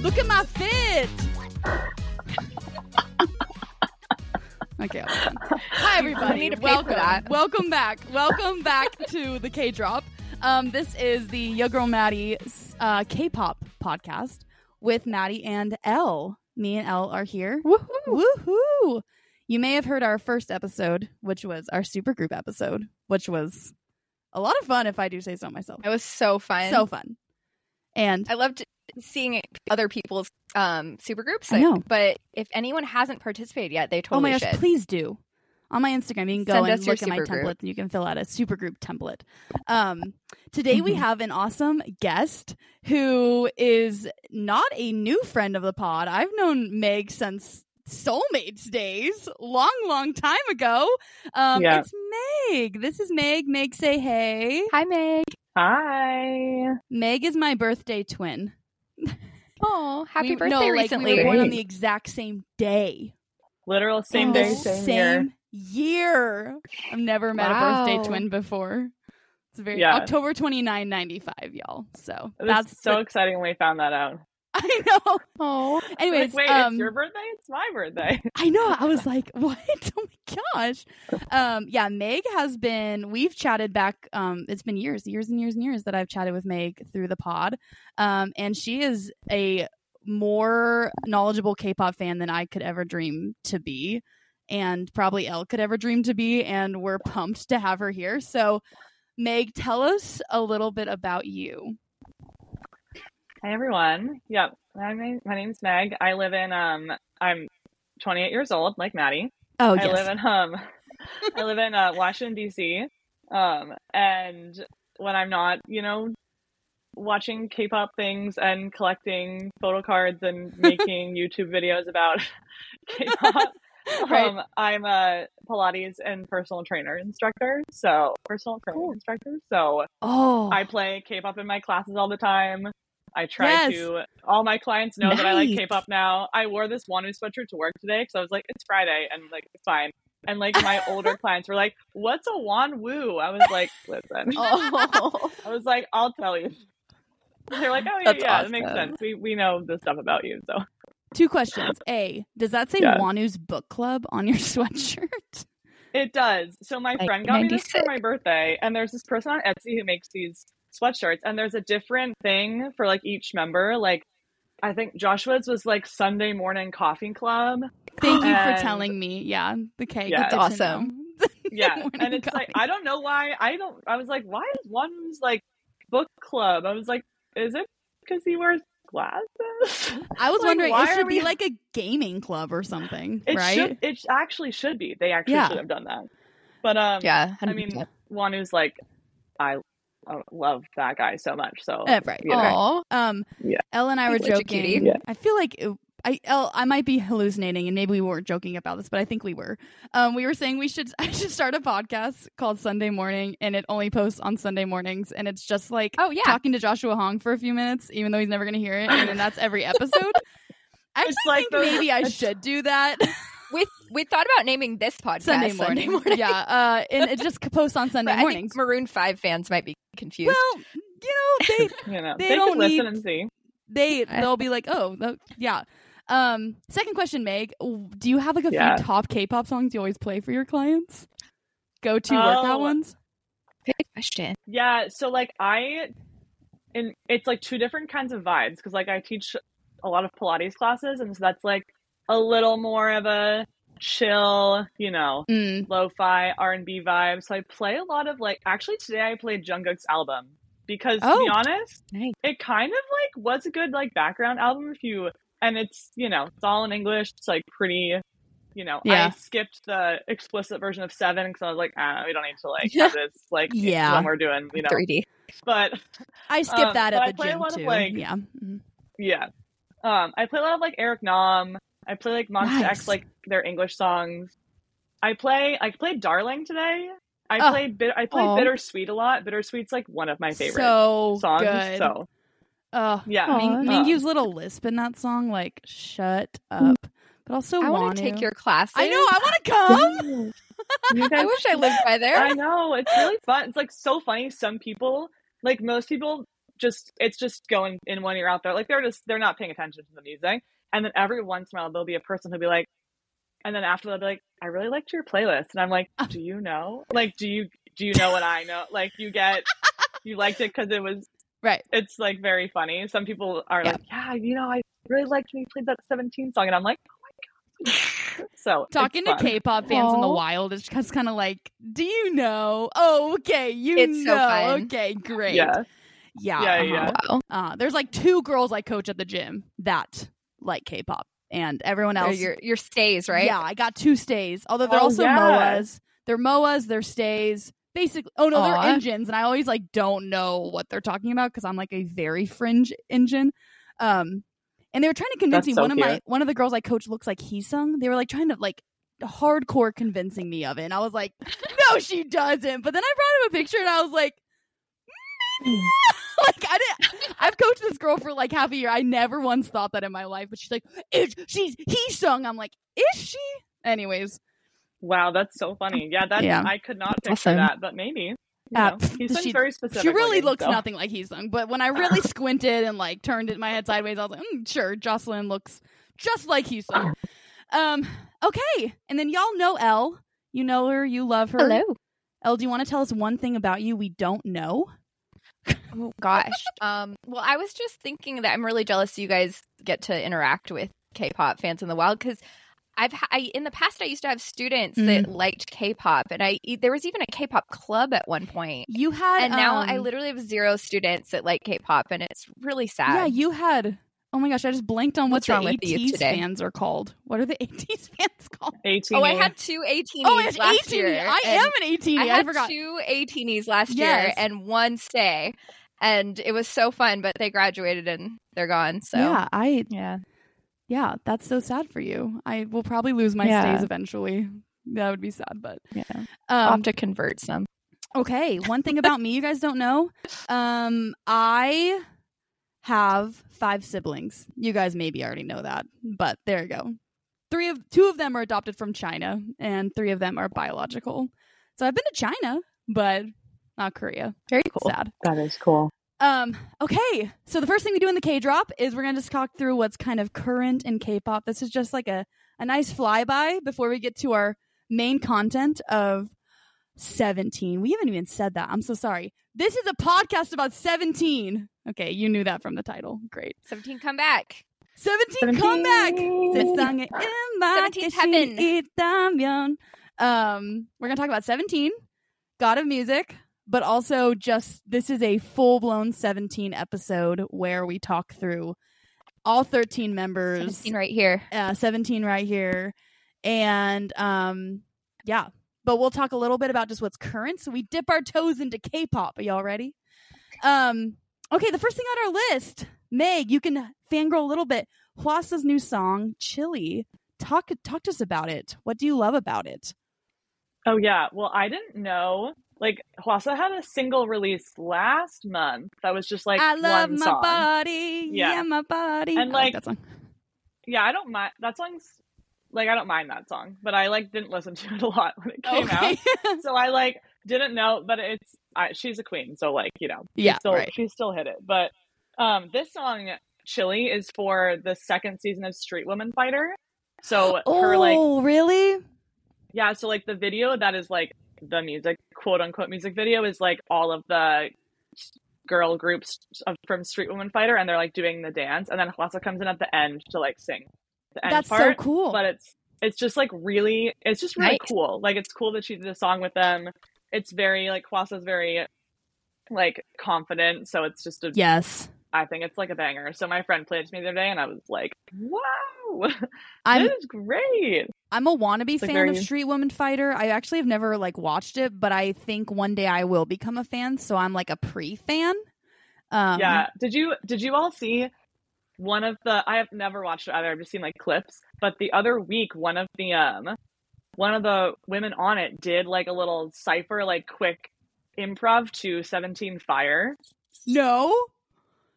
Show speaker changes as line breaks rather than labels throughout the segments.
Look at my fit. okay. I'll Hi everybody.
need to pay for
welcome.
that.
Welcome back. Welcome back to the K Drop. Um, this is the Yo Girl Maddie uh, K-pop podcast with Maddie and L. Me and L are here. Woohoo! Woohoo! You may have heard our first episode, which was our supergroup episode, which was a lot of fun, if I do say so myself.
It was so fun.
So fun. And
I loved seeing other people's um supergroups.
I know.
But if anyone hasn't participated yet, they totally
oh my gosh,
should.
please do. On my Instagram, you can go
Send
and
us your
look at my
supergroup.
template and you can fill out a supergroup template. Um, today we
Mhm.
have an awesome guest who is not a new friend of the pod. I've known Meg since soulmates days, long, long time ago. Um,
Yeah.
It's Meg. This is Meg. Meg, say hey.
Hi Meg.
Hi.
Meg is my birthday twin.
Oh, happy
We-
birthday
no, like,
recently.
we were born on
Thanks.
the exact same day.
Literal same
Oh.
day, same, year.
year. I've never met a
Wow.
birthday twin before. It's very
Yeah.
October 29, 95, y'all. So
It was
that's
so
the-
exciting when we found that out.
I know.
oh.
Anyways,
like, wait,
um,
it's your birthday? It's my birthday.
I know. I was like, what? Oh my gosh. Um, yeah, Meg has been, we've chatted back. Um, it's been years, years and years and years that I've chatted with Meg through the pod. Um, and she is a more knowledgeable K pop fan than I could ever dream to be, and probably Elle could ever dream to be. And we're pumped to have her here. So, Meg, tell us a little bit about you.
Hi everyone. Yep. My name, my name's Meg. I live in um I'm 28 years old, like Maddie.
Oh,
I live in um I live in uh, Washington DC. Um and when I'm not, you know, watching K-pop things and collecting photo cards and making YouTube videos about K-pop,
Right.
um, I'm a Pilates and personal trainer instructor. So, personal training instructor. So,
oh,
I play K-pop in my classes all the time. I try
Yes.
to. All my clients know that I like
Nice.
K-pop now. I wore this Wanu sweatshirt to work today because I was like, it's Friday and like it's fine. And like my older clients were like, "What's a Wanwoo?" I was like, "Listen,
Oh.
I was like, I'll tell you." They're like, "Oh yeah,
That's
yeah, that makes
awesome.
sense. We we know the stuff about you." So
two questions. A, does that say
Yeah.
Wanu's book club on your sweatshirt?
It does. So my
Like
friend got me this for
96.
my birthday, and there's this person on Etsy who makes these sweatshirts, and there's a different thing for like each member. Like I think Joshua's was like Sunday morning coffee club.
Thank you for
And-
telling me. Yeah, the cake.
Uh, Yeah.
That's
That's awesome.
Yeah,
Morning
and it's like
coffee.
I don't know why I don't. I was like, why is one's like book club? I was like, is it because he wears glasses?
I was
Like,
wondering
why
it should
are
be
we-
like a gaming club or something,
It
right?
should. It actually should be. They actually
Yeah.
should have done that. But um,
Yeah.
I mean, one who's like, I uh, love that guy so much. So
Uh, right.
you
Oh.
know.
Um,
Yeah.
Elle and I were
He's such a cutie.
joking.
Yeah.
I feel like it, I Elle, I might be hallucinating, and maybe we weren't joking about this, but I think we were. Um, we were saying we should I should start a podcast called Sunday Morning, and it only posts on Sunday mornings, and it's just like
Oh yeah.
talking to Joshua Hong for a few minutes, even though he's never going to hear it, and then that's every episode. I actually
It's like
think
those-
maybe I
it's-
should do that
We we thought about naming this podcast
Sunday morning. Yeah, uh, and it just posts on Sunday
But I
mornings.
think Maroon Five fans might be confused.
Well, you know, they
you know
They
they,
don't
can listen
need-
and see
they
I-
they'll be like, oh, tho- yeah. Um, second question, Meg, w- do you have like a
Yeah.
few top K-pop songs you always play for your clients? Go to
Oh.
workout ones.
Good question.
yeah so like i and it's like two different kinds of vibes because like i teach a lot of pilates classes and so that's like a little more of a chill you know
Mm.
lo-fi r&b vibe so i play a lot of like actually today i played jungkook's album because to
Oh.
be honest
Nice.
it kind of like was a good like background album if you and it's you know it's all in english it's like pretty you know
Yeah.
i skipped the explicit version of seven because i was like ah, we don't need to like
Yeah.
have this like
Yeah.
when we're doing you know
3D.
but
I skip
Um,
that at
but I
the
play a
gym
lot of,
too.
like-
yeah. Mhm.
yeah um i play a lot of like eric nam i play like monster
Nice.
x like their english songs i play i played darling today i
Oh.
played bit i played
Aw.
bittersweet a lot bittersweet's like one of my favorite
so
songs
good.
so
Ugh.
yeah
Aw.
Ming-
Um,
Mingyu's little lisp in that song, like, shut up. but also
Mm. I
want to
take your classes.
I know. I want to come.
You
I
guys-
wish I lived by there.
I know it's really fun. It's like so funny. Some people, like most people, just it's just going in one ear out there. Like they're just they're not paying attention to the music. And then every once in a while, there'll be a person who'll be like, and then after they'll be like, I really liked your playlist, and I'm like, do you know? Like, do you do you know what I know? Like, you get you liked it because it was
Right.
it's like very funny. Some people are
Yeah.
like, yeah, you know, I really liked when you played that 17 song, and I'm like, oh my god. So it's
Talking to
fun.
K-pop fans in the
Aw.
wild is just kind of like, do you know? Oh, okay, you
It's
know.
so fun.
Okay, great.
Yeah.
yeah,
Yeah,
uh-huh.
yeah.
Wow.
Uh, there's like two girls I coach at the gym that like K-pop, and everyone
They're
else.
Your your stays, right?
Yeah, I got two stays. Although they're
Oh,
also
yeah.
moas. They're moas. They're stays. Basically, oh no, they're
Aw.
engines, and I always like don't know what they're talking about because I'm like a very fringe engine. Um, and they were trying to convince me.
That's so
one of my
cute.
one of the girls I coach looks like he sung. They were like trying to like hardcore convincing me of it, and I was like, no, she doesn't. But then I brought him a picture, and I was like. "Maybe."
Hmm.
like I didn't. I've coached this girl for like half a year. I never once thought that in my life. But she's like, is, she's he sung. I'm like, is she? Anyways,
Wow, that's so funny. Yeah, that
Yeah.
I could not picture
That's awesome.
that, but maybe. You
Uh,
know, he seems
she-
very specific.
she really
looking,
looks
so.
nothing like he sung. But when I really squinted and like turned it my head sideways, I was like, mm, sure, Jocelyn looks just like he sung. Um, okay, and then y'all know Elle. You know her. You love her.
Hello.
Elle, do you want to tell us one thing about you we don't know?
Oh gosh. Um, well, I was just thinking that I'm really jealous you guys get to interact with K-pop fans in the wild because I've ha- I, in the past I used to have students that
Mm.
liked K-pop, and I e, there was even a K-pop club at one point.
You had,
And now I
um,
literally have zero students that like K-pop, and it's really sad.
Yeah, you had. Oh my gosh, I just blanked on
What's
what
wrong
the
with you
80s
today?
fans are called. What are the 80s fans called?
18
oh, I had two 18s
Oh, it's
last
18.
year.
I
and-
am an 18.
I
I,
had
forgot.
two ATNs last
Yes.
year and one stay, and it was so fun. But they graduated and they're gone. So
Yeah, I
yeah.
yeah, that's so sad for you. I will probably lose my
Yeah.
stays eventually. That would be sad, but
Yeah. I'll
um,
have to convert some.
okay. One thing about me you guys don't know, um, I have five siblings. You guys maybe already know that, but there you go. Three of two of them are adopted from China, and three of them are biological. So I've been to China, but not Korea.
Very cool.
Sad.
That is cool.
Um, okay. So the first thing we do in the K drop is we're gonna just talk through what's kind of current in K pop. This is just like a, a nice flyby before we get to our main content of 17. We haven't even said that. I'm so sorry. This is a podcast about 17. Okay, you knew that from the title. Great.
Seventeen, come back.
17, comeback. 세상에
Seventeenth heaven.
음악이 있다면. Um, we're gonna talk about 17, God of Music, but also just this is a full blown 17 episode where we talk through all 13 members,
17 right here.
uh, 17 right here, and um, yeah. But we'll talk a little bit about just what's current. So we dip our toes into K-pop. Are y'all ready? Um, okay, the first thing on our list, Meg, you can fangirl a little bit. Huasa's new song, Chili. Talk talk to us about it. What do you love about it?
Oh, yeah. Well, I didn't know. Like, Hwasa had a single release last month that was just like
I love
one
my
song.
body. Yeah.
Yeah.
my body.
And,
I
like,
that song.
Yeah, I don't mind. That song's like, I don't mind that song, but I like didn't listen to it a lot when it came
Okay.
out. So I like didn't know, but it's, I, she's a queen. So, like, you know,
yeah,
still
right.
she still hit it. But um this song Chili is for the second season of Street Woman Fighter. So her like
oh, really?
yeah, so like the video that is like the music quote unquote music video is like all of the girl groups of, from Street Woman Fighter and they're like doing the dance and then Hwasa comes in at the end to like sing the end
That's
part.
so cool.
But it's it's just like really it's just really
Nice.
cool. Like it's cool that she did a song with them. It's very like Hwasa's very like confident, so it's just a
yes.
I think it's like a banger. So my friend played it to me the other day, and I was like, "Wow,
I'm
this is great!"
I'm a wannabe
like
fan of
very-
Street Woman Fighter. I actually have never like watched it, but I think one day I will become a fan. So I'm like a pre fan. Um,
yeah. Did you did you all see one of the? I have never watched it either. I've just seen like clips. But the other week, one of the um, one of the women on it did like a little cipher, like quick improv to Seventeen Fire.
No.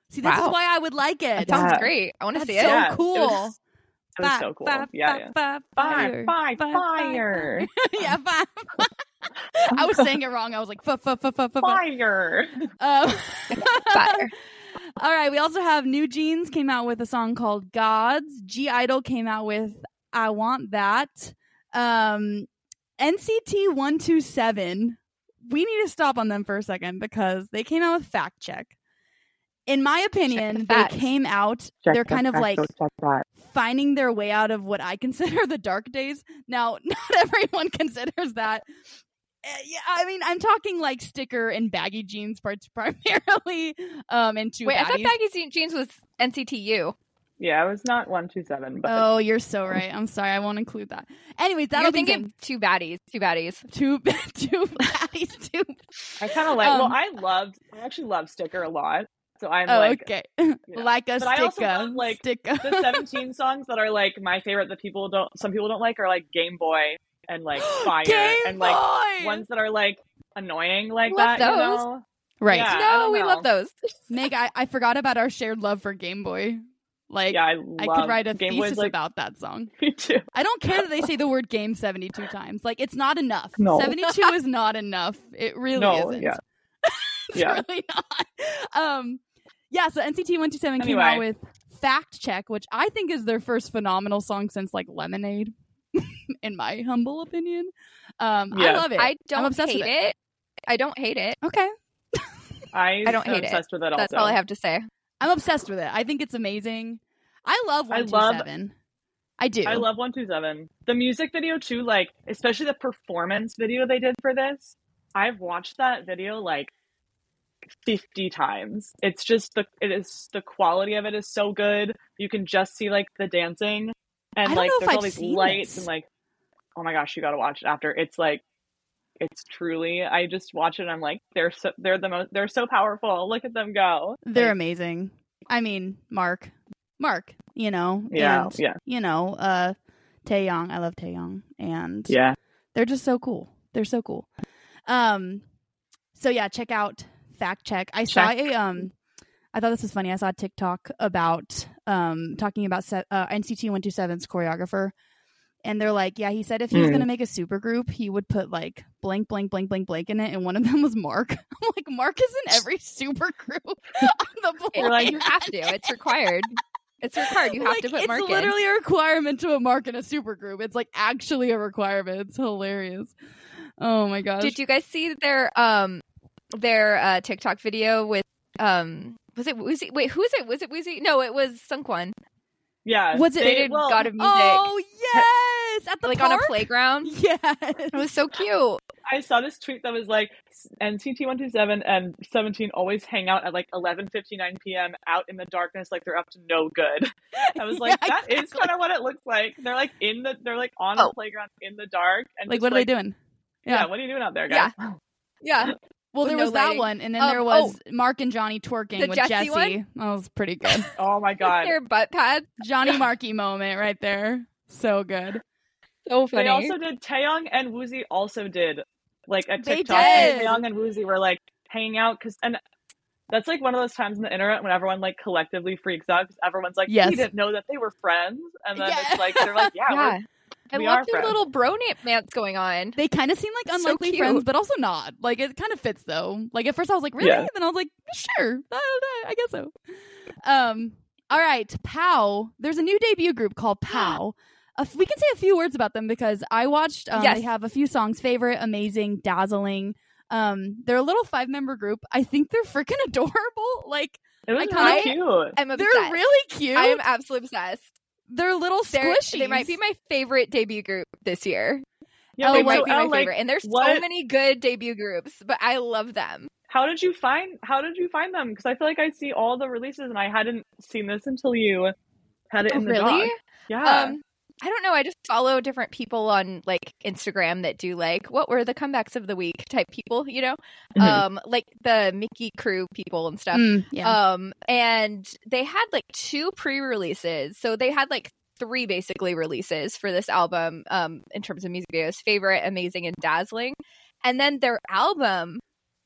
See, this is
Wow.
why I would like it.
That sounds
Yeah.
great. I want to
That's
see
so
it.
Yeah, it was
cool.
It was so cool. yeah, yeah. Fire, fire, fire,
yeah, fire. I was saying it wrong. I was like, fu- fu- fu- fu- fu- fu-
fire.
Um,
Fire.
all right. We also have New Jeans came out with a song called Gods. G Idol came out with I Want That. Um, NCT 127. We need to stop on them for a second because they came out with Fact Check. In my opinion, they
facts.
came out,
Check
they're
the
kind of
facts,
like
don't check that.
finding their way out of what I consider the dark days. Now, not everyone considers that. Eh, Yeah, I mean, I'm talking like sticker and baggy jeans parts primarily, um, and two
Wait, I thought
baggies.
baggy Je- jeans was NCTU.
Yeah, it was not one two seven, but
Oh, you're so right. I'm sorry, I won't include that. Anyways, that'll
You're
be
thinking two baddies, two baddies.
some- two two baggies, two.
I kind of like. well,
um,
I loved. I actually love sticker a lot. So I'm
Oh,
like
okay,
yeah.
like a
But I
sticker,
also love, like,
sticker.
the 17 songs that are like my favorite that people don't. Some people don't like are like Game Boy and like Fire
Game
and like
Boy!
ones that are like annoying like
Love
that. You
those.
know.
right?
Yeah, I
no,
don't
we
know.
love those.
Meg, I, I forgot about our shared love for Game Boy. Like,
yeah, I love.
I could write a
Game
thesis
Boy's like
about that song.
me too.
I don't care that they say the word game 72 times. Like, it's not enough.
No.
72 is not enough. It really
No,
isn't.
yeah.
it's
Yeah.
really not. Um, yeah, so NCT 127 came out with Fact Check, which I think is their first phenomenal song since, like, Lemonade, in my humble opinion. Um, I
Yeah.
love it.
I don't
obsessed
hate
with
it. I don't hate it.
okay.
I,
I don't
am
hate it.
obsessed with it. Also,
That's all I have to say.
I'm obsessed with it. I think it's amazing. I love
I love-
127. I, do.
I love 127. The music video too, like especially the performance video they did for this. I've watched that video like 50 times. It's just the it is the quality of it is so good. You can just see like the dancing and
I don't
like
know if
there's all
I've
these
seen
lights
this.
and like oh my gosh, you got to watch it after. It's like it's truly I just watch it and I'm like they're so they're the most they're so powerful. Look at them go.
They're
Like,
amazing. I mean, Mark, Mark, you know,
Yeah,
and,
yeah.
you know, uh, Taeyong. I love Taeyong, and
yeah.
they're just so cool. They're so cool. Um, so yeah, check out Fact Check. I saw
Check.
a um, I thought this was funny. I saw a TikTok about um talking about se- uh, NCT 127's choreographer, and they're like, yeah, he said if he was
Mm.
Hmm.
gonna make a super group, he would put like blank, blank, blank, blank, blank in it, and one of them was Mark. I'm like, Mark is in every super group on the
It-
board.
like-
you have to. It's required. It's required. You have
Like,
to put
it's
Mark in.
literally a requirement to a mark in a supergroup. It's like actually a requirement. It's hilarious. Oh my gosh.
Did you guys see their um their uh TikTok video with um was it Woozy? Wait, who is it? Was it Woozy? No, it was Sunkwon.
Yeah.
Was it-
They did
well,
God of Music
Oh yes, at the
like on
park.
a playground.
Yes.
It was so cute.
I saw this tweet that was like NCT one two seven and seventeen always hang out at like eleven fifty nine p.m. out in the darkness, like they're up to no good. I was like,
Yeah,
that is
exactly.
kind of what it looks like. They're like in the, they're like on
Oh.
the playground in the dark, and
like
just,
what are they doing?
Yeah.
Yeah.
what are you doing out there, guys?
Yeah.
Well, there
With no
was that
lighting.
one, and then
Um,
there was Mark and Johnny twerking
The
with
Jesse
Oh, Jesse.
one?
That was pretty good.
Oh my
With
god!
their butt pads.
Johnny Marky moment right there. So good.
So
they
funny.
also did Taeyong and Woozy also did like a
They
TikTok. And
did.
Taeyong and Woozy were like hanging out because and. That's like one of those times in the internet when everyone like collectively freaks out because everyone's like,
Yes.
we didn't know that they were friends, and then
Yeah.
it's like they're like, yeah, we're
yeah. I
we
love
are
their
friends.
little bronate mance going on.
They kind of seem like
So
unlikely
cute.
friends, but also not. Like it kind of fits though. Like at first I was like, really?
Yeah.
And then I was like, sure. I, I- I guess so. Um. All right, Pow. There's a new debut group called Pow. A f- we can say a few words about them because I watched. Um,
Yes.
They have a few songs: favorite, amazing, dazzling. Um, they're a little five-member group. I think they're freaking adorable. Like
It was
I
really cute.
I'm obsessed.
they're really cute.
I am absolutely obsessed.
they're little
They're,
squishy.
they might be my favorite debut group this year.
Yeah,
Oh,
they
wait,
might
so
be my
Elle, like,
favorite. And there's so
what-
many good debut groups, but I love them.
how did you find how did you find them? Because I feel like I see all the releases and I hadn't seen this until you had it in the doc. Oh Yeah,
Oh, Um, I don't know. I just follow different people on like Instagram that do like what were the comebacks of the week type people, you know,
Mhm.
um, like the Mickey Crew people and stuff.
Mm, yeah.
Um, and they had like two pre-releases, so they had like three basically releases for this album. Um, in terms of music videos, favorite, amazing, and dazzling, and then their album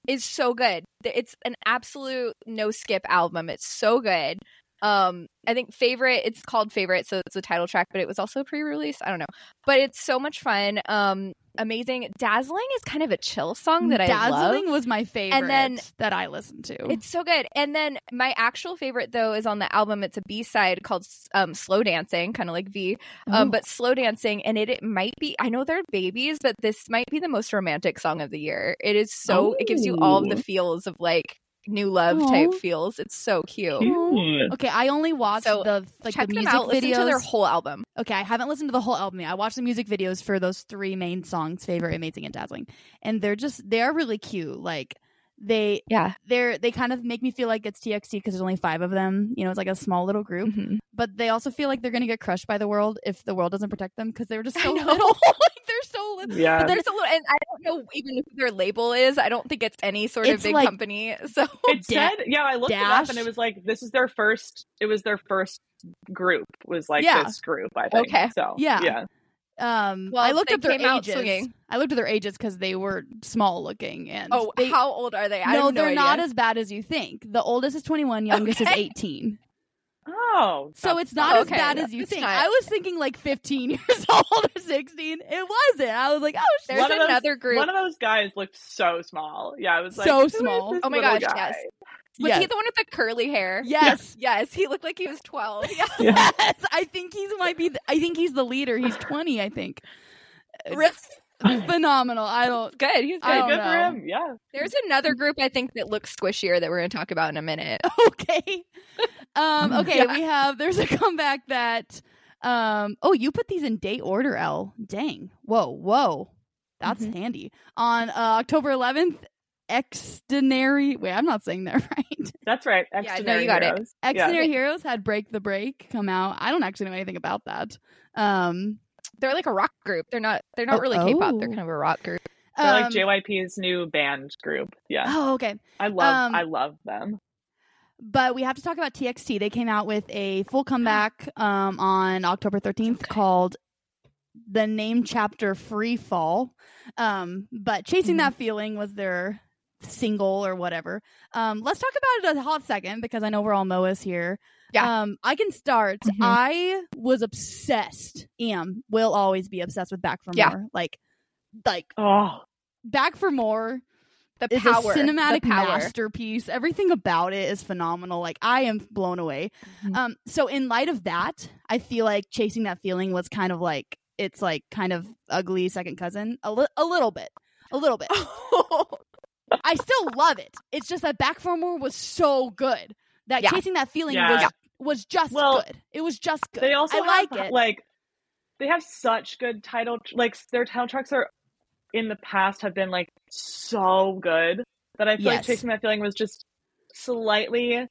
is so good. It's an absolute no skip album. It's so good. Um, I think favorite. It's called favorite, so it's the title track, but it was also pre-release. I don't know, but it's so much fun. Um, amazing. Dazzling is kind of a chill song that I love.
Dazzling was my favorite
And then-
that I listened to.
It's so good. And then my actual favorite though is on the album. It's a B side called um, "Slow Dancing," kind of like V, um,
Ooh.
but "Slow Dancing." And it, it might be. I know they're babies, but this might be the most romantic song of the year. It is so. It gives you all of the
Ooh.
feels of like new love type
Aw.
feels. It's so cute.
Cute.
okay, I only watched
So,
the like
Check
the
them
music videos.
out. Listen to their whole album.
okay, I haven't listened to the whole album yet. I watched the music videos for those three main songs, "Favorite," "Amazing," and "Dazzling," and they're just they are really cute. Like they
Yeah.
they're they kind of make me feel like it's TXT because there's only five of them. You know, it's like a small little group,
Mm-hmm.
but they also feel like they're gonna get crushed by the world if the world doesn't protect them because they were just
I
so
know.
little. like they're so little.
Yeah.
There's a little, and I don't know even who their label is. I don't think it's any sort
It's
of big
like-
company. So
It
Da-
said, yeah, I looked it up
Dash.
and it was like this is their first. It was their first group. Was like
Yeah.
this group. I think.
Okay.
So
Yeah.
yeah.
Um,
Well,
I looked
they
up their
came out
ages.
swinging.
I looked at their ages because they were small looking, and
oh,
they-
how old are they? I
no,
have
they're
idea.
not as bad as you think. The oldest is 21, youngest is
Okay.
18.
Oh,
So
that's
it's not
okay.
as bad as you
It's
think.
not-
I was thinking like 15 years old or 16. It wasn't. I was like, oh, shit.
There's
One of those-
another group.
One of those guys looked so small. Yeah, I was like,
So
"Who is
small.
this
Oh my
little
gosh,
guy?"
yes. Was he the one with the curly hair?
Yes.
Yes, he looked like he was 12. Yeah.
Yeah.
yes. I think he's might be. The, I think he's the leader. He's 20. I think. Phenomenal. I don't.
Good. He's
I
good.
don't
good for
know.
him. Yeah.
There's another group I think that looks squishier that we're going to talk about in a minute.
Okay. Um. Okay. We have. There's a comeback that. Um. Oh, you put these in date order. L. Dang. Whoa. Whoa. That's
Mhm.
handy. On uh, October 11th, Extinary. Wait, I'm not saying that right.
That's right.
Yeah, no, you got it.
Extinary
Yeah.
Heroes had Break the Break come out. I don't actually know anything about that. Um.
They're like a rock group. They're not they're not
Oh,
really K-pop. They're
oh.
kind of a rock group.
They're
um,
like JYP's new band group. Yeah.
Oh, okay.
I love
um,
I love them.
But we have to talk about TXT. They came out with a full comeback um, on October 13th
Okay.
called the name chapter Free Fall. Um, but Chasing
Mhm.
That Feeling was their single or whatever. Um, let's talk about it a hot second because I know we're all Moas here.
Yeah.
Um, I can start.
Mhm.
I was obsessed, am, will always be obsessed with Back for
Yeah.
More. Like, like
Oh,
Back for More
The
it's
power.
a cinematic
the power.
masterpiece. Everything about it is phenomenal. Like I am blown away.
Mhm.
Um, so in light of that, I feel like chasing that feeling was kind of like it's like kind of ugly second cousin a, li- a little bit, a little bit. I still love it. It's just that back for more was so good that
Yeah.
chasing that feeling
Yeah.
was
Yeah.
was just
Well,
good. It was just good.
they also
I
have,
like it.
Like they have such good title. tr- Like their title tracks are in the past have been like so good that I feel
Yes.
like chasing that feeling was just slightly. And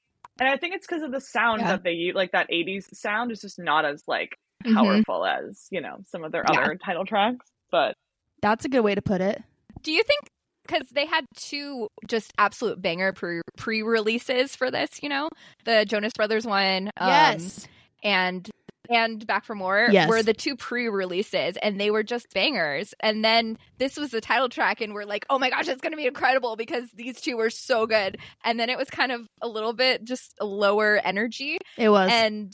I think it's because of the sound
Yeah.
that they use. Like that '80s sound is just not as like
Mhm.
Mm-hmm.
powerful as you know some of their
Yeah.
other title tracks. But
That's a good way to put it.
Do you think because they had two just absolute banger pre pre releases for this, you know, the Jonas Brothers one, um,
yes.
and and Back for More
Yes.
were the two pre-releases and they were just bangers. And then this was the title track and we're like, "Oh my gosh, it's going to be incredible because these two were so good." And then it was kind of a little bit just a lower energy
It was.
and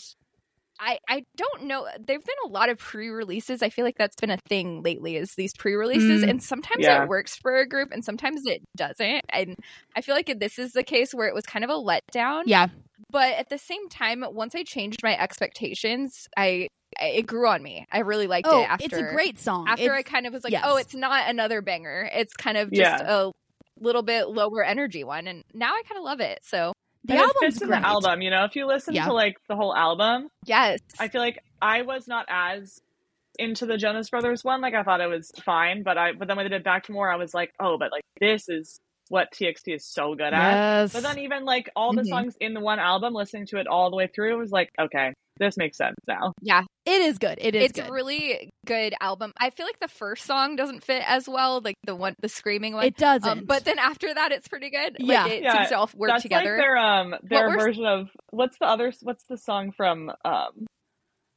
I I don't know. There've been a lot of pre-releases. I feel like that's been a thing lately is these pre-releases
Mm.
and sometimes
Yeah.
it works for a group and sometimes it doesn't. And I feel like this is the case where it was kind of a letdown
yeah.
but at the same time once i changed my expectations i I- it grew on me i really liked
Oh,
it after
it's a great song.
after
It's-
i kind of was like
yes.
oh it's not another banger it's kind of just a little bit lower energy one and now i kind of love it so
the
and it
album's
fits in
great.
the album. You know, if you listen
Yeah.
to like the whole album,
yes
I feel like I was not as into the Jonas Brothers one. Like I thought it was fine, but I but then when they did Back to More, I was like, oh, but like this is what TXT is so good at.
Yes.
But then even like all the
Mhm.
songs in the one album, listening to it all the way through, it was like, okay, this makes sense now.
yeah
It is good. It is
it's
good.
a really good album i feel like the first song doesn't fit as well like the one the screaming one
it doesn't.
um, but then after that it's pretty good like,
Yeah.
it
Yeah,
seems to all work
That's
together
like their um their
were-
version of what's the other what's the song from um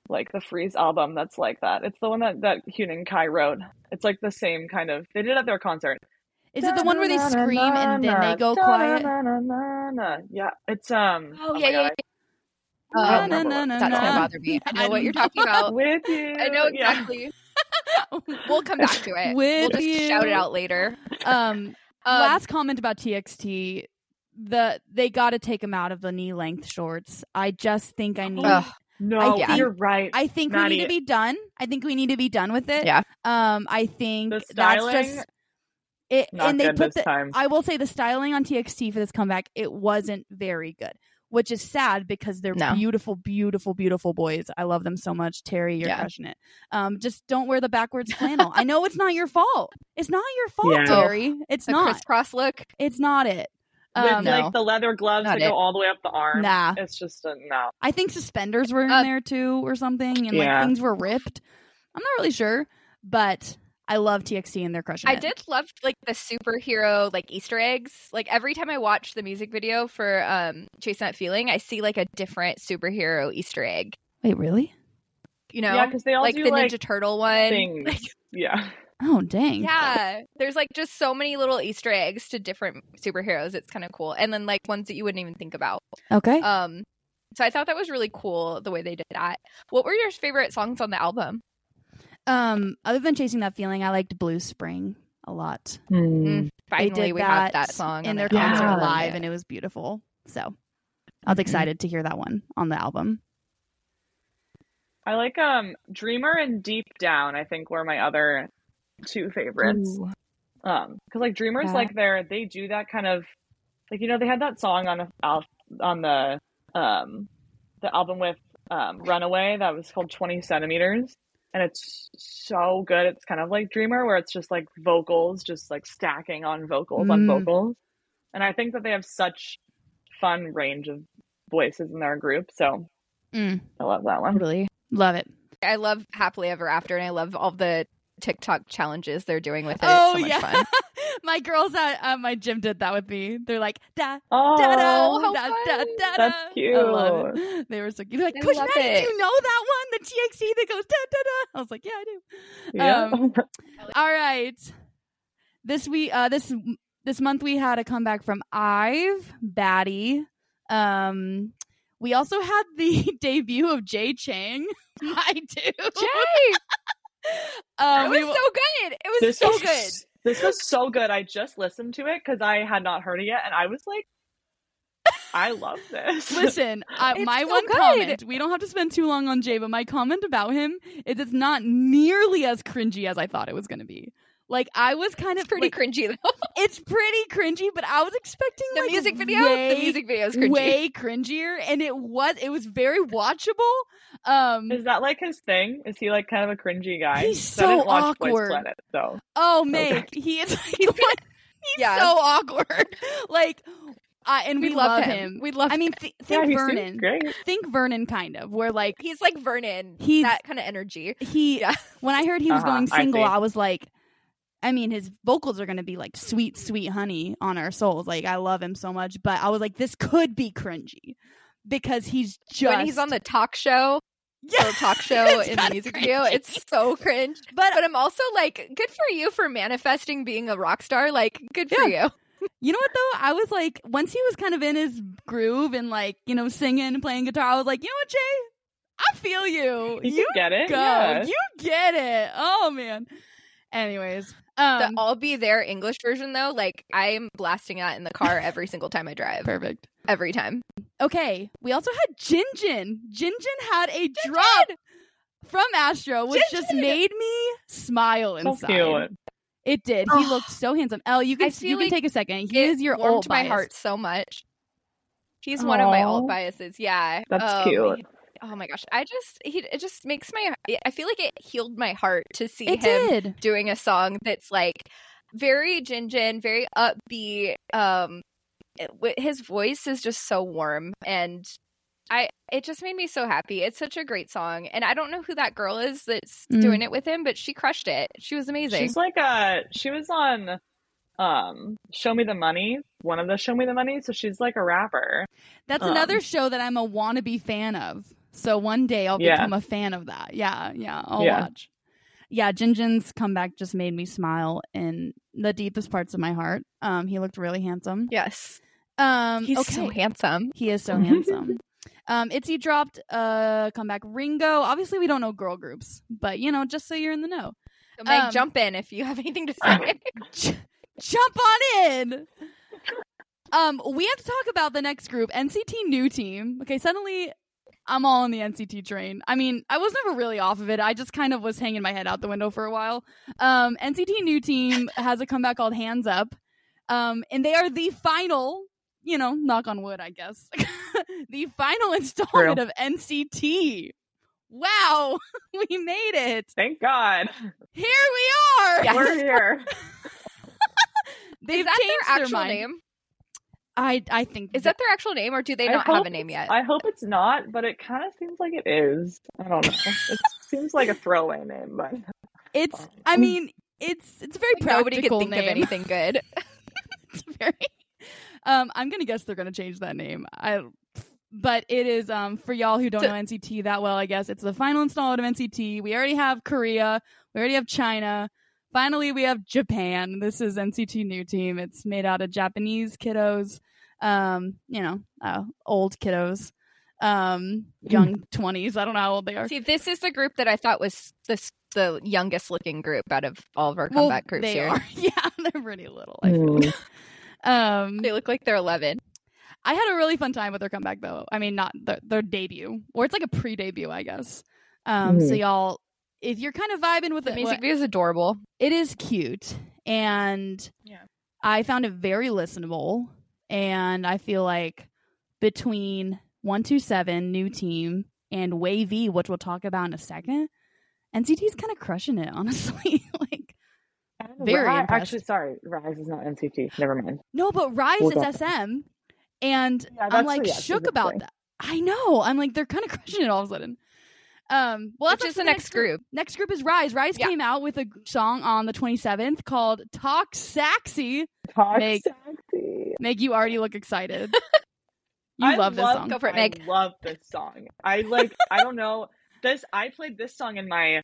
like the Freeze album that's like that. It's the one that that Hyun and Kai wrote. It's like the same kind of. They did it at their concert.
is it the one where they scream and then they go quiet?
Yeah, it's um.
oh,
my
yeah, yeah yeah
God,
Oh,
Na,
no,
na, na, na,
no, that's gonna
na.
bother me. I
I
know what you're
don't
talking about.
With you.
I know
Yeah.
exactly. We'll come back to
With
it. we'll just
you.
shout it out later.
um
Um,
last comment about TXT. The they got to take him out of the knee length shorts. I just think I need.
Ugh.
No,
I think-
you're right.
I think
Maddie.
we need to be done. I think we need to be done with it.
Yeah.
Um. I think
The
that's
styling,
just it.
Not
and they
good
put
this
the. uh,
time.
I will say the styling on TXT for this comeback it wasn't very good, which is sad because they're
No.
beautiful, beautiful, beautiful boys. I love them so much. Terry, you're
Yeah.
crushing it. Um. Just don't wear the backwards flannel. I know it's not your fault. It's not your fault,
Oh,
Yeah.
Terry. It's
the
not.
crisscross look.
It's not it.
With
Um,
no.
like the leather gloves
Not
that go
it.
all the way up the arm.
Nah.
It's just a no.
I think suspenders were in
Uh,
there too, or something, and
Yeah.
like things were ripped. I'm not really sure, but I love TXT and they're crushing
I
it.
did love like the superhero like Easter eggs. Like every time I watch the music video for um Chase Not Feeling, I see like a different superhero Easter egg.
Wait, really?
You know,
yeah, because they all
like
do
the
like
Ninja Turtle one.
things.
Like,
yeah.
Oh, dang.
yeah, there's like just so many little Easter eggs to different superheroes. It's kind of cool, and then like ones that you wouldn't even think about.
Okay.
Um, so I thought that was really cool the way they did that. What were your favorite songs on the album?
Um, other than chasing that feeling, I liked Blue Spring a lot.
Hmm.
Mm,
They
Finally,
did
we
that
have that song
in
on
their
the
concert
album.
Yeah. Mm-hmm.
live, and it was beautiful. So I was
Mhm.
excited to hear that one on the album.
I like um Dreamer and Deep Down, I think were my other two favorites.
Ooh.
Um cuz like Dreamer's
Yeah.
like they're they do that kind of like you know they had that song on the al- on the um the album with um Runaway that was called 20 centimeters and it's so good. It's kind of like Dreamer where it's just like vocals just like stacking on vocals on
Mm.
vocals. And I think that they have such fun range of voices in their group, so
Mm.
I love that one.
Totally love it.
I love Happily Ever After, and I love all the TikTok challenges they're doing with it.
oh
it's so much
yeah,
fun.
my girls at uh, my gym did that with me. They're like da
Oh,
da da
Oh, how
da da
fun.
da.
That's
I love it. They were so cute. They're like,
I
Coach
love
Maddie,
it.
do you know that one? The TXT that goes da da da. I was like, yeah, I do.
Yeah.
Um, all right. This we uh this this month we had a comeback from Ive Batty. Um, we also had the debut of Jay Chang. My dude.
Jay,
Um,
it
we
was so
will-
good. It was so good.
This was so good. I just listened to it because I had not heard it yet, and I was like, I love this.
Listen, uh,
It's
my
so
one
good.
comment. We don't have to spend too long on Jay, but my comment about him is it's not nearly as cringy as I thought it was going to be. Like I was kind
It's
of
pretty
like, oh
cringy. Though.
it's pretty cringy, but I was expecting
The
like,
music video,
way-
the music video is cringy.
way cringier, and it was it was very watchable. Um,
Is that like his thing? Is he like kind of a cringy guy?
He's
'Cause I didn't
so
watch
awkward.
Boys Planet, so
Oh, Meg, he is like, he's
Yeah.
so awkward. Like, I and we, love, him.
We love.
I mean, th- think
yeah, he seems
Vernon.
great.
Think Vernon, kind of where like
he's like Vernon.
He's-
that kind of energy.
he
Yeah.
when I heard he was
Uh-huh,
going
I
single,
see.
I, was like, I mean, his vocals are going to be like sweet, sweet honey on our souls. Like I love him so much, but I was like, this could be cringy because he's just
When he's on the talk show,
yeah,
the talk show
It's
in the
kinda
music video,
cringy.
it's so cringe.
but
But I'm also like, good for you for manifesting being a rock star. Like, good for you.
You know what though? I was like, once he was kind of in his groove and like, you know, singing and playing guitar, I was like, you know what, Jay? I feel you.
You,
You
can get it.
go.
yeah.
You get it. Oh man. Anyways. Um
the I'll be there English version though, like I'm blasting that in the car every single time I drive.
perfect.
Every time.
Okay. We also had Jinjin. Jinjin had a drop from Astro, which just
Jinjin!
made me smile
so
inside.
cute.
It did. He
Oh.
looked so handsome. Elle, you can
I
you
feel
can
like
take a second. He
It
is your
warmed
old
my
bias.
heart so much. He's one of my
Aw.
old biases. Yeah.
That's
Um,
cute.
Oh my gosh. I just he it just makes my I feel like it healed my heart to see
It
him
did.
doing a song that's like very Jinjin, very upbeat. Um, it- wi- his voice is just so warm, and I it just made me so happy. It's such a great song, and I don't know who that girl is that's
Mm.
doing it with him, but she crushed it. She was amazing.
She's like a. She was on, um, Show Me the Money. One of the Show Me the Money. So she's like a rapper.
That's
Um,
another show that I'm a wannabe fan of. So one day I'll
Yeah.
become a fan of that. Yeah, yeah, I'll
Yeah.
watch. Yeah, Jinjin's comeback just made me smile in the deepest parts of my heart. Um, he looked really handsome.
yes,
Um,
he's
okay,
so handsome.
he is so handsome. Um, Itzy dropped uh, comeback Ringo. Obviously, we don't know girl groups, but you know, just so you're in the know,
So Meg,
Um,
jump in if you have anything to say.
J- jump on in. Um, we have to talk about the next group, NCT New Team. Okay, suddenly I'm all on the NCT train. I mean, I was never really off of it. I just kind of was hanging my head out the window for a while. Um, NCT New Team has a comeback called Hands Up, um, and they are the final, you know, knock on wood, I guess, the final installment of NCT. Wow, we made it.
Thank God.
Here we are.
Yes.
We're here.
They've
Is that
changed
their actual
mind.
name?
I I think
Is that their actual name, or do they
I
not have
hope
a name
it's-
yet?
I hope it's not, but it kind of seems like it is. I don't know. it seems like a throwaway name, but
it's. I mean, it's it's a very
Like, nobody could
practical
think of
name.
anything good.
It's very. Um, I'm gonna guess they're gonna change that name. I. But it is um for y'all who don't
So-
know NCT that well. I guess it's the final installment of NCT. We already have Korea. We already have China. Finally, we have Japan. This is NCT New Team. It's made out of Japanese kiddos, um, you know, uh, old kiddos, um, young twenties. I don't know how old they are.
See, this is the group that I thought was the the youngest looking group out of all of our
Well,
combat groups
they
here.
are. Yeah, they're pretty little. I feel. Um,
They look like they're eleven.
I had a really fun time with their comeback, though. I mean, not their, their debut, or it's like a pre-debut, I guess. Um,
Mm-hmm.
So y'all, if you're kind of vibing with
The
it,
music
what-
video is adorable.
it is cute, and
Yeah.
I found it very listenable, and I feel like between one two seven new team and Wavy, which we'll talk about in a second, NCT's kind of crushing it, honestly. like.
And
Very
Ri-
impressed.
Actually, sorry, Rise is not NCT. Never mind.
No, but Rise
We'll
is
get
SM, and
Yeah,
I'm
that's-
like
yeah, it's a
shook
good
about
thing.
that. I know. I'm like they're kind of crushing it all of a sudden. Um, well, that's
Which is
actually
the next group.
Next group is Rise. Rise
Yeah.
came out with a g- song on the 27th called "Talk Saxy."
Talk
Meg-
sexy.
Meg, you already look excited. You
I
love this song.
Go for it,
I
Meg.
love this song. I like. I don't know this. I played this song in my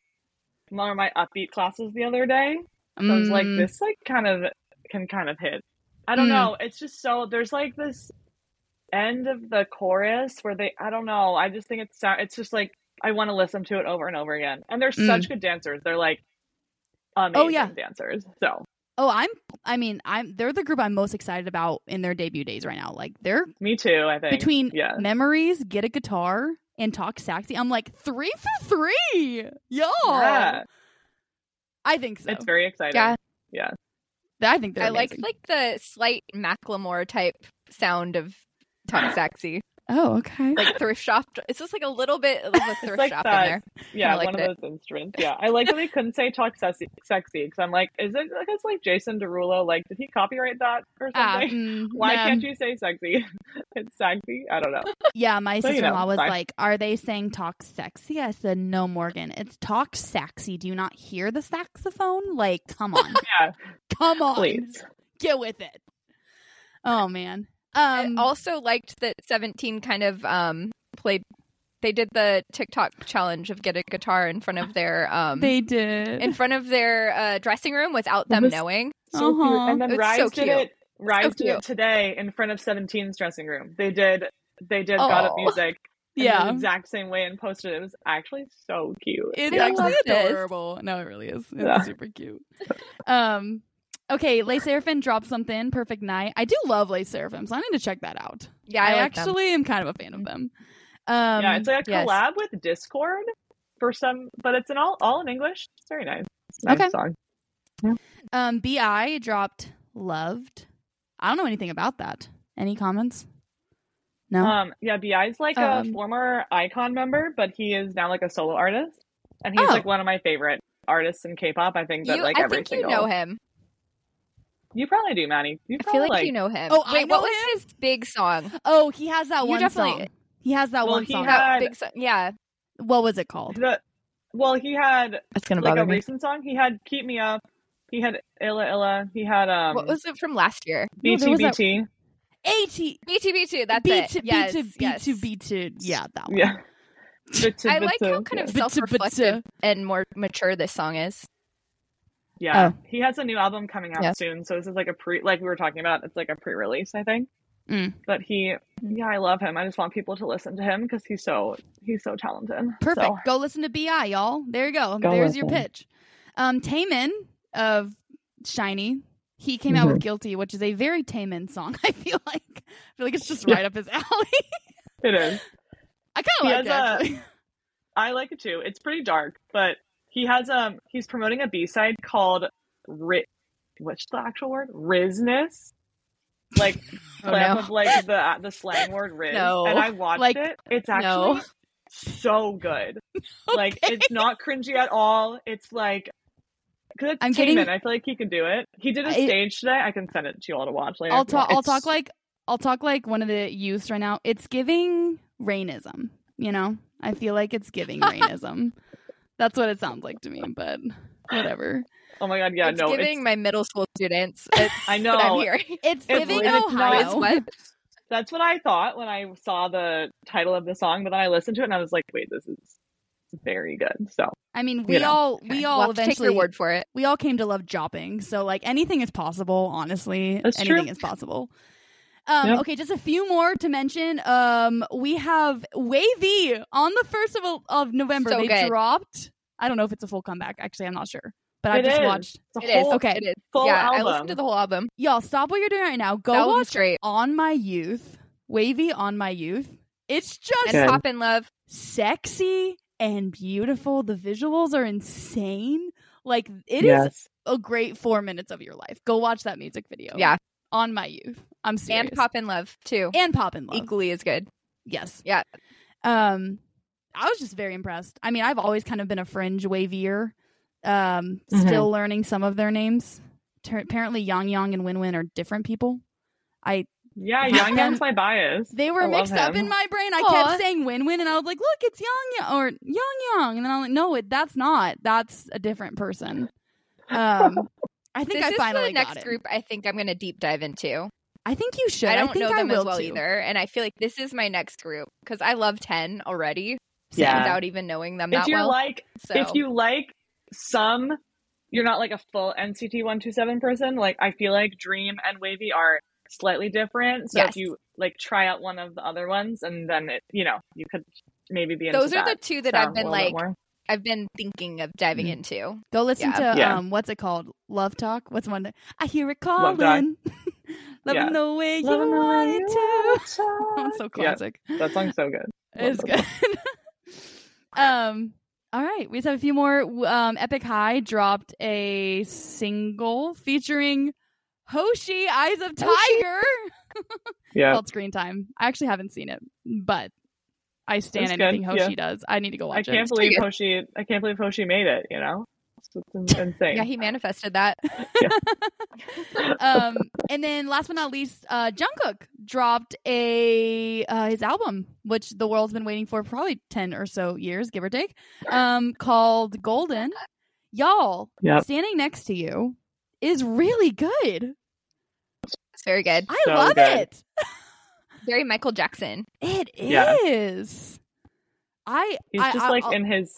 one of my upbeat classes the other day. So I was like,
Mm,
this like kind of can kind of hit. I don't
Mm.
know. It's just so there's like this end of the chorus where they. I don't know. I just think it's so- it's just like I want to listen to it over and over again. And they're
Mm. Oh,
such good dancers. They're like amazing
yeah.
dancers. So
Oh, I'm. I mean, I'm. They're the group I'm most excited about in their debut days right now. Like they're
me too. I think
between
yeah.
memories, get a guitar, and talk saxy. I'm like three for three, yo.
Yeah,
I think so.
it's very exciting.
Yeah.
I think they're
I like
amazing.
like the slight Macklemore type sound of Tom Saxy,
Oh, okay.
like thrift shop. It's just like a little bit of a thrift
like
shop
that.
in there.
Yeah,
Kinda
one
liked
of those instruments. Yeah, I like that they couldn't say talk sexy sexy because I'm like, is it because like Jason Derulo like did he copyright that or
Ah,
something?
mm,
Why
yeah.
can't you say sexy? it's sexy. I don't know.
Yeah, my
So, you know,
sister in law was
fine.
like, "Are they saying talk sexy?" I said, "No, Morgan, it's talk sexy. Do you not hear the saxophone? Like, come on,
Yeah,
come on,
please.
get with it." Oh man. Um.
I also liked that 17 kind of um played they did the TikTok challenge of get a guitar in front of their um
they did.
in front of their uh, dressing room without them
was-
knowing.
So cute.
Uh-huh.
And then
It's
Rise
so
did
cute.
it. Rise did
cute.
it today in front of 17's dressing room. They did. They did. Got up
Oh.
music. in the
yeah.
exact same way and posted. It It was actually so cute.
It's
Yeah.
actually
It is.
adorable. No, it really is. It's
Yeah.
super cute. Um. Okay, Lace Seraphim dropped something. Perfect night. I do love Lace Seraphim, so I need to check that out.
Yeah,
I,
I, like them.
actually am kind of a fan of them. Um,
yeah, it's like a
yes.
collab with Discord for some, but it's in all all in English. It's very nice. It's a nice
Okay.
song.
Um, Bi dropped loved. I don't know anything about that. Any comments? No.
Um, yeah, Bi's like
Um,
a former Icon member, but he is now like a solo artist, and he's
Oh.
like one of my favorite artists in K-pop. I think that
you,
like
I
every
think
single
you know him.
you probably do, Maddie. You
I feel
probably
like, you know him.
Oh, I
Wait,
know
what was his big song?
oh, he has that
You
one
definitely-
song. He has that
Well,
one
he
song.
had-
That big song. Yeah,
what was it called?
the well, he had
that's gonna
like a recent song. He had "Keep Me Up." He had "Illa Illa." He had um
what was it from last year?
No, there was that-
BTBT.
Eighty
B2B2. That's
B
it.
to B
yes,
to B
yes.
to B to yeah that one.
Yeah.
I like how kind
Bitsa,
of
bitsa.
self-reflective and more mature this song is.
Yeah, he has a new album coming out
Yeah.
soon, so this is like a pre, like we were talking about, it's like a pre-release, I think.
Mm.
But he yeah, I love him. I just want people to listen to him because he's so he's so talented.
Perfect.
So,
Go listen to Bi, y'all. There you go.
Go
There's your
listen.
pitch. Um, Taman of Shiny. He came out with
Mm-hmm.
"Guilty," which is a very Taman song. I feel like I feel like it's just right up his alley.
it is.
I kind of
He
like it.
has a-
Actually.
I like it too. It's pretty dark, but he has um he's promoting a B side called Ri what's the actual word? Rizness. Like
Oh,
slam
no.
of, like the uh, the slang word riz.
No.
And I watched
Like,
it. It's
no.
actually so good. Like it's not cringy at all. It's like because
I'm
it's
getting-
Taman. I feel like he can do it. He did a
I-
stage today. I can send it to you all to watch later.
I'll
if you
talk.
want.
I'll
It's-
talk like I'll talk like one of the youths right now. It's giving rainism. You know, I feel like it's giving rainism. That's what it sounds like to me. But whatever.
Oh my god, yeah,
it's
no,
giving
it's,
my middle school students. It's
I know.
what I'm hearing.
It's giving
lit. It's not-
Ohio.
It's what?
That's what I thought when I saw the title of the song, but then I listened to it and I was like, wait, this is very good. So
I mean, we
You know.
all
Okay.
we
We'll
all
have to take
eventually
your word for it.
we all came to love jopping. So like anything is possible, honestly.
That's
anything
true.
is possible. Um,
Yep.
Okay, just a few more to mention. Um, we have Wavy on the first of of November.
So
they
good.
dropped. I don't know if it's a full comeback. Actually, I'm not sure. But I
It
just
is.
watched.
it's a
It is.
whole
Okay.
It is.
full
yeah, I
album.
listened to the whole album.
Y'all, stop what you're doing right now. Go
the album
watch
straight.
On My Youth, Wavy On My Youth. It's just
And
Good.
Pop in Love.
sexy and beautiful. The visuals are insane. Like it is
yes.
a great four minutes of your life. Go watch that music video.
Yeah.
on my youth. I'm serious.
And Pop in Love, too.
and pop in love.
Equally as good.
Yes.
Yeah.
Um, I was just very impressed. I mean, I've always kind of been a fringe wavier. Um,
Mm-hmm.
still learning some of their names. Tur- apparently, Yang Yang and Win Win are different people. I
Yeah,
Yeah.
Young Man's my bias.
they were
I love
mixed up
him.
in my brain. I
Aw.
kept saying Win Win, and I was like, "Look, it's Yang Yang or Yang Yang," and then I'm like, "No, it, that's not. That's a different person." Um, I think
this
I
is
finally
the next
got it.
group I think I'm going to deep dive into.
I think you should.
I don't
think
know
I
them
will
as well
too.
either. And I feel like this is my next group because I love 10 already
Same.
Yeah.
without even knowing them
If
that
you're
well.
like
so
if you like some you're not like a full NCT one two seven person, like I feel like Dream and Wavy are slightly different. So
Yes.
if you like try out one of the other ones and then it you know, you could maybe be into
those are the
that
two that
sound
I've
a
been
little bit
like,
more. Mm-hmm.
I've been thinking of diving
Mhm.
into.
Go listen
Yeah.
to
Yeah.
um, what's it called? Love Talk. What's one? that- I hear it
Love Talk.
calling. Love
Yeah.
the way you
Loving the way
want
you
it to.
want it
That's so
Yeah,
classic.
that song's so good.
It's
Love
good. um. All right, we just have a few more. Um, Epic High dropped a single featuring Hoshi Eyes of Tiger
Yeah.
called Screen Time. I actually haven't seen it, but I stand
It's good,
anything Hoshi does. I need to go watch
I
it.
can't believe
good.
Hoshi. I can't believe Hoshi made it. You know, it's in- insane.
Yeah, he manifested that.
um, and then last but not least, uh, Jungkook dropped a uh, his album, which the world's been waiting for probably ten or so years, give or take, um, called Golden. Y'all,
Yep.
standing next to you is really good.
It's very good.
I
So
love
good.
it.
Very Michael Jackson.
It is.
Yeah.
I
he's
I,
just
I-
like
I'll-
in his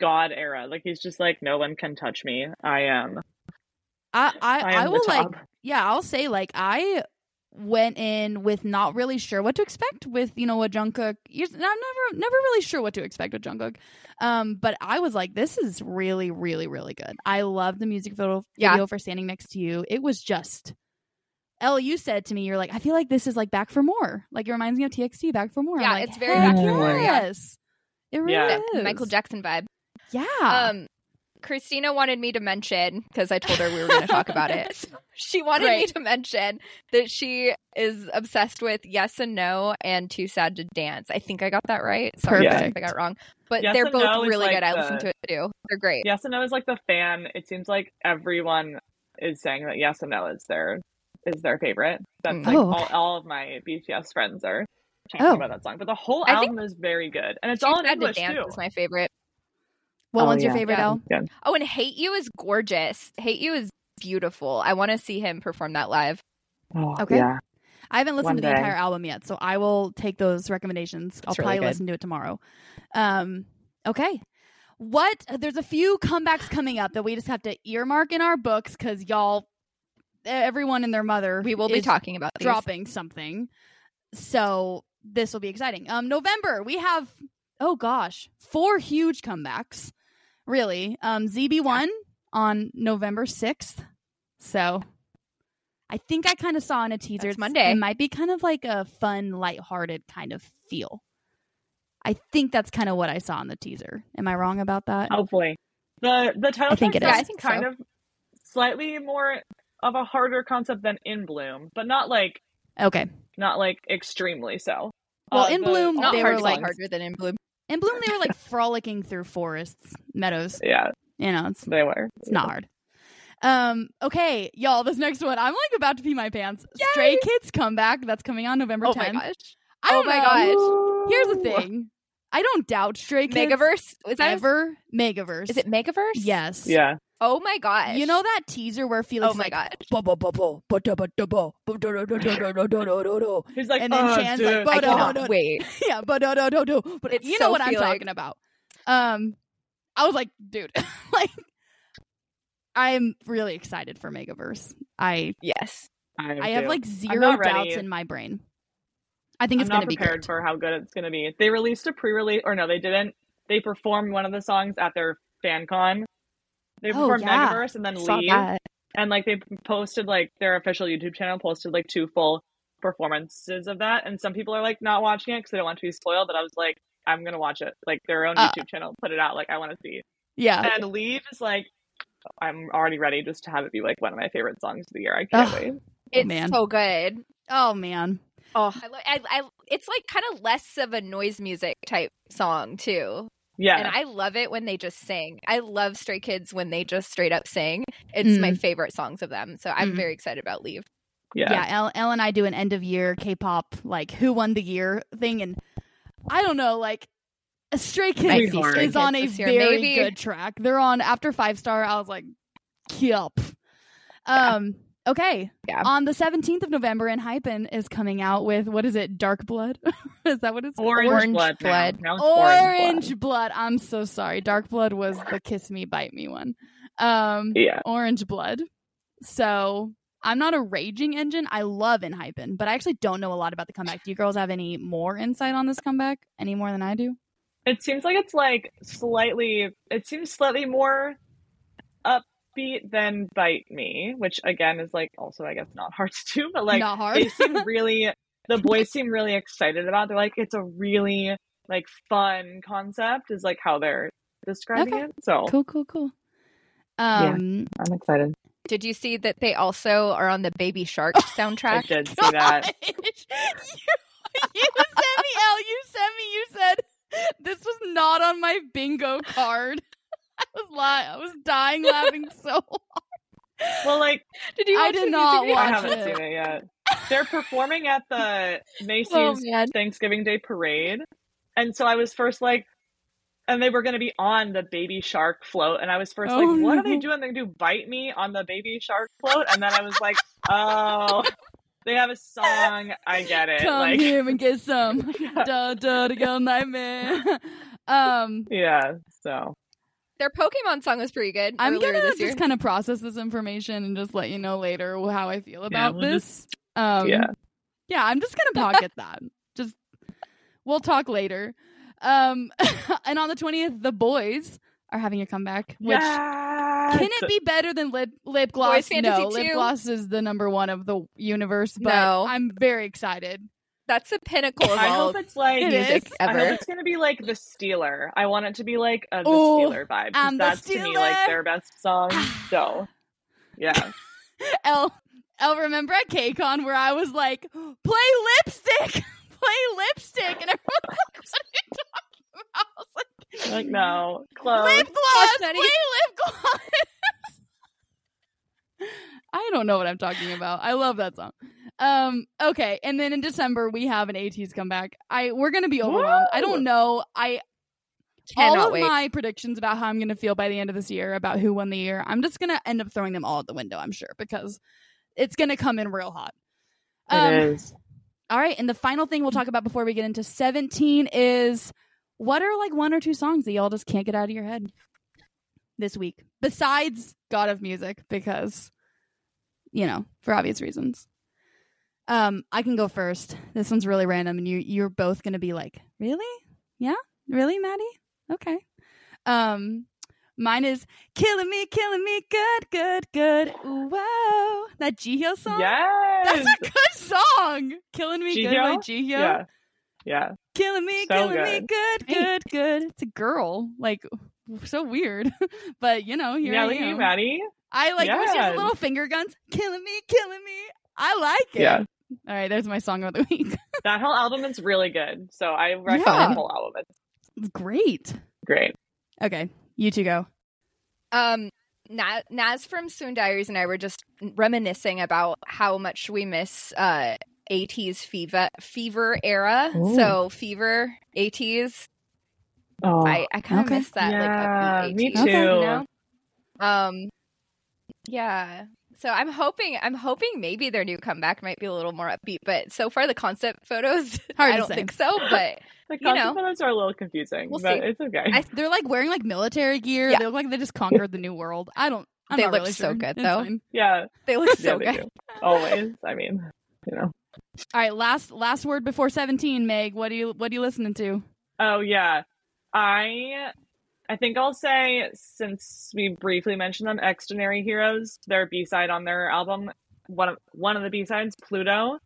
god era. Like he's just like no one can touch me. I am.
I I,
I
I
am the
will like
top.
yeah, I'll say like I went in with not really sure what to expect with you know what Jungkook. you- I'm never never really sure what to expect with Jungkook, um, but I was like, this is really really really good. I love the music video,
Yeah.
video for Standing Next to You. It was just. Elle, you said to me, you're like, I feel like this is like Back for More. Like it reminds me of TXT, Back for More. I'm
Yeah,
like,
it's very
heck
Back for More,
yeah.
Yes, it really
Yeah.
is. Ah.
Michael Jackson vibe.
Yeah,
Um, Christina wanted me to mention because I told her we were going to talk about it. So she wanted me
Great.
to mention that she is obsessed with Yes and No and Too Sad to Dance. I think I got that right. Sorry if I- if I
Perfect.
got it wrong, but
Yes
they're
and
both
No is
really
like
good. I
the-
listened to it too. They're great.
Yes and no is like the fan. It seems like everyone is saying that yes and no is their is their favorite. That's
Mm.
like
Oh,
all,
okay.
all of my BTS friends are talking
Oh.
about that song. But the whole
I think-
album is very good, and it's
Too
all in
Sad to
English
Dance
too.
is my favorite.
what
Oh,
one's your
yeah.
favorite?
Yeah.
Elle?
Good.
Oh, and Hate You is gorgeous. Hate You is beautiful. I want to see him perform that live.
Oh,
Okay.
Yeah.
I haven't listened
One
to the
day.
entire album yet, so I will take those recommendations. I'll
It's really
probably
good.
listen to it tomorrow. Um, okay. What? There's a few comebacks coming up that we just have to earmark in our books because y'all, everyone and their mother,
We will be
is
talking about these.
dropping something. so this will be exciting. Um, November we have oh gosh four huge comebacks, really. Um, ZB one on November sixth. So I think I kind of saw in a teaser
That's
it's-
Monday.
It might be kind of like a fun, lighthearted kind of feel. I think that's kind of what I saw in the teaser. Am I wrong about that?
Oh.
Hopefully, the the title
I think it
track
is.
Yeah, I think
kind
so.
of slightly more of a harder concept than In Bloom, but not like
Okay.
not like extremely so.
Well,
Uh,
In
the-
Bloom,
Not
they
hard,
were
like
like,
harder than in blue.
in Bloom, they were like frolicking through forests, meadows.
yeah,
You know, it's
they were.
It's not hard. Um, okay, y'all, this next one, I'm like about to pee my pants. Stray Kids comeback that's coming on November
Oh
10th.
my gosh.
I
Oh
don't
my
know.
Ooh.
Here's the thing. I don't doubt Stray Kids
Megaverse? Is that
ever Megaverse.
is it Megaverse?
Yes.
Yeah,
Oh my gosh.
You know that teaser where Felix
Oh
is
my
like,
gosh.
yeah,
he's like,
And then
"Oh,
Shan's like,
I
dude,
but, uh,
cannot
no, no.
wait.
but do, do, do, do. But
It's
you
so
know what I'm
Felix.
talking about. Um I was like, dude, like I'm really excited for Megaverse. I
Yes.
I have
do.
like 0
not ready.
doubts in my brain. I think
I'm
it's going
not
to be
prepared
good.
for how good it's going to be. They released a pre-release, or no, they didn't. They performed one of the songs at their fan con. They
Oh,
performed
yeah.
Megaverse and then
Saw
leave,
that.
and like they posted like their official YouTube channel posted like two full performances of that, and some people are like not watching it because they don't want to be spoiled. But I was like, I'm gonna watch it. Like their own
Uh.
YouTube channel put it out. Like I want to see.
yeah.
And leave is like, I'm already ready just to have it be like one of my favorite songs of the year. I can't
Ugh.
wait.
Oh,
It's
man.
so good.
Oh man.
Oh, I, lo- I, I it's like kind of less of a noise music type song too,
Yeah,
and I love it when they just sing. I love Stray Kids when they just straight up sing. It's my favorite songs of them, so I'm
Mm.
very excited about Leave.
Yeah.
yeah.
Elle, Elle and I do an end of year K-pop like who won the year thing, and I don't know like. Stray
might
Kids
be
is
Stray
Kids
on a
this year,
very
maybe.
good track. They're on after five star. I was like, yup. Um. Okay.
Yeah.
On the seventeenth of November, and Hypen is coming out with what is it? Dark Blood. is that what it's called?
Orange,
Orange
blood. now.
blood.
Now it's
orange blood. I'm so sorry. Dark blood was the kiss me, bite me one. Um,
Yeah.
orange blood. So I'm not a raging engine. I love in hyphen, but I actually don't know a lot about the comeback. Do you girls have any more insight on this comeback? Any more than I do?
It seems like it's like slightly. It seems slightly more upbeat than "Bite Me," which again is like also I guess not hard to do, but like
not hard.
they seem really. The boys seem really excited about. It. They're like, it's a really like fun concept, is like how they're describing
Okay.
it. So
cool, cool, cool.
Yeah.
Um,
I'm excited.
Did you see that they also are on the Baby Shark
I
soundtrack?
did see that.
Gosh. you, you sent me out. You sent me. You said this was not on my bingo card. I was lying. I was dying laughing so.
Well, like
did you?
I
watch
did
the
not
music video?
watch
I haven't
it.
seen it yet. They're performing at the Macy's
Oh man,
Thanksgiving Day parade. And so I was first like, and they were going to be on the baby shark float. And I was first
Oh,
like, what are
no.
they doing? They're going to do bite me on the baby shark float. And then I was like, oh, they have a song. I get it.
Come
like,
here and get some. da da da girl nightmare. um,
yeah. So
their Pokemon song was pretty good.
I'm
earlier
gonna
this year.
just kind of process this information and just let you know later how I feel about
we'll
this. um,
Yeah.
yeah, I'm just gonna pocket that. Just we'll talk later. Um, and on the 20th, the boys are having a comeback, which.
yes!
Can it be better than lip lip gloss?
Fantasy
no, lip
2?
gloss is the number one of the universe. But
No.
I'm very excited.
That's the pinnacle of
I
all
hope it's like.
It
music
is.
I hope
ever.
it's gonna be like the Steeler. I want it to be like a the
Ooh,
Steeler vibe. 'cause
I'm the
That's to me
Steeler.
like their best song. So, yeah.
El El remember at KCON where I was like, play lipstick, play lipstick, and everyone's like, what are you talking about? I was like,
Like no, close.
lip gloss,
Gosh,
play
Nutty.
lip gloss. I don't know what I'm talking about. I love that song. Um, okay, and then in December we have an AT's comeback. I we're gonna be overwhelmed. I
Woo!
don't know. I
cannot
all of
wait.
my predictions about how I'm going to feel by the end of this year, about who won the year, I'm just going to end up throwing them all out the window, I'm sure, because it's going to come in real hot. Um,
it is.
All right. And the final thing we'll talk about before we get into 17 is what are like one or two songs that y'all just can't get out of your head this week, besides God of Music, because, you know, for obvious reasons. Um, I can go first. This one's really random, and you you're both gonna be like, really? Yeah, really, Maddie? Okay. Um, mine is killing me, killing me, good, good, good. Ooh, whoa, that Jihyo song.
Yes.
That's a good song. Killing me, good by
Jihyo?
Jihyo.
yeah. Yeah.
Killing me,
So
killing me, good,
good.
good, good. It's a girl, like so weird, but you know, here
Nelly,
I am.
Maddie.
I like when she has
Yes.
the little finger guns. Killing me, killing me. I like it.
Yeah.
All right, there's my song of the week.
That whole album is really good. So I recommend
Yeah.
the whole album. It's
It's great.
great.
Okay, you two go.
Um, Na- Naz from Soon Diaries and I were just reminiscing about how much we miss uh, 80s fever fever era.
Ooh.
So fever 80s.
Oh,
I, I kind of
Okay.
miss that.
Yeah,
like upbeat
me
80s, you
too.
know? Um, yeah. So I'm hoping I'm hoping maybe their new comeback might be a little more upbeat, but so far the concept photos
Hard
I
to
don't
say.
think so. But
the
you know.
concept photos are a little confusing,
We'll
but
see.
it's okay.
I-
They're like wearing like military gear.
Yeah.
They look like they just conquered the new world. I don't. I'm
They
not
look
really
so
sure.
good,
It's
though.
fine.
yeah.
they look
Yeah,
so
they
good.
do. Always. I mean, you know.
All right, last last word before seventeen, Meg. What do you what are you listening to?
Oh yeah. I I think I'll say since we briefly mentioned them, Extraordinary Heroes, their B side on their album, one of one of the B sides, Pluto,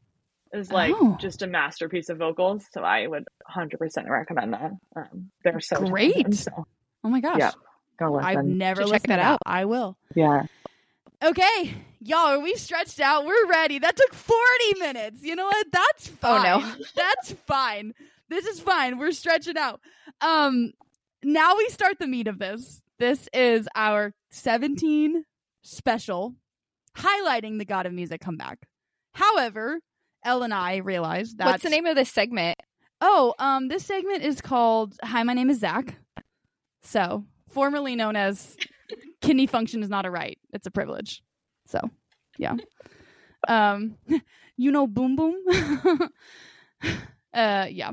is like
Oh.
just a masterpiece of vocals. So I would 100% recommend that. Um, they're so
Great.
talented, so
Oh my gosh,
Yeah, go
I've
listen.
never
Should check
listened
that
to
out.
I will.
yeah.
Okay, y'all, are we stretched out? We're ready. That took forty minutes. You know what? That's fine.
Oh, no.
that's fine. This is fine. We're stretching out. Um, now we start the meat of this. This is our seventeen special, highlighting the God of Music comeback. However, Elle and I realized that
What's the name of this segment?
Oh, um, this segment is called "Hi, my name is Zach." So, formerly known as "Kidney function is not a right; it's a privilege." So, yeah. Um, you know, boom boom. uh, yeah.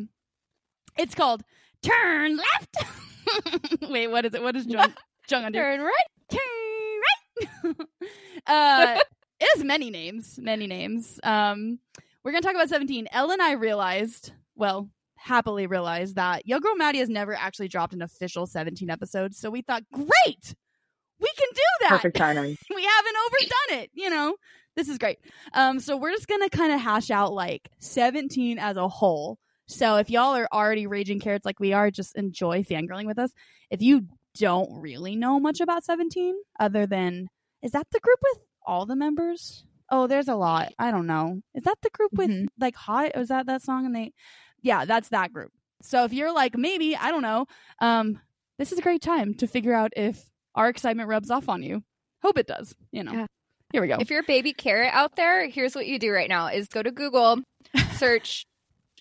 It's called "Turn Left." Wait, what is it? What is Jung Jung do?
Turn right.
Turn right. uh, it has many names, many names. Um, we're gonna talk about seventeen. Elle and I realized, well, happily realized that Yo Girl Maddie has never actually dropped an official seventeen episode, so we thought, great, we can do that.
Perfect timing.
we haven't overdone it. You know, this is great. Um, so we're just gonna kind of hash out like seventeen as a whole. So if y'all are already raging carrots like we are, just enjoy fangirling with us. If you don't really know much about seventeen, other than is that the group with all the members? Mm-hmm. Oh, there's a lot. I don't know. Is that the group with
Mhm.
like hot? Was that that song? And they, yeah, that's that group. So if you're like maybe I don't know, um, this is a great time to figure out if our excitement rubs off on you. Hope it does. You know.
Yeah.
Here we go.
If you're a baby carrot out there, here's what you do right now is go to Google, search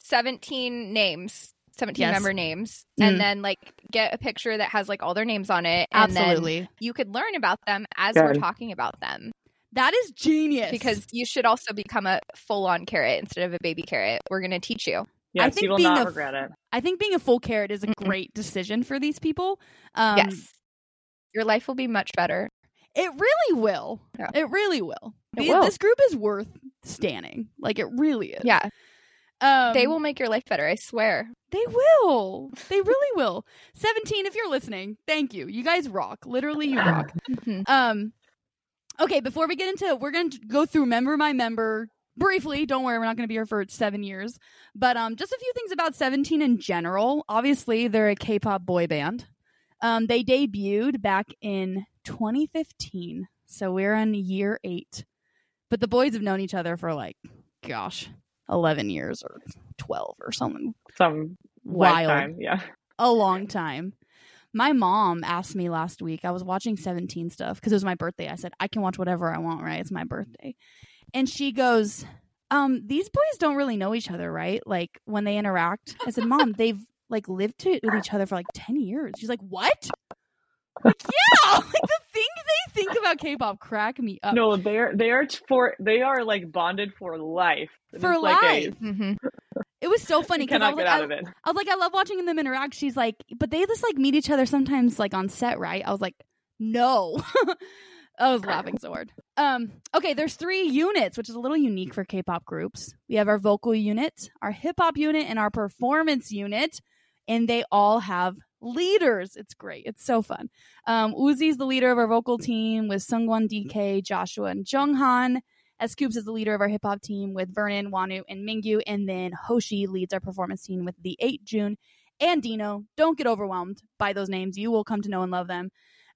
17 names, 17
Yes.
member names,
Mm.
and then like get a picture that has like all their names on it. And then
Absolutely.
you could learn about them as we're
Good.
talking about them.
that is genius.
Because you should also become a full on carrot instead of a baby carrot. We're gonna teach you.
I
Yes,
think
you will
being
not
a-
regret it.
I think being a full carrot is a
Mm-mm.
great decision for these people. Um,
yes. Your life will be much better.
It really will.
Yeah.
It really will.
It
The-
will.
This group is worth standing. Like it really is.
Yeah.
Um,
they will make your life better, I swear.
They will. They really will. 17 if you're listening. Thank you. You guys rock. Literally you rock.
Mhm.
Um Okay, before we get into it, we're going to go through member by member briefly. Don't worry, we're not going to be here for 7 years. But um just a few things about 17 in general. Obviously, they're a K-pop boy band. Um they debuted back in 2015. So we're in year 8. But the boys have known each other for like gosh, 11 years or 12 or something
Some
wild
lifetime. Yeah.
a long time my mom asked me last week i was watching 17 stuff because it was my birthday i said i can watch whatever i want right it's my birthday and she goes um these boys don't really know each other right like when they interact i said mom they've like lived to- with each other for like 10 years she's like what like, yeah like the things they think about k-pop crack me up
No, they're they are t- for they are like bonded for life. It
For
is like a-
life.
Mhm.
it was so funny
you
because i
cannot
was
get
like
out
I-
of it.
I was like, I love watching them interact. She's like, but they just like meet each other sometimes, like on set, right? I was like, no. I was laughing so hard. Um, okay, there's three units, which is a little unique for K-pop groups. We have our vocal unit, our hip hop unit, and our performance unit, and they all have leaders. It's great. It's so fun. Um, Uzi's the leader of our vocal team with Sungwon, DK, Joshua, and Junghan. S Cubes is the leader of our hip hop team with Vernon, Wanu, and Mingyu, and then Hoshi leads our performance team with the 8 June and Dino. Don't get overwhelmed by those names. You will come to know and love them.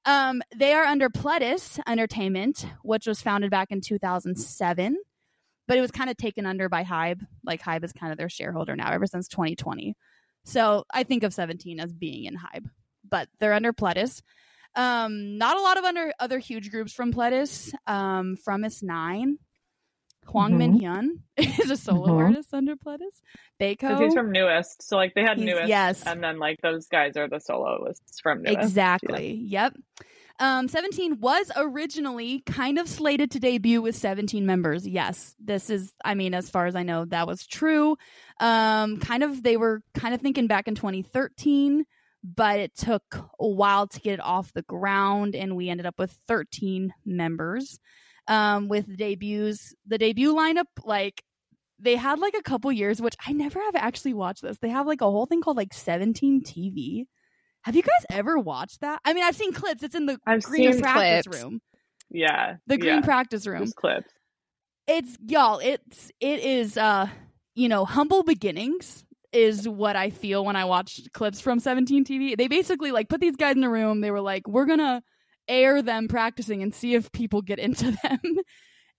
Um, they are under Pledis Entertainment, which was founded back in 2007, but it was kind of taken under by Hybe. Like Hybe is kind of their shareholder now ever since 2020. So I think of 17 as being in Hybe, but they're under Pledis. Um, not a lot of under other huge groups from Pledis. Um, from S9, Hwang
Mhm.
Min Hyun is a solo
Mhm.
artist under Pledis. Baco,
Because he's from newest, so like they had
He's-
newest,
yes.
and then like those guys are the soloists from newest.
Exactly. Yep. Um, 17 was originally kind of slated to debut with 17 members. Yes, this is, I mean, as far as I know, that was true. Um, kind of, they were kind of thinking back in 2013, but it took a while to get it off the ground, and we ended up with 13 members. Um, with debuts, the debut lineup, like they had like a couple years, which I never have actually watched this. They have like a whole thing called like 17 TV. Have you guys ever watched that? I mean, I've seen clips. It's in the
I've
green
seen
practice
clips.
room.
Yeah,
The green
yeah,
practice room.
Just clips.
It's y'all, it's it is uh, you know, humble beginnings is what I feel when I watch clips from 17 TV. They basically like put these guys in a room. They were like, "We're going to air them practicing and see if people get into them."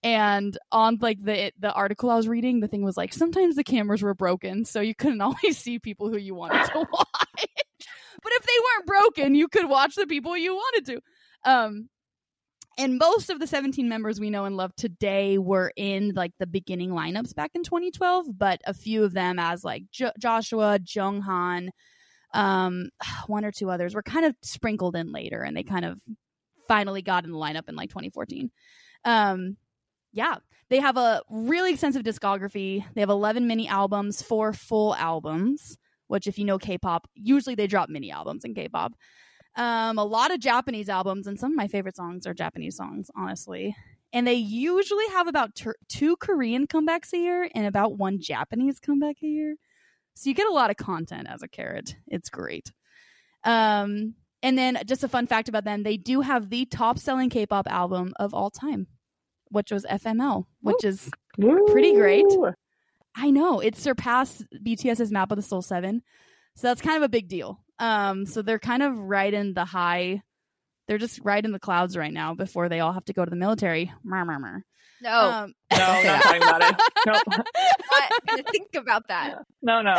and on like the the article I was reading, the thing was like, "Sometimes the cameras were broken, so you couldn't always see people who you wanted to watch." but if they weren't broken, you could watch the people you wanted to. Um, and most of the 17 members we know and love today were in like the beginning lineups back in 2012, but a few of them, as like jo- Joshua, Jung Han, um, one or two others, were kind of sprinkled in later and they kind of finally got in the lineup in like 2014. Um, yeah, they have a really extensive discography. They have 11 mini albums, four full albums which if you know K-pop, usually they drop mini albums in K-pop. Um, a lot of Japanese albums, and some of my favorite songs are Japanese songs, honestly. And they usually have about tur- two Korean comebacks a year and about one Japanese comeback a year. So you get a lot of content as a carrot. It's great. Um, and then just a fun fact about them: they do have the top-selling K-pop album of all time, which was FML, which is Pretty great.
Woo!
I know it surpassed BTS's Map of the Soul Seven, so that's kind of a big deal. Um, so they're kind of right in the high. They're just right in the clouds right now before they all have to go to the military. Murr, murr, murr.
No,
Um,
No, not talking about it. Nope.
not gonna think about that.
No, no.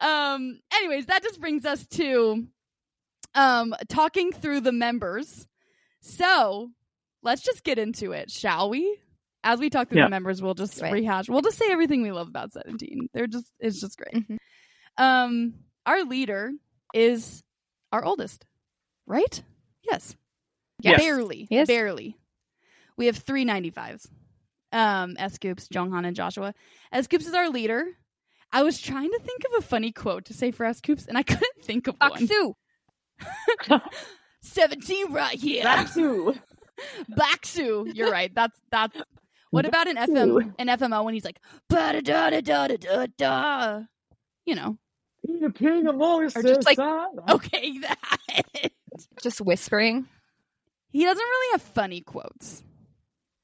um anyways that just brings us to um talking through the members so let's just get into it shall we as we talk through
Yeah.
the members we'll just
Right.
rehash we'll just say everything we love about 17 they're just it's just great
Mhm.
um our leader is our oldest right yes
Yes.
barely
Yes.
barely we have 395s um s goops jonghan and joshua s goops is our leader i was trying to think of a funny quote to say for s goops and i couldn't think of one
Aksu.
17 right here
That's who.
Baksu. You're right. That's that's. What about an FM
Baksu.
an FMO when he's like da da da da da da da? You know.
Eat a pig among us.
Or just, like-
Oh.
Okay, that.
Just whispering.
He doesn't really have funny quotes.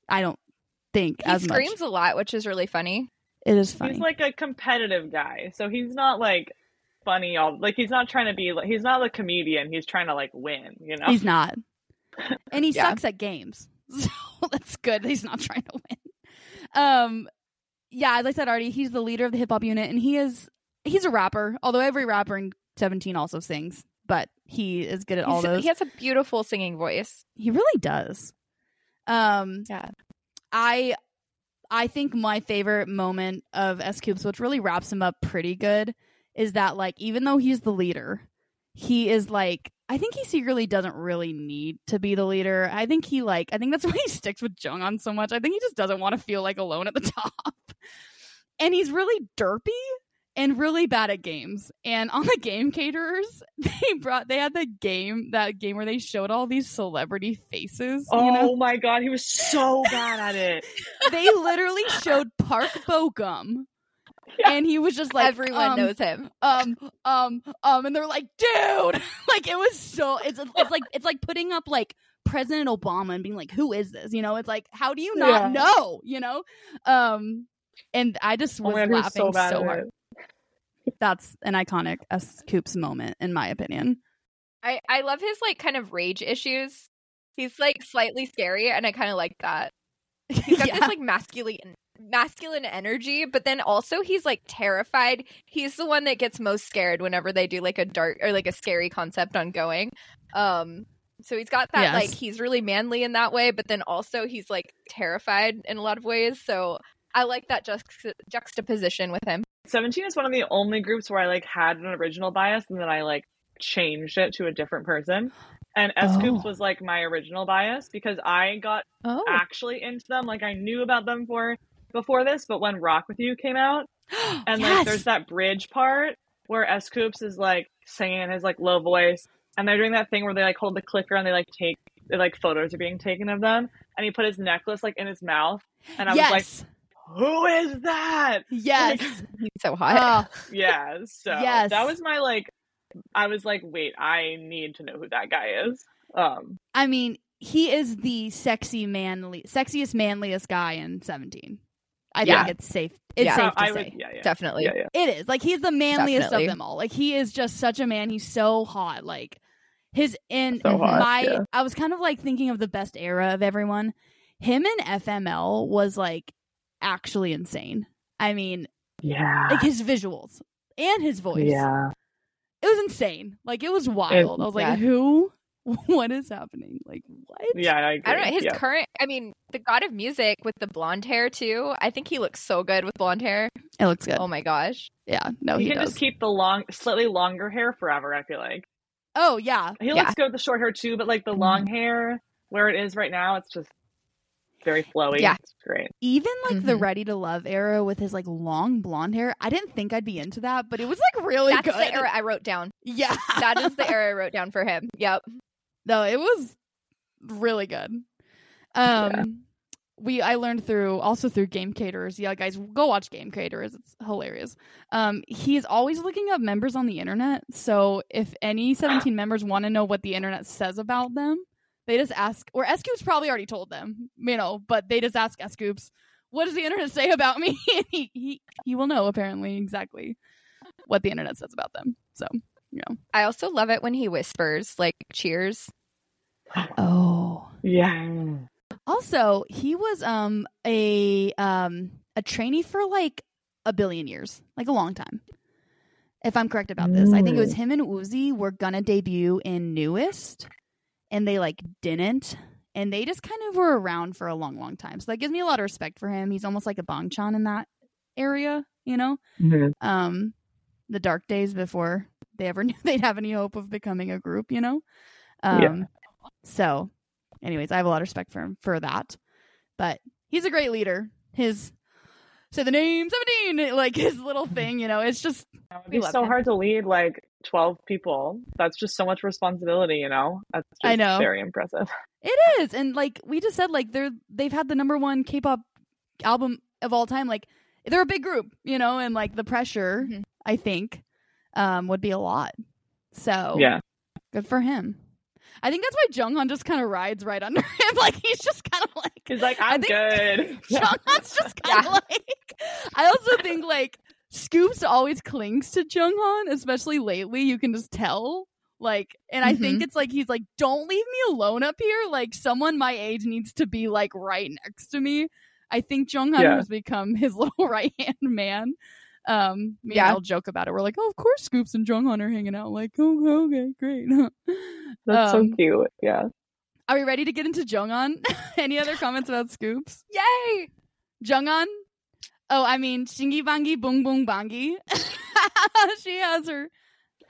I don't think
He
as much.
screams a lot, which is really funny.
It is funny.
He's like a competitive guy, so he's not like funny all like he's not trying to be like he's not a comedian he's trying to like win you know
He's not. And he
Yeah.
sucks at games. So that's good. that He's not trying to win. Um yeah, as I said already, he's the leader of the hip hop unit and he is he's a rapper, although every rapper in 17 also sings, but he is good at all
He's-
those.
He has a beautiful singing voice.
He really does. Um
Yeah.
I I think my favorite moment of S Cubes, which really wraps him up pretty good, is that like even though he's the leader, he is like I think he secretly doesn't really need to be the leader. I think he like I think that's why he sticks with Jungon so much. I think he just doesn't want to feel like alone at the top. And he's really derpy and really bad at games. And on the game caterers, they brought they had the game that game where they showed all these celebrity faces.
Oh
you know?
my god, he was so bad at it.
They literally showed Park Bogum.
Yeah.
And he was just like
Everyone
um,
knows him.
um, um, um, and they're like, dude, like it was so. It's it's like it's like putting up like President Obama and being like, who is this? You know, it's like, how do you not
Yeah.
know? You know, um, and I just
Oh
was
my god, he was
laughing
so
so,
bad at
hard.
it.
That's an iconic S Coops moment, in my opinion.
I, I love his like kind of rage issues. He's like slightly scary, and I kind of like that. He's got this like masculine masculine energy, but then also he's like terrified. He's the one that gets most scared whenever they do like a dark or like a scary concept ongoing. Um so he's got that
Yes.
like he's really manly in that way, but then also he's like terrified in a lot of ways. So I like that juxt- juxtaposition with him.
17 is one of the only groups where I like had an original bias and then I like changed it to a different person. And S Coops
Oh.
was like my original bias because I got
Oh,
actually into them. Like I knew about them for before this, but when Rock With You came out, and like there's that bridge part where S Coops is like singing in his like low voice, and they're doing that thing where they like hold the clicker and they like take like photos are being taken of them, and he put his necklace like in his mouth, and I
yes,
was like, "Who is that?"
yes,
he's so hot.
Oh,
Yeah, so
Yes.
that was my like, I was like, "Wait, I need to know who that guy is." Um,
I mean, he is the sexy manly, sexiest manliest guy in Seventeen. I
Yeah.
think it's safe. It's
Yeah.
so
safe to
I
say.
would, yeah, yeah,
Definitely.
yeah, yeah.
It is. Like he's the manliest
Definitely.
of them all. Like he is just such a man. He's so hot. Like his in
So hot,
my
yeah.
I was kind of like thinking of the best era of everyone. Him and FML was like actually insane. I mean,
yeah.
like his visuals and his voice.
Yeah.
It was insane. Like it was wild. I was
yeah.
like, who? What is happening? Like what?
Yeah, I
I
agree.
don't know. His
yeah.
current, I mean, the God of Music with the blonde hair, too. I think he looks so good with blonde hair.
It looks good.
Oh my gosh.
Yeah. No,
he
he,
can
does.
just keep the long, slightly longer hair forever. I feel like
oh yeah. Mm-hmm.
he
Yeah.
looks good with the short hair too, but like the long hair where it is right now, it's just very flowy.
Yeah.
it's great.
even like the
Mhm.
ready to love era with his like long blonde hair i didn't think i'd be into that but it was like really
That's
good
the era I wrote down.
yeah
That is the era I wrote down for him. Yep.
no it was really good um
Yeah.
we i learned through also through game caterers yeah guys go watch game caterers it's hilarious um he's always looking up members on the internet so if any 17 members want to know what the internet says about them they just ask or Scoop's probably already told them you know but they just ask Scoops what does the internet say about me and he, he he will know apparently exactly what the internet says about them so
I also love it when he whispers, like, cheers.
oh
Yeah,
Also, he was um a um a trainee for like a billion years, like a long time. If I'm correct about this, I think it was him and Uzi were gonna debut in newest, and they like didn't, and they just kind of were around for a long, long time. So that gives me a lot of respect for him. He's almost like a Bong Chan in that area, you know. Um, the dark days before they ever knew they'd have any hope of becoming a group, you know. Um,
Yeah.
so anyways, I have a lot of respect for him for that. But he's a great leader. His say the name seventeen, like his little thing, you know, it's just
It would
We
be
love
so
him.
hard to lead like twelve people. That's just so much responsibility. You know, that's just
I know.
very impressive.
it is. And like we just said, like they're they've had the number one K pop album of all time. Like they're a big group, you know, and like the pressure
Mhm.
I think um would be a lot. So
Yeah,
good for him. I think that's why Junghan just kind of rides right under him. Like he's just kind of like
he's like,
I
I'm
think-
good. Yeah.
Junghan's just kind of like. I also think like Scoops always clings to Junghan, especially lately. You can just tell. Like, and I
Mm-hmm.
think it's like he's like, "Don't leave me alone up here. Like, someone my age needs to be like right next to me." I think Junghan
Yeah.
has become his little right hand man. Um, me
Yeah.
and I'll joke about it. We're like, "Oh, of course, Scoops and Junghan are hanging out." Like, "Oh, okay, great."
That's
Um,
so cute. Yeah.
Are we ready to get into Junghan? Any other comments about Scoops?
Yay.
Jung'an. Oh, I mean Shingi Bangi Bung Bung Bangi. she has her.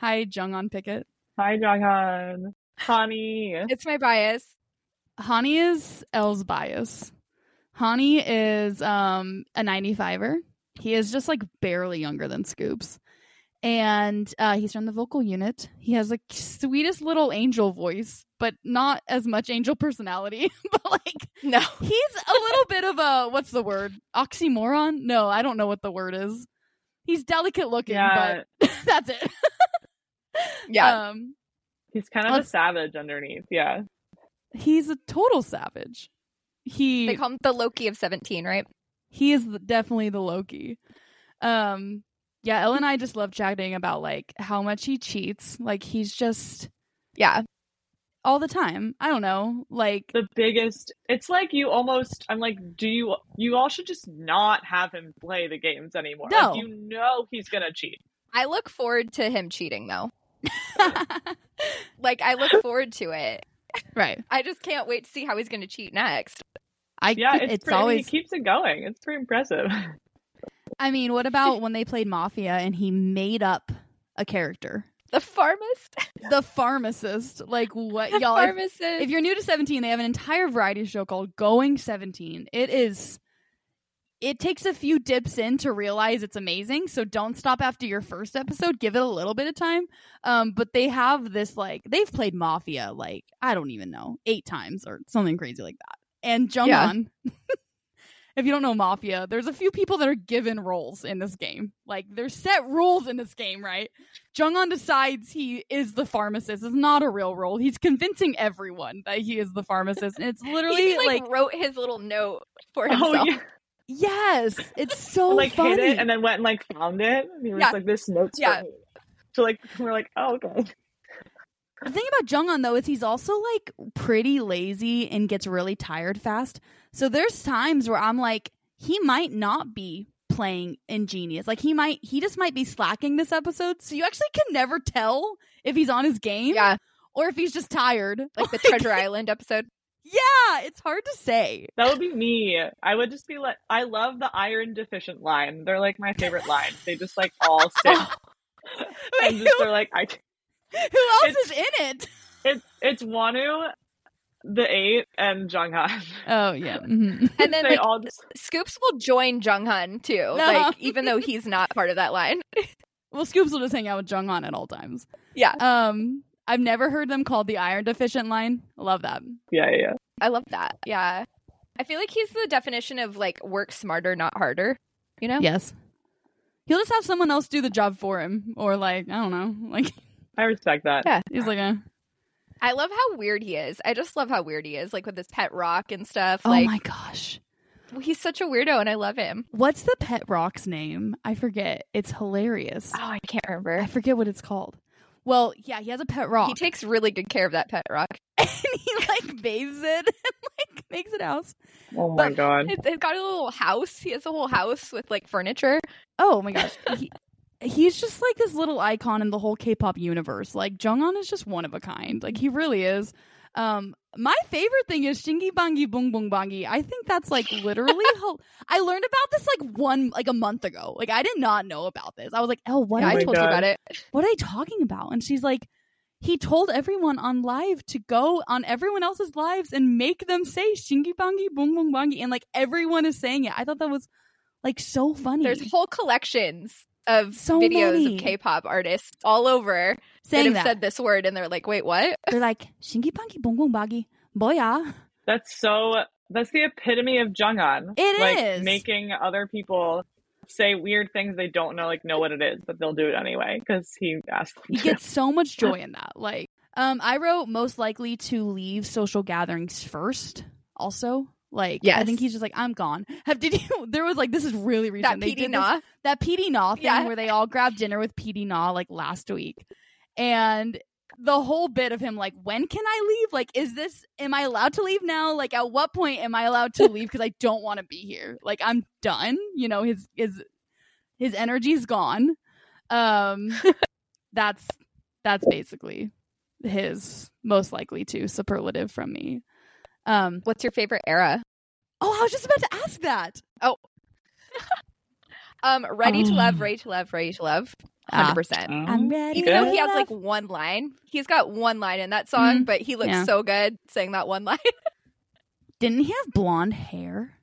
Hi, Jung'an Pickett.
Hi, Jonghan. Honey.
It's my bias.
Hani is L's bias. Hani is um a 95er. He is just like barely younger than Scoops. And uh, he's from the vocal unit. He has the sweetest little angel voice, but not as much angel personality. but like,
No.
he's a little bit of a what's the word? Oxymoron? No, I don't know what the word is. He's delicate looking,
yeah,
but that's it.
Yeah.
Um,
he's kind of
Let's-
a savage underneath. Yeah,
he's a total savage. He
they call him the Loki of 17, right?
he is the, definitely the Loki. Um, yeah, Elle and I just love chatting about like how much he cheats. Like he's just
Yeah.
all the time. I don't know. Like
the biggest. It's like you almost. I'm like, do you? You all should just not have him play the games anymore. Like,
No.
you know he's gonna cheat.
I look forward to him cheating though. Like I look forward to it.
right.
I just can't wait to see how he's going to cheat next.
I
Yeah, it's,
it's,
pretty,
always.
he keeps it going. It's pretty impressive.
I mean, what about when they played Mafia and he made up a character,
The pharmacist.
the pharmacist? Like what
The
y'all? If,
pharmacist.
if you're new to Seventeen, they have an entire variety show called Going Seventeen. It is. It takes a few dips in to realize it's amazing, so don't stop after your first episode. Give it a little bit of time. Um, but they have this like they've played Mafia like I don't even know eight times or something crazy like that. And Jung
Yeah.
On, if you don't know Mafia, there's a few people that are given roles in this game. Like there's set rules in this game, right? Jung On decides he is the pharmacist. It's not a real role. He's convincing everyone that he is the pharmacist, and it's literally
he just,
like,
like, wrote his little note for himself.
oh, yeah.
yes, it's so
like
funny.
hid it and then went and like found it. And he was
Yeah.
like, "This note's
Yeah.
for me." So like we're like, "Oh okay."
The thing about Jungon though is he's also like pretty lazy and gets really tired fast. So there's times where I'm like, he might not be playing ingenious. Like he might, he just might be slacking this episode. So you actually can never tell if he's on his game
yeah,
or if he's just tired.
like the Treasure Island episode.
Yeah, it's hard to say.
That would be me. I would just be like, I love the iron deficient line. They're like my favorite line. They just like all sit and
who,
just they're like, I.
who else is
it's-
in it?
It's it's Wanu, the eight, and Junghan.
Oh yeah.
And then
they
like
all just
Scoops will join Jung-hun too, like even though he's not part of that line.
Well, Scoops will just hang out with Jungon at all times.
Yeah.
Um, I've never heard them called the iron deficient line. Love that.
yeah yeah. yeah.
I love that. Yeah. I feel like he's the definition of like work smarter, not harder. You know?
Yes. He'll just have someone else do the job for him, or like I don't know, like
I respect that.
Yeah.
he's like a
I love how weird he is. I just love how weird he is, like with his pet rock and stuff.
oh
like
my gosh,
he's such a weirdo and I love him.
what's the pet rock's name? I forget. It's hilarious.
Oh, I can't
I
remember.
forget what it's called. Well, yeah, he has a pet rock,
He takes really good care of that pet rock.
and he like bathes it and like makes it house.
Oh my
But-
god.
It's, it's got a little house. He has a whole house with like furniture.
Oh my gosh, he, he's just like this little icon in the whole K-pop universe. Like Jungkook is just one of a kind. Like he really is. Um, my favorite thing is Shingi Bangi Bung Bung Bangi. I think that's like literally. hel- I learned about this like one like a month ago. Like I did not know about this. I was like, "Oh, what?
yeah,
are
I
my
they-
told you
God.
about it.
what are they talking about?" And she's like, "He told everyone on live to go on everyone else's lives and make them say Shingi Bangi Bung Bung Bangi," and like everyone is saying it. I thought that was like so funny.
There's whole collections of
So
videos
many.
of K-pop artists all over
saying
that have said this word, and they're like, "Wait, what?"
They're like shingy punky bong bong baggy boya.
That's so. That's the epitome of Junghan.
It
like,
is.
making other people say weird things they don't know, like know what it is, but they'll do it anyway because he asked. Them
You
to.
get so much joy in that. Like, um, I wrote most likely to leave social gatherings first. Also, like, I
Yes.
think he's just like, I'm gone. Have did you? There was like, this is really
That
recent. They
PD
did this-
Nah.
that PD Naw thing
Yeah.
where they all grabbed dinner with PD Naw like last week. And the whole bit of him like, when can I leave? Like, is this am I allowed to leave now? Like at what point am I allowed to leave? Because I don't want to be here. Like I'm done. You know, his his his energy's gone. Um that's that's basically his most likely to superlative from me. Um
What's your favorite era?
oh I was just about to ask that.
Um, ready to
Oh.
love, ready to love, ready to love,
Ah.
hundred percent.
I'm ready.
Even though
to
he has
love Mm-hmm.
like one line, he's got one line in that song, but he looks
Yeah.
so good saying that one line.
Didn't he have blonde hair?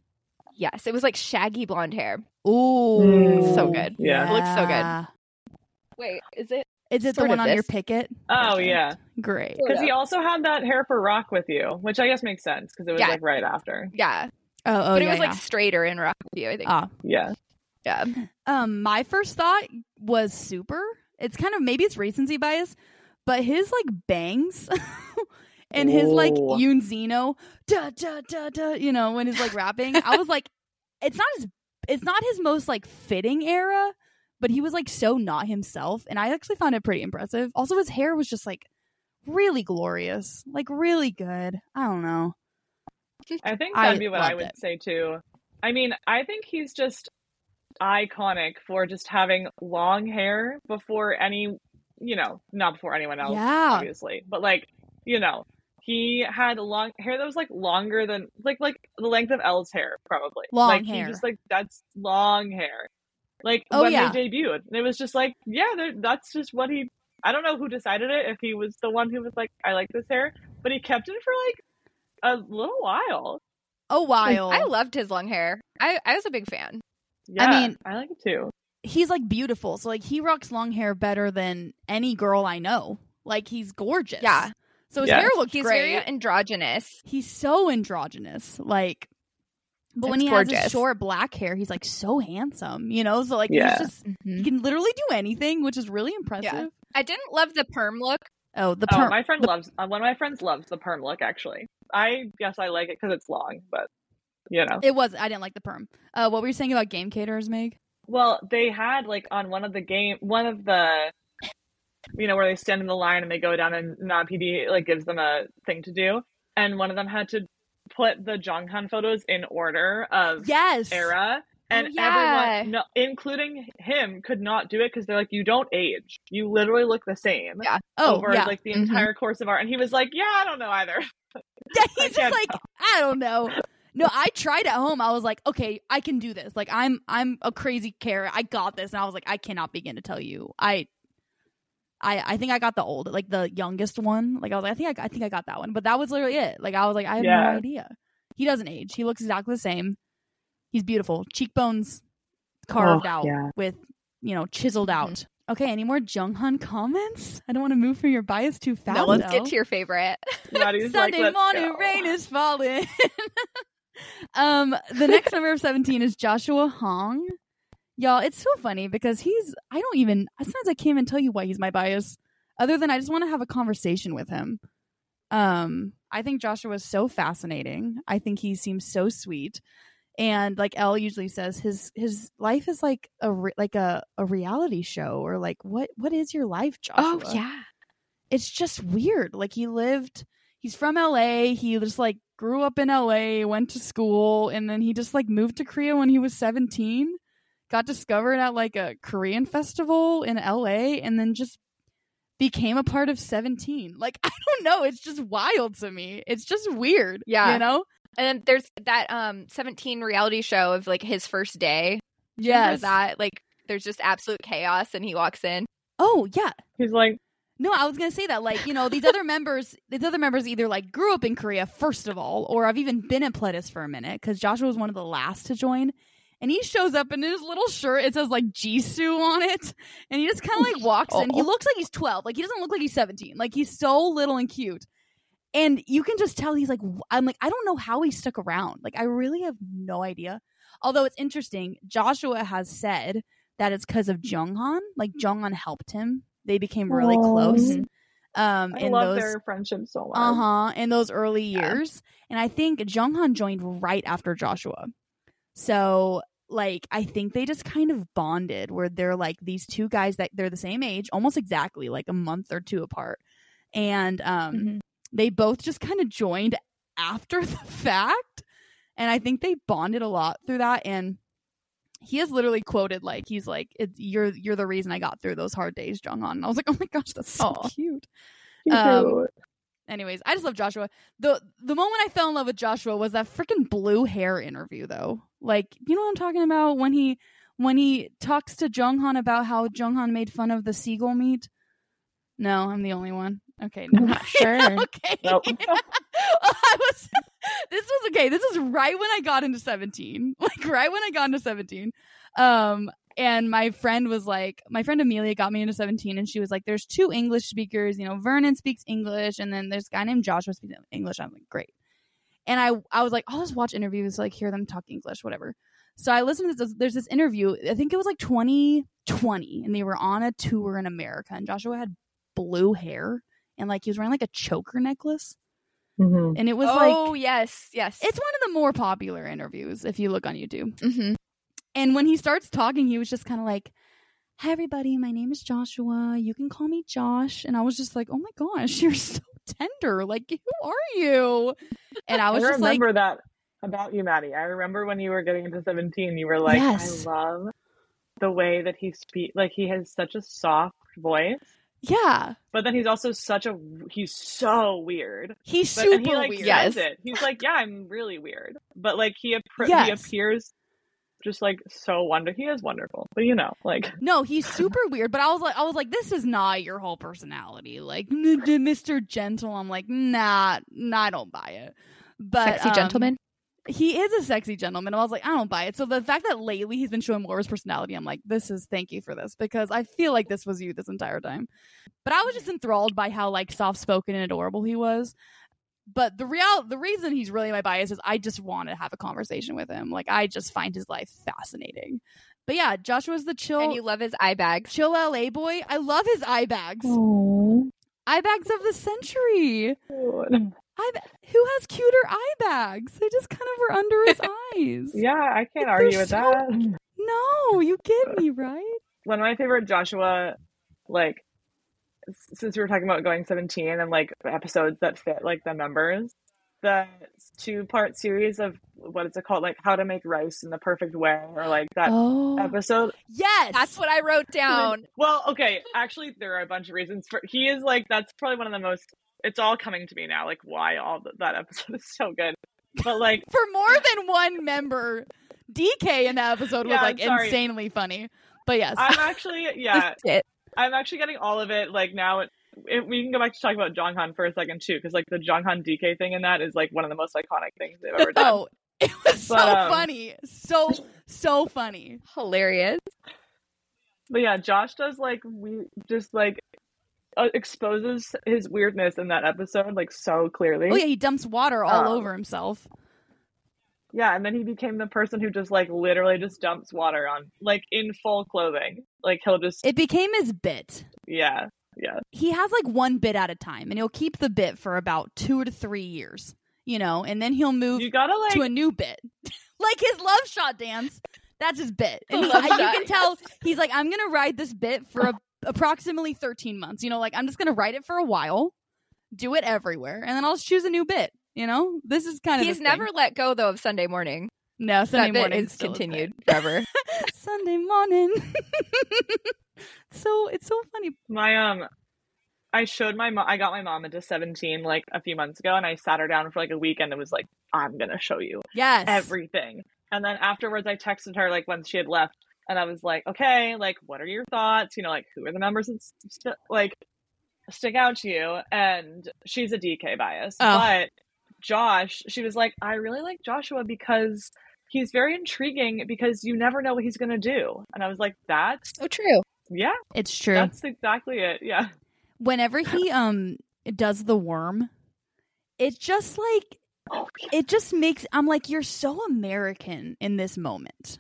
Yes, it was like shaggy blonde hair.
Ooh,
So good.
Mm, Yeah.
It looks so good. Wait, is it?
Is it the
Sort
one
of
on your
this.
picket?
Oh
Perfect.
yeah,
Great.
Sort
because he
of.
also had that hair for Rock with you, which I guess makes sense because it was
Yeah.
like right after.
Yeah,
Oh, oh,
but it
yeah,
was like
yeah.
straighter in Rock With You. I think.
Ah.
Yeah,
yeah.
Um, my first thought was super. It's kind of maybe it's recency bias, but his like bangs and his like
Ooh.
Yoon Zeno, da da da da. You know when he's like rapping, I was like, it's not his, it's not his most like fitting era, but he was like so not himself, and I actually found it pretty impressive. Also, his hair was just like really glorious, like really good. I don't know.
I think
I
that'd be what I
loved
would
it.
say too. I mean, I think he's just iconic for just having long hair before any, you know, not before anyone else,
Yeah.
obviously, but like, you know, he had long hair that was like longer than like like the length of Elle's hair, probably.
Long
like,
hair.
He just like that's long hair. Like
Oh,
when
yeah.
they debuted, and it was just like, yeah, they're- that's just what he. I don't know who decided it. If he was the one who was like, I like this hair, but he kept it for like a little while.
A while.
I loved his long hair. I, I was a big fan.
Yeah,
mean-
I like it too.
he's like beautiful. So like he rocks long hair better than any girl I know. Like he's gorgeous.
Yeah.
So his
Yes.
hair looks
He's
great.
very androgynous.
he's so androgynous. Like but when
It's
he has
gorgeous.
his short black hair, he's like so handsome, you know? So like
Yeah.
he's just
Mm-hmm.
he can literally do anything, which is really impressive.
I didn't love the perm look.
Oh, the
Oh,
perm.
my friend loves uh, one of my friends loves the perm look. Actually, I guess I like it because it's long, but you know.
it was I didn't like the perm. Uh what were you saying about game caterers, Meg?
Well, they had like on one of the game, one of the, you know, where they stand in the line and they go down and non PD like gives them a thing to do, and one of them had to put the Jonghan photos in order of
Yes.
era.
Oh,
And
yeah.
everyone, no, including him, could not do it because they're like, you don't age. You literally look the same.
Yeah.
Oh,
over
yeah.
like the
Mhm.
entire course of art. And he was like, Yeah, I don't know either.
Yeah,
I
he's just
can't
like, I don't know. No, I tried at home. I was like, okay, I can do this. Like I'm I'm a crazy carrot. I got this. And I was like, I cannot begin to tell you. I I I think I got the old, like the youngest one. Like I was like, I think I, I think I got that one. But that was literally it. Like I was like, I have
Yeah.
no idea. He doesn't age. He looks exactly the same. He's beautiful. Cheekbones carved
Oh,
out
yeah. Mm-hmm.
with, you know, chiseled out. Okay, any more Junghan comments? I don't want to move from your bias too fast.
No, let's
though.
get to your favorite.
Maddie's like,
Sunday
"Let's
morning
go."
rain is falling. um, the next number of seventeen is Joshua Hong. Y'all, it's so funny because he's I don't even sometimes I can't even tell you why he's my bias, other than I just want to have a conversation with him. Um, I think Joshua is so fascinating. I think he seems so sweet. And like Elle usually says, his his life is like a re- like a, a reality show or like what what is your life, Joshua?
yeah.
it's just weird. Like he lived, he's from LA. He just like grew up in LA, went to school, and then he just like moved to Korea when he was 17. Got discovered at like a Korean festival in LA and then just became a part of 17. Like I don't know, it's just wild to me. It's just weird.
Yeah.
You know?
And then there's that um 17 reality show of like his first day. Remember That like there's just absolute chaos and he walks in.
Oh, yeah.
He's like,
No, I was gonna say that, like, you know, these other members, these other members either like grew up in Korea first of all, or I've even been at Pledis for a minute because Joshua was one of the last to join, and he shows up in his little shirt. It says like Jisoo on it, and he just kind of like walks in. He
Oh.
looks like he's twelve, like he doesn't look like he's seventeen. Like he's so little and cute, and you can just tell he's like, w- I'm like, I don't know how he stuck around. Like I really have no idea. Although it's interesting, Joshua has said that it's because of Junghan. Like Junghan helped him. They became really
Aw.
close.
Mhm.
Um,
Mm-hmm. I
in
love
those,
their friendship so much.
uh huh, in those early
Yeah.
years, and I think Junghan joined right after Joshua. So, like, I think they just kind of bonded, where they're like these two guys that they're the same age, almost exactly, like a month or two apart, and um, they both just kind of joined after the fact and i think they bonded a lot through that and he is literally quoted like he's like it's you're you're the reason i got through those hard days jung on and i was like oh my gosh that's so
Aw.
cute
Cute.
um, anyways i just love joshua the the moment i fell in love with joshua was that freaking blue hair interview though like you know what i'm talking about when he when he talks to junghan about how junghan made fun of the seagull meat no i'm the only one okay no
I'm not sure.
okay.
Nope.
I was this was okay. This was right when I got into 17. Like right when I got into 17. Um and my friend was like my friend Amelia got me into 17 and she was like there's two English speakers, you know, Vernon speaks English and then there's a guy named Joshua speaks English. I'm like, "Great." And I I was like, "I'll just watch interviews like hear them talk English, whatever." So I listened to this there's this interview. I think it was like 2020 and they were on a tour in America and Joshua had blue hair and like he was wearing like a choker necklace.
Mhm.
And it was like
oh yes, yes.
it's one of the more popular interviews if you look on YouTube.
Mhm.
And when he starts talking, he was just kind of like, Hi, everybody. My name is Joshua. You can call me Josh. And I was just like, Oh my gosh, you're so tender. Like, who are you? And I was just like,
remember that about you, Maddie. I remember when you were getting into 17, you were like,
Yes.
I love the way that he speaks. Like, he has such a soft voice,
Yeah,
but then he's also such a, he's so weird.
he's
But,
super
and he, like,
weird.
yeah.
says
Yes.
it. He's like, yeah, I'm really weird. But, like, he, appr he
Yes.
appears just, like, so wonderful. He is wonderful. But, you know, like,
No, he's super weird. But I was like, I was like, this is not your whole personality. Like, n- n- Mr. Gentle. I'm like, nah, nah, I don't buy it. But
sexy
um,
gentleman.
he is a sexy gentleman. I was like, I don't buy it. So the fact that lately he's been showing more of his personality, I'm like, this is thank you for this because I feel like this was you this entire time. But I was just enthralled by how like soft spoken and adorable he was. But the real the reason he's really my bias is I just want to have a conversation with him. Like I just find his life fascinating. But yeah, Joshua's the chill
And you love his eye bags.
chill LA boy. I love his eye bags. Eye bags of the century.
Cute.
I who has cuter eye bags? They just kind of were under his eyes.
yeah, I can't
They're
argue with
so
that.
No, you get me, right?
one of my favorite Joshua, like, s- since we were talking about going 17 and like episodes that fit like the members, the two part series of what is it called? Like, how to make rice in the perfect way, or like that
Oh.
episode.
Yes.
That's what I wrote down.
Well, okay, actually, there are a bunch of reasons for he is like, that's probably one of the most, it's all coming to me now, like, why all th- that episode is so good. But like,
for more than one member. DK in that episode
Yeah,
was like
I'm sorry.
insanely funny. But yes.
I'm actually, yeah,
Just it.
I'm actually getting all of it. Like now, it, it- we can go back to talk about John Han for a second too, because like the John Han DK thing in that is like one of the most iconic things they've ever done.
oh, it was so
But, um,
funny. So so funny.
Hilarious.
But yeah, Josh does like we just like uh, exposes his weirdness in that episode like so clearly.
Oh yeah, he dumps water all
Um,
over himself.
Yeah, and then he became the person who just like literally just dumps water on like in full clothing. Like he'll just
It became his bit.
yeah yeah
He has like one bit at a time and he'll keep the bit for about 2 to 3 years, you know, and then he'll move
you gotta like
to a new bit. like his love shot dance. That's his bit. And he,
Love
you
shot,
can tell he's like, I'm going to ride this bit for a, approximately 13 months. You know, like I'm just going to ride it for a while, do it everywhere, and then I'll just choose a new bit. You know, this is kind of his
He's
thing.
never let go though of Sunday morning.
no Sunday
that bit
morning
is
still his
continued forever.
bit. Sunday morning. so it's so funny.
My um, I showed my mom. I got my mom into seventeen like a few months ago, and I sat her down for like a weekend and was like, "I'm gonna show you
Yes,
everything." And then afterwards, I texted her like once she had left, and I was like, "Okay, like, what are your thoughts? You know, like, who are the members that s- st- like stick out to you?" And she's a DK bias,
Oh.
but Josh, she was like, "I really like Joshua because." He's very intriguing because you never know what he's gonna do, and I was like, "That's
so true.
yeah,
it's true.
that's exactly it, yeah."
Whenever he um does the worm, it just like
Oh,
it just makes I'm like you're so American in this moment.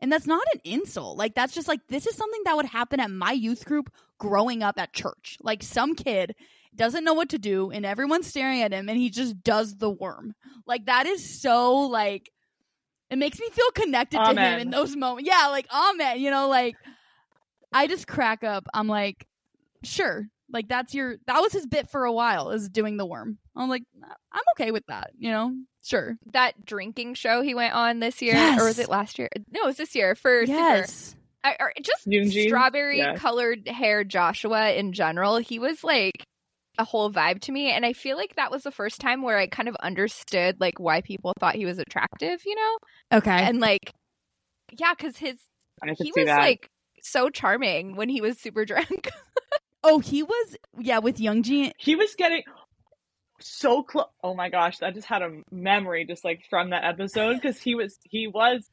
And that's not an insult. Like that's just like this is something that would happen at my youth group growing up at church. Like some kid doesn't know what to do and everyone's staring at him and he just does the worm. Like that is so like it makes me feel connected to him
Amen.
in those moments. Yeah, like amen, you know, like I just crack up. I'm like sure. Like that's your that was his bit for a while is doing the worm. I'm like I'm okay with that, you know? Sure.
That drinking show he went on this year,
Yes.
or was it last year? No, it was this year for Singer.
Yes.
I, or just
Yoonji?
strawberry
Yeah.
colored hair Joshua in general. He was like a whole vibe to me, and I feel like that was the first time where I kind of understood like why people thought he was attractive, you know,
Okay.
and like yeah, because his
I could
he
see
was
that.
like so charming when he was super drunk.
oh, he was yeah with Youngji.
he was getting so close. Oh my gosh, I just had a memory just like from that episode because he was he was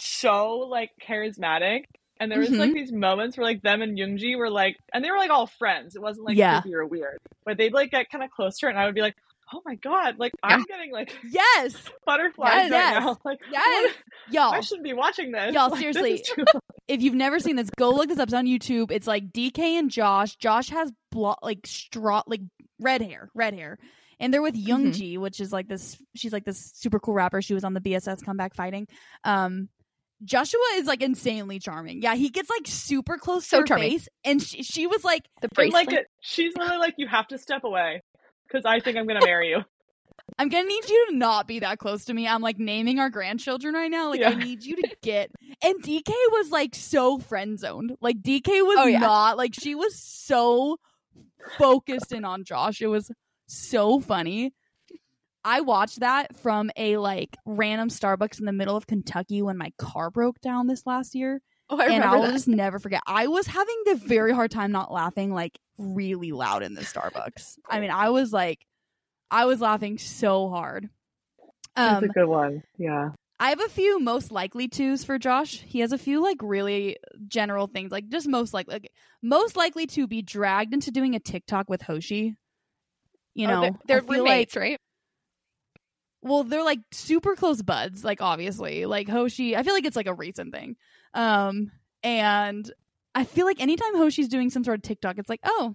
so like charismatic, and there was
Mm-hmm.
like these moments where like them and Youngji were like, and they were like all friends. It wasn't like
Yeah.
creepy or weird, but they'd like get kind of closer, and I would be like, oh my god, like I'm getting like
Yes,
butterflies
Yes.
right now. Like
yes,
I
y'all.
shouldn't be watching this.
Y'all,
Like, this
seriously.
is too-
If you've never seen this, go look this up It's on YouTube. It's like DK and Josh. Josh has blo- like straw, like red hair, red hair, and they're with
Mm-hmm.
Youngji, which is like this. She's like this super cool rapper. She was on the BSS comeback fighting. Um, Joshua is like insanely charming. Yeah, he gets like super close
So
to her
charming.
face, and she, she was like,
The
And,
bracelet.
like it, she's literally like, you have to step away because I think I'm gonna marry you.
I'm gonna need you to not be that close to me. I'm like naming our grandchildren right now. Like I
Yeah.
need you to get and DK was like so friend zoned. Like DK was
Oh, yeah.
not like she was so focused in on Josh. It was so funny. I watched that from a like random Starbucks in the middle of Kentucky when my car broke down this last year.
uh,
oh, I
and
remember
I'll
that.
just never forget. I was having the very hard time not laughing like really loud in the Starbucks. I mean, I was like, I was laughing so hard.
That's
Um,
a good one. Yeah.
I have a few most likely twos for Josh. He has a few like really general things, like just most likely, like, most likely to be dragged into doing a TikTok with Hoshi. You
Oh,
know,
they're, they're
I feel like
roommates, right?
well they're like super close buds like obviously like hoshi i feel like it's like a recent thing um and i feel like anytime hoshi's doing some sort of tiktok it's like oh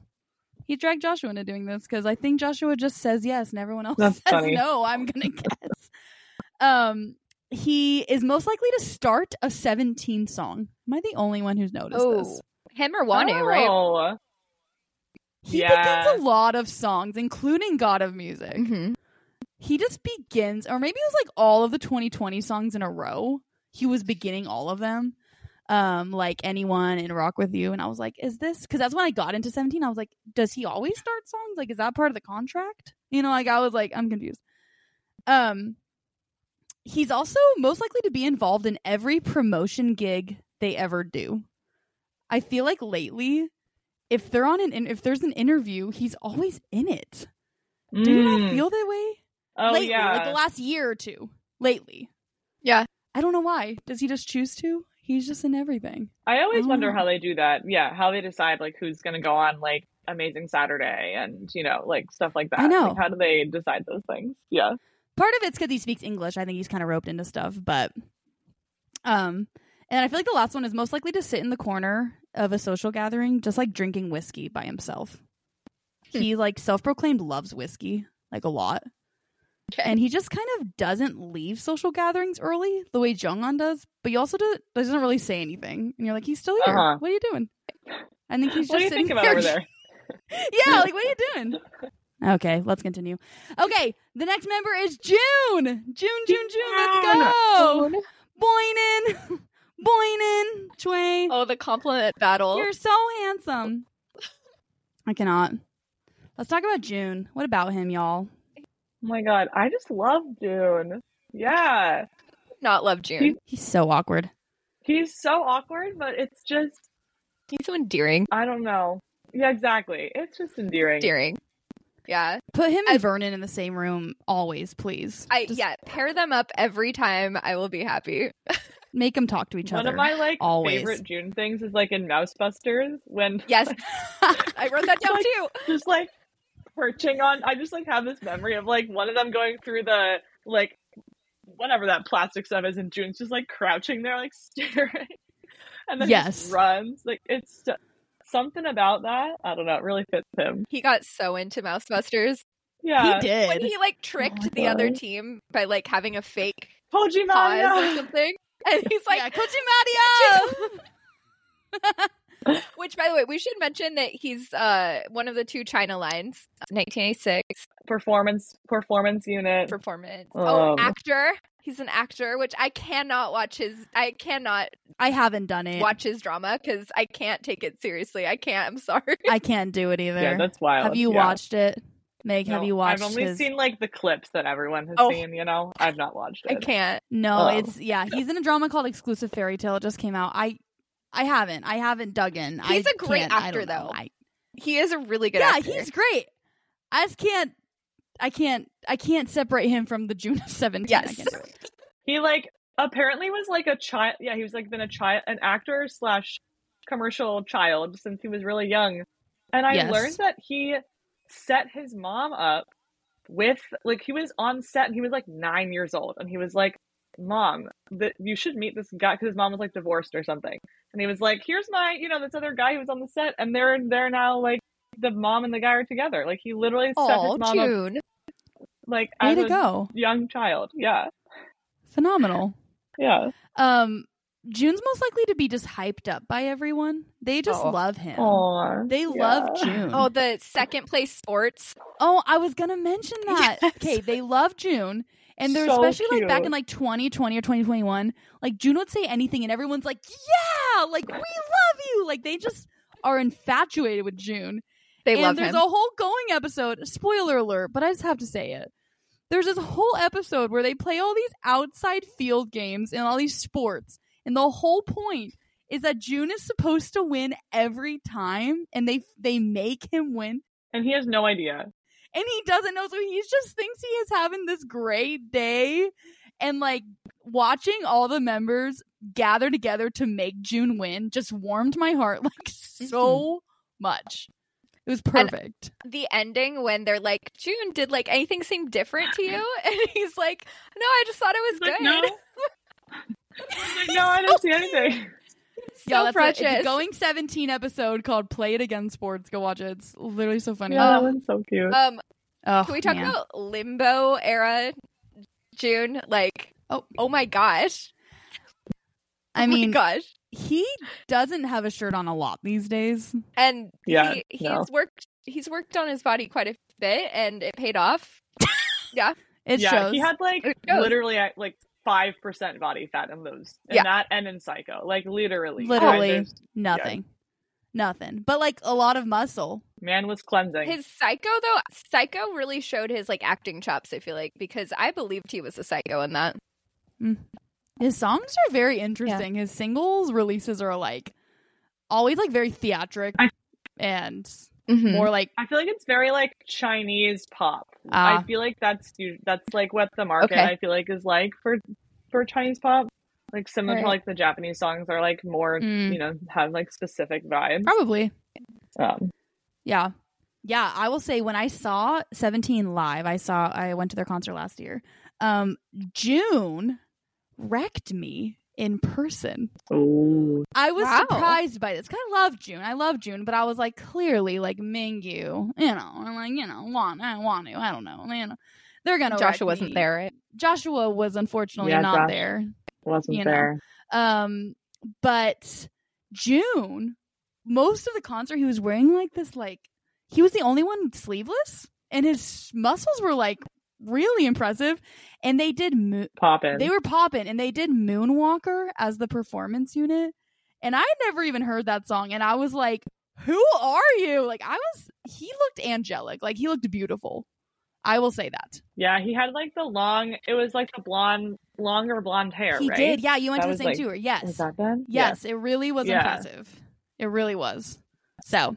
he dragged joshua into doing this because i think joshua just says yes and everyone else
That's
says
funny.
no i'm gonna guess um he is most likely to start a 17 song am i the only one who's noticed this
Oh, him or
eh,
Wanu, right?
Oh.
he
Yeah.
begins a lot of songs including god of music
Mhm.
he just begins or maybe it was like all of the 2020 songs in a row he was beginning all of them um like anyone and rock with you and i was like is this because that's when i got into 17 i was like does he always start songs like is that part of the contract you know like i was like i'm confused um he's also most likely to be involved in every promotion gig they ever do i feel like lately if they're on an in- if there's an interview he's always in it do you not
Mm.
feel that way
oh
lately,
yeah.
like the last year or two. Lately,
Yeah.
I don't know why. Does he just choose to? He's just in everything.
I always wonder
Oh.
how they do that. Yeah, how they decide like who's going to go on like Amazing Saturday and you know like stuff like that.
I know.
Like, how do they decide those things? Yeah.
Part of it's because he speaks English. I think he's kind of roped into stuff, but um, and I feel like the last one is most likely to sit in the corner of a social gathering, just like drinking whiskey by himself.
Hmm.
He like self-proclaimed loves whiskey like a lot.
Okay.
and he just kind of doesn't leave social gatherings early the way Jungwon does. But he also does, doesn't really say anything, and you're like, he's still here.
Uh-huh.
What are you doing? I think he's just
What do you
sitting
think about over there?
yeah, like what are you doing? Okay, let's continue. Okay, the next member is June. June, June, June. Let's go. Boynan, Boynan, Chue.
Oh, the compliment battle.
You're so handsome. I cannot. Let's talk about June. What about him, y'all?
Oh my god, I just love June. Yeah.
Not love June.
He-
He's so awkward.
He's so awkward, but it's just
He's so endearing.
I don't know. Yeah, exactly. It's just endearing.
Endearing. Yeah.
Put him and
I-
Vernon in the same room always, please.
I
Just
yeah, pair them up every time I will be happy.
make them talk to each
One
other.
of my like
always.
favorite June things is like in Mousebusters when
Yes. I wrote that down
Like-
too.
just like perching on. I just like have this memory of like one of them going through the like whatever that plastic stuff is, and June's just like crouching there, like staring, and then
Yes.
just runs. Like it's so- something about that. I don't know. It really fits him.
He got so into Mousebusters.
Yeah,
he
When
did.
he like tricked
my
the other
God.
team by like having a fake
Pojima.
pause or
yeah.
something. And he's like
yeah, Kochi Mario.
which by the way, we should mention that he's uh one of the two China lines, nineteen eighty six
Performance, performance unit.
performance. oh,
Um.
actor. He's an actor, which I cannot watch his I cannot
I haven't done it.
watch his drama because I can't take it seriously. I can't. I'm sorry.
I can't do it either.
yeah, that's wild.
have you
Yeah.
watched it, Meg? have
No,
you watched?
I've only
his-
seen like the clips that everyone has
Oh.
seen. You know, I've not watched
I
it.
can't.
No,
Oh.
it's yeah. He's in a drama called Exclusive Fairy Tale. It just came out. I, I haven't. I haven't dug in.
He's
I
a great
can't- I
actor,
don't know.
though.
I-
He is a really good
yeah,
actor.
he's great. I just can't I can't I can't separate him from the June of seventeen. I
Yes.
can't do it.
He like apparently was like a child. Yeah, he was like been a child, an actor slash commercial child since he was really young. And I
Yes.
learned that he set his mom up with like he was on set and he was like nine years old and he was like, "Mom, that you should meet this guy because his mom was like divorced or something." And he was like, "Here's my you know this other guy who was on the set and they're they're now like." The mom and the guy are together. Like he literally set
Oh,
his mom up
June.
like
Way
as
to
a
go.
young child. Yeah,
Phenomenal.
yeah.
Um June's most likely to be just hyped up by everyone. They just
Oh.
love him.
Aww,
They love June.
Oh, the second place sports.
Oh, I was gonna mention that.
Yes.
Okay, they love June, and they're
So
especially like back
cute.
in like 2020 or 2021. Like June would say anything, and everyone's like, "Yeah, like we love you." Like they just are infatuated with June.
They
and
love
there's
him.
a whole going episode. Spoiler alert, but I just have to say it. There's this whole episode where they play all these outside field games and all these sports, and the whole point is that June is supposed to win every time, and they they make him win
and he has no idea.
and he doesn't know so he just thinks he is having this great day and like watching all the members gather together to make june win just warmed my heart like so
Mm-hmm.
much it was perfect
the ending when they're like, June, did like anything seem different to you? And he's like, No, I just thought it was
He's like,
good.
no. He's like, no, I didn't see anything.
It's
Y'all,
so
that's a- it's a
precious.
going 17 episode called play it again sports go watch it it's literally so funny
Yeah, that
Um,
one's so cute.
um,
oh,
can we talk
man.
about limbo era June? Like,
Oh.
oh my gosh.
i
Oh my
mean
gosh.
he doesn't have a shirt on a lot these days
And
Yeah,
he, he's
no.
worked he's worked on his body quite a bit and it paid off.
it
yeah,
shows
he had like
It shows.
literally at, like five percent body fat in those, in
Yeah.
that and in Psycho, like literally,
Literally.
Like, there's-
nothing nothing but like a lot of muscle
man was cleansing.
His psycho though, psycho really showed his like acting chops, I feel like, because I believed he was a psycho in that.
His songs are very interesting. His singles releases are like always like very theatric
I-
and
Mhm.
more like
I feel like it's very like Chinese pop.
ah,
I feel like that's u- that's like what the market
Okay.
I feel like is like for for Chinese pop. Like similar to
Right.
like the Japanese songs are like more
Mm.
you know have like specific vibes.
probably
Um,
yeah, yeah. I will say when I saw Seventeen live, I saw I went to their concert last year. Um, June wrecked me in person.
oh,
I was
Wow.
surprised by this. 'cause I love June. I love June, but I was like, clearly, like Mingyu, you know, and like you know, want I want to, I don't know, you know, they're gonna. wreck
Joshua wasn't
me.
there, right?
Joshua was unfortunately
Yeah,
not
Josh.
there.
wasn't
You know. there. Um, but June, most of the concert, he was wearing like this, like he was the only one sleeveless, and his muscles were like really impressive. And they did, mo-
Poppin'.
they were popping, and they did Moonwalker as the performance unit. And I had never even heard that song, and I was like, "Who are you?" Like I was, he looked angelic, like he looked beautiful. I will say that
Yeah, he had like the long. It was like the blonde, longer blonde hair.
he
right?
did. Yeah, you went
That
to the
was,
same
like-
tour. Yes,
Was that then?
Yes, it really was
Yeah.
impressive. It really was. So
Yeah.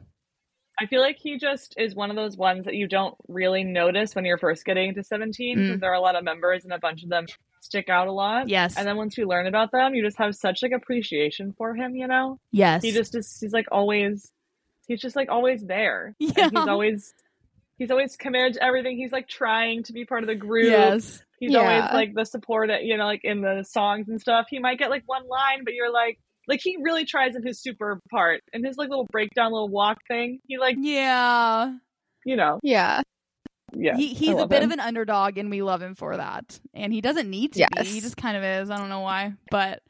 I feel like he just is one of those ones that you don't really notice when you're first getting to 17 because there are a lot of members and a bunch of them stick out a lot.
Mm. yes,
And then once you learn about them, you just have such like appreciation for him. You know,
yes,
he just is. He's like always. He's just like always there.
yeah,
And he's always. He's always committed to everything. He's like trying to be part of the group.
yes,
He's
Yeah.
always like the support, you know, like in the songs and stuff. He might get like one line, but you're like, like he really tries in his super part and his like little breakdown, little walk thing. He like,
yeah.
you know,
Yeah.
yeah.
he, he's a
love
bit
him.
of an underdog, and we love him for that. And he doesn't need to be. He
Yes.
just kind of is. I don't know why, but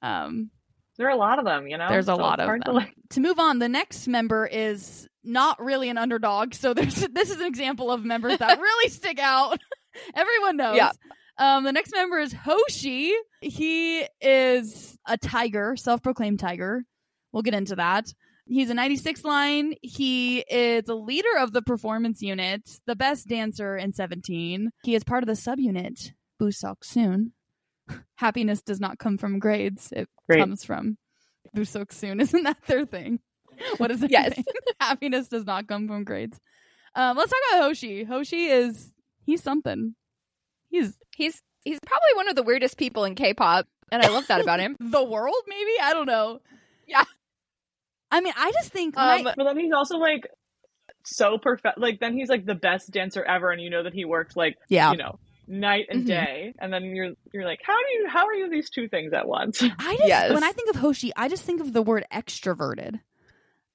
um,
There are a lot of them, you know.
There's a
it's
lot of
hard to,
them.
like-
to move on, the next member is not really an underdog. So there's this is an example of members that really stick out. Everyone knows.
Yeah.
Um, the next member is Hoshi. He is a tiger, self-proclaimed tiger. We'll get into that. He's a 96 line. He is a leader of the performance unit, the best dancer in 17. He is part of the subunit Busok Soon. Happiness does not come from grades. It
Great.
comes from Busok Soon. Isn't that their thing? What is it?
Yes.
Happiness does not come from grades. Um, let's talk about Hoshi. Hoshi is He's something. He's
He's he's probably one of the weirdest people in K-pop, and I love that about him.
the world, maybe? I don't know.
Yeah.
I mean, I just think when I-
Um, but then he's also like so perfect. Like then he's like the best dancer ever, and you know that he works like
yeah. Mm-hmm.
you know night and
Mhm.
day. And then you're you're like, how do you how are you these two things at once?
I just
Yes.
when I think of Hoshi, I just think of the word extroverted.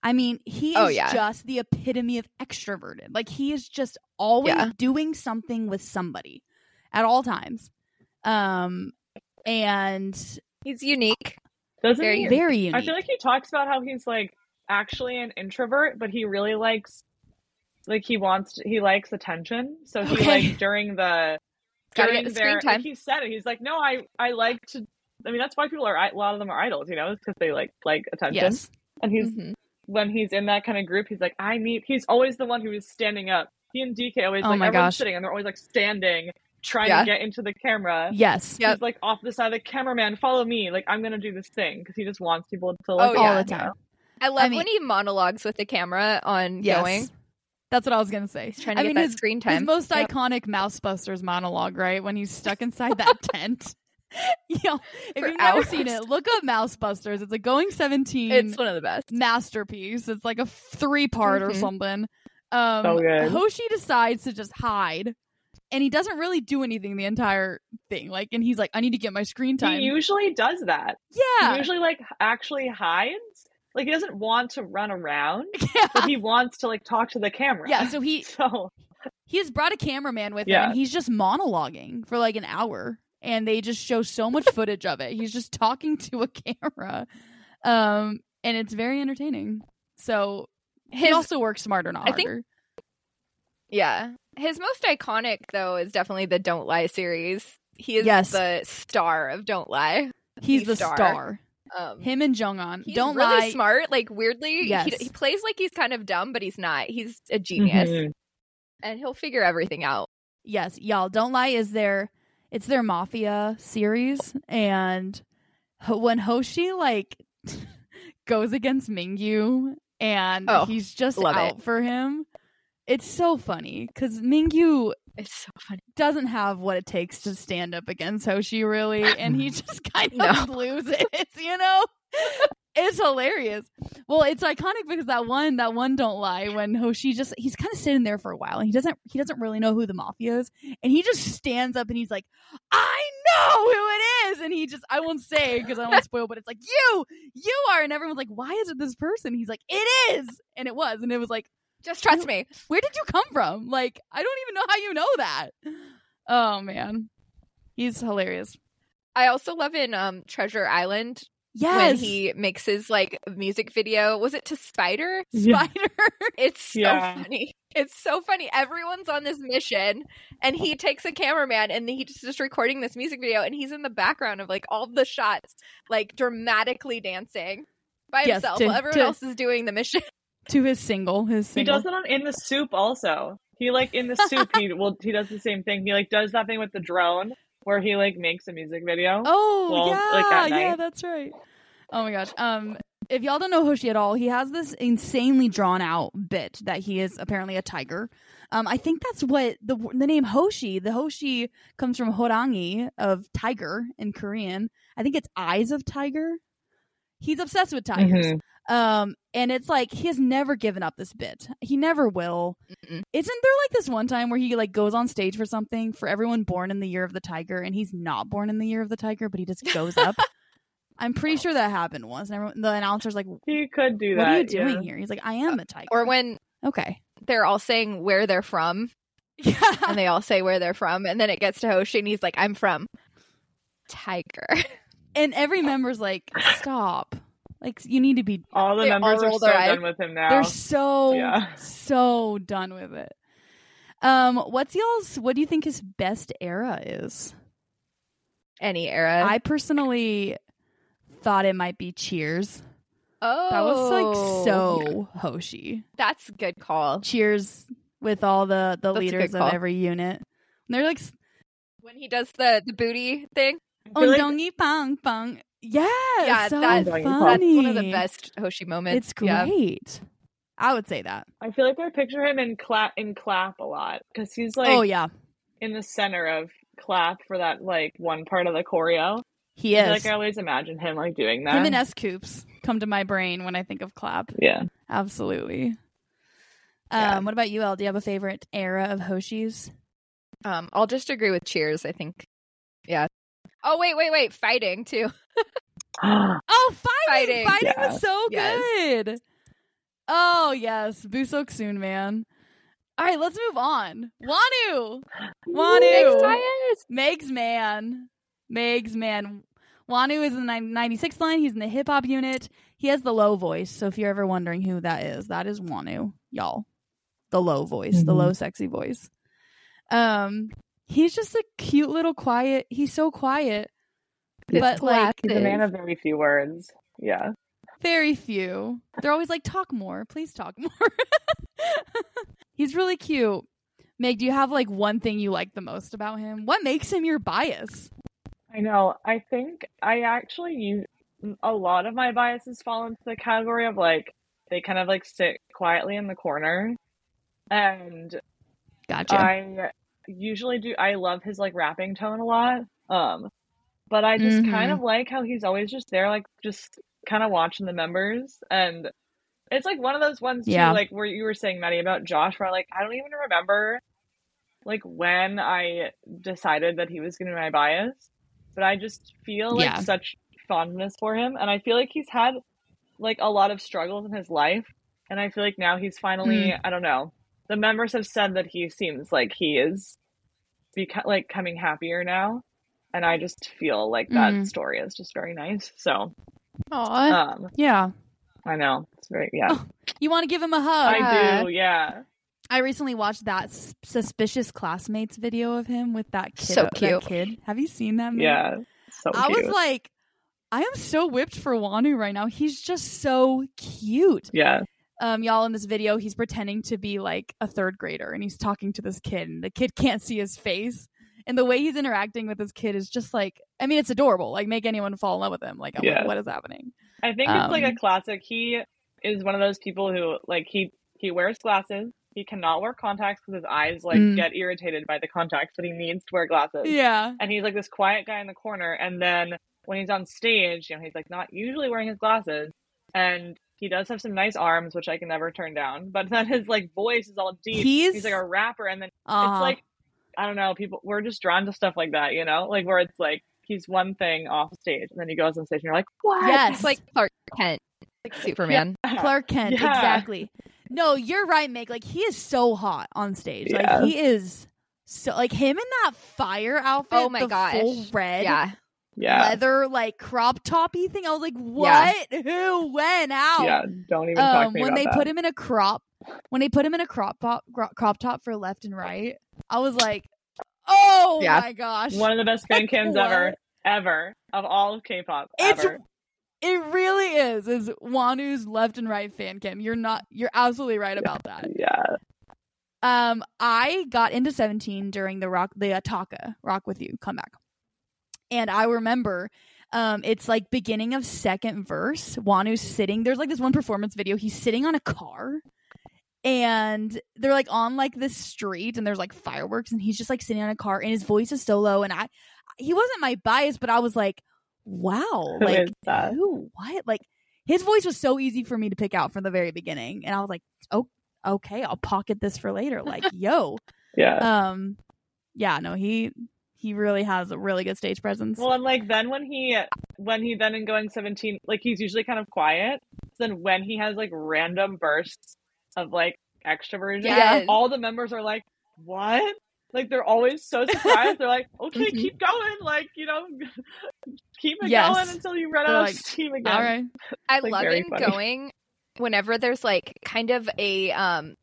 I mean, he is
Oh, yeah.
just the epitome of extroverted. Like he is just always
Yeah.
doing something with somebody at all times. Um and
He's unique.
Doesn't
Very
he?
very unique.
I feel like he talks about how he's like actually an introvert, but he really likes like he wants he likes attention. So he
Okay.
like during the
Gotta
during
get the
their,
screen time.
Like he said it. He's like, no, I I like to. I mean, that's why people are a lot of them are idols, you know, because they like like attention.
yes.
And he's
Mhm.
when he's in that kind of group, he's like, I need. He's always the one who is standing up. He and DK always
Oh
like
my
everyone's
gosh.
sitting, and they're always like standing, trying
Yeah.
to get into the camera.
Yes.
Yep.
He's like off the side of the cameraman, follow me. Like I'm gonna do this thing because he just wants people to
Oh,
like
yeah.
All the time.
I love
mean-
when he monologues with the camera on
Yes.
going.
That's what I was gonna say.
He's trying to
I
get
mean,
that
his,
screen
His
time.
most
Yep.
iconic Mousebusters monologue, right? When he's stuck inside that tent. yeah. If
For
you've never seen
hours.
it, look up Mousebusters. It's a going 17
it's one of the best.
masterpiece. It's like a three part or
Mhm.
something. Um,
So good.
Hoshi decides to just hide, and he doesn't really do anything the entire thing. Like, and he's like, "I need to get my screen time."
He usually does that. He
yeah,
usually like actually hides. Like he doesn't want to run around, but
yeah,
he wants to like talk to the camera.
yeah. So he
So
he has brought a cameraman with him,
Yeah.
and he's just monologuing for like an hour, and they just show so much footage of it. He's just talking to a camera, um, and it's very entertaining. So he
His
also works smarter, not
I think-
harder.
Yeah. His most iconic though is definitely the Don't Lie series. He is
Yes.
the star of Don't Lie.
he's
he's
the
star.
star.
Um
Him and Jungon.
he's
Don't
really
lie.
smart, like weirdly.
Yes.
He, he plays like he's kind of dumb, but he's not. He's a genius.
Mhm.
And he'll figure everything out.
Yes, y'all. Don't lie is their it's their mafia series, and Ho- when Hoshi like goes against Mingyu, and
Oh,
he's just
love
out for him, it's so funny because Mingyu
It's so funny.
doesn't have what it takes to stand up against Hoshi, really, and he just kind of loses. You know, it's hilarious. Well, it's iconic because that one, that one, don't lie. When Hoshi just, he's kind of sitting there for a while, and he doesn't, he doesn't really know who the mafia is, and he just stands up and he's like, "I know who it is," and he just, I won't say because I don't want to spoil, but it's like you, you are, and everyone's like, "Why is it this person?" He's like, "It is," and it was, and it was like.
Just trust me.
Where did you come from? Like, I don't even know how you know that. Oh man. He's hilarious.
I also love in um Treasure Island when
Yes.
he makes his like music video. Was it to Spider?
Yeah.
Spider.
It's so
Yeah.
funny. It's so funny. Everyone's on this mission, and he takes a cameraman, and he's just recording this music video, and he's in the background of like all the shots, like dramatically dancing by
Yes,
himself.
to-
while everyone
to-
else is doing the mission.
to his single, his
He
single.
does it on in the soup also. He like in the soup he well he does the same thing. He like does that thing with the drone where he like makes a music video.
Oh
Well,
yeah,
like, at
yeah,
night.
that's right. Oh my gosh. Um, if y'all don't know Hoshi at all, he has this insanely drawn out bit that he is apparently a tiger. Um, I think that's what the the name Hoshi. The Hoshi comes from Horangi of tiger in Korean. I think it's eyes of tiger. He's obsessed with tigers.
Mhm.
Um, and it's like he has never given up this bit. He never will.
Mm-mm.
Isn't there like this one time where he like goes on stage for something for everyone born in the year of the tiger, and he's not born in the year of the tiger, but he just goes up. I'm pretty sure that happened once. And everyone, the announcer's like, "What
He could do that.
are you doing
yeah.
here?" He's like, "I am a tiger."
Uh, Or when
okay,
they're all saying where they're from,
yeah,
and they all say where they're from, and then it gets to Hoshi, and he's like, "I'm from Tiger."
and every member's like, "Stop! Like, you need to be."
All the
They all
members are
roll
so
their eyes.
done with him now.
They're so
Yeah.
so done with it. Um, what's y'all's? What do you think his best era is?
Any era.
I personally thought it might be Cheers.
oh,
That was like so Hoshi.
That's a good call.
Cheers with all the the
That's a
leaders
good
of
call.
every unit. And they're like
When he does the the booty thing,
I feel like-
Ondongi pang pang. Yeah,
Yeah,
so
that-
funny.
That's
that's one of the best Hoshi moments.
It's
Yeah.
great. I would say that.
I feel like I picture him in clap in clap a lot because he's like
oh yeah,
in the center of clap for that like one part of the choreo.
He
I
is.
feel Like I always imagine him like doing that.
Him and S Coops come to my brain when I think of clap.
yeah.
Absolutely.
Yeah.
Um, what about you, El? Do you have a favorite era of Hoshi's?
Um, I'll just agree with Cheers. I think, yeah. Oh wait, wait, wait! Fighting too.
Oh, fighting!
Fighting.
Fighting was so
Yes.
good. Oh yes, Busok Soon, man. All right, let's move on. Wanu, Wanu.
Thanks, Tyus.
Meg's man. Meg's man. Wanu is in the 96th line. He's in the hip hop unit. He has the low voice. So if you're ever wondering who that is, that is Wanu, y'all. The low voice, the
Mhm.
low sexy voice. Um, he's just a cute little quiet. He's so quiet, but like
He's a man of very few words. Yeah.
very few. They're always like, talk more. Please talk more. he's really cute. Meg, do you have like one thing you like the most about him? What makes him your bias?
I know. I think I actually use a lot of my biases fall into the category of like they kind of like sit quietly in the corner. And
Gotcha.
I usually do I love his like rapping tone a lot. Um but I just kind
Mhm.
of like how he's always just there like just kind of watching the members and it's like one of those ones too
Yeah.
like where you were saying Maddie about Josh where like I don't even remember like when I decided that he was going to be my bias but I just feel like
Yeah.
such fondness for him and I feel like he's had like a lot of struggles in his life and I feel like now he's finally
Mm.
I don't know the members have said that he seems like he is beca- like coming happier now and i just feel like that
Mhm.
story is just very nice so
Aw.
um
yeah.
i know it's very yeah
Oh, You want to give him a hug. I,
i do yeah
recently watched that s- suspicious classmates video of him with that kid.
So
that
cute.
kid. Have you seen that? man?
yeah so
I
cute
was like, I am so whipped for Wanu right now. He's just so cute.
yeah
Um, y'all in this video, he's pretending to be like a third grader and he's talking to this kid and the kid can't see his face. And the way he's interacting with this kid is just like, I mean, it's adorable. Like, make anyone fall in love with him. Like, I'm like,
Yeah.
what is happening?
i think it's like
um,
a classic he is one of those people who like he he wears glasses he cannot wear contacts because his eyes like
Mm.
get irritated by the contacts but he needs to wear glasses
Yeah.
and he's like this quiet guy in the corner and then when he's on stage you know he's like not usually wearing his glasses and he does have some nice arms which i can never turn down but then his like voice is all deep
He's,
like a rapper and then
uh,
it's like i don't know people we're just drawn to stuff like that you know like where it's like he's one thing off stage and then he goes on stage and you're like what
yes.
He's like Clark Kent, like Superman.
Clark Kent,
Yeah.
exactly. No, you're right, Meg. Like he is so hot on stage.
Yeah.
Like he is so like him in that fire outfit.
Oh my
the
gosh.
full red
Yeah,
yeah
leather like crop toppy thing. I was like,
Yeah.
what? Who? When? How?
yeah don't even talk
Um,
to me
when
about
they
that
put him in a crop, when they put him in a crop top, gro- crop top for left and right, I was like, oh
Yeah.
my gosh,
one of the best fan cams ever
What?
ever of all of k-pop
it's.
ever
It really is is Wanu's left and right fan cam. You're not you're absolutely right about that.
yeah
Um, I got into Seventeen during the rock, the Ataka Rock with You comeback, and I remember, um, it's like beginning of second verse. Wanu's sitting. There's like this one performance video. He's sitting on a car, and they're like on like this street, and there's like fireworks, and he's just like sitting on a car, and his voice is so low. And I, he wasn't my bias, but I was like, wow,
Who
like
is that?
who, what, like his voice was so easy for me to pick out from the very beginning, and I was like "Oh, okay, I'll pocket this for later. Like, yo,
yeah
um, yeah, no, he he really has a really good stage presence.
Well, and like then when he when he then in going seventeen, like he's usually kind of quiet. So then when he has like random bursts of like extroversion,
Yes.
all the members are like, "What?" Like they're always so surprised. they're like, "Okay,
Mhm.
keep going. Like you know, keep it
Mm-hmm. Yes.
going until you run
They're
out
like,
of steam again."
All right,
I
like,
love
very
in
funny.
going whenever there's like kind of a um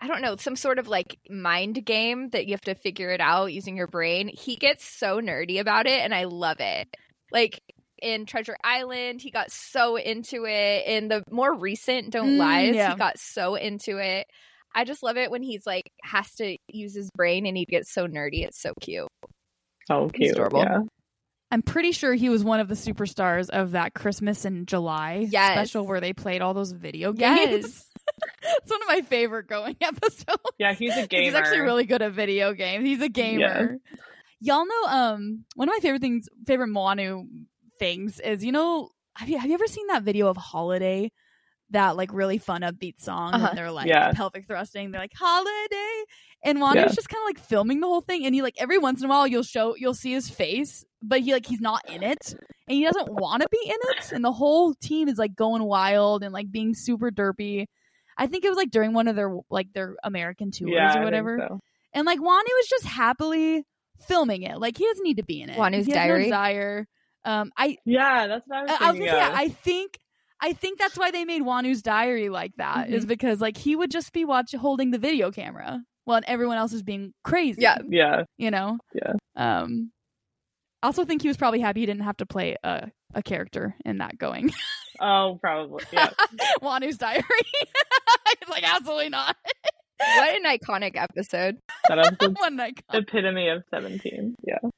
I don't know, some sort of like mind game that you have to figure it out using your brain. He gets so nerdy about it and I love it. Like in Treasure Island, he got so into it. In the more recent Don't
Mm,
Lies,
yeah.
he got so into it. I just love it when he's like has to use his brain and he gets so nerdy. It's so cute.
So
He's
cute.
adorable.
Yeah.
I'm pretty sure he was one of the superstars of that Christmas in July
Yes.
special where they played all those video games.
Yes.
It's one of my favorite growing episodes.
Yeah, he's a gamer.
He's actually really good at video games. He's a gamer. Y'all know um one of my favorite things, favorite Moanu things is you know have you have you ever seen that video of Holiday? That like really fun upbeat song,
Uh-huh.
and they're like
Yeah.
pelvic thrusting. They're like holiday, and Wanu's
Yeah.
just kind of like filming the whole thing. And he like every once in a while you'll show you'll see his face, but he like he's not in it, and he doesn't want to be in it. And the whole team is like going wild and like being super derpy. I think it was like during one of their like their American tours
yeah, I
or
think
whatever.
so.
And like Wanu is just happily filming it. Like he doesn't need to be in it.
Wanu's
He has no
diary.
desire. Um, I
Yeah, that's what I was
Uh, I, I was
thinking
gonna say,
of.
I think I think that's why they made Wanu's diary like that is
Mm-hmm.
because like he would just be watch holding the video camera while everyone else is being crazy.
Yeah.
yeah,
you know.
Yeah.
Um. I also think he was probably happy he didn't have to play a a character in that going
oh, probably. Yeah,
Wanu's diary. He's like absolutely not.
What an iconic episode.
that was the
One night.
epitome of seventeen. Yeah,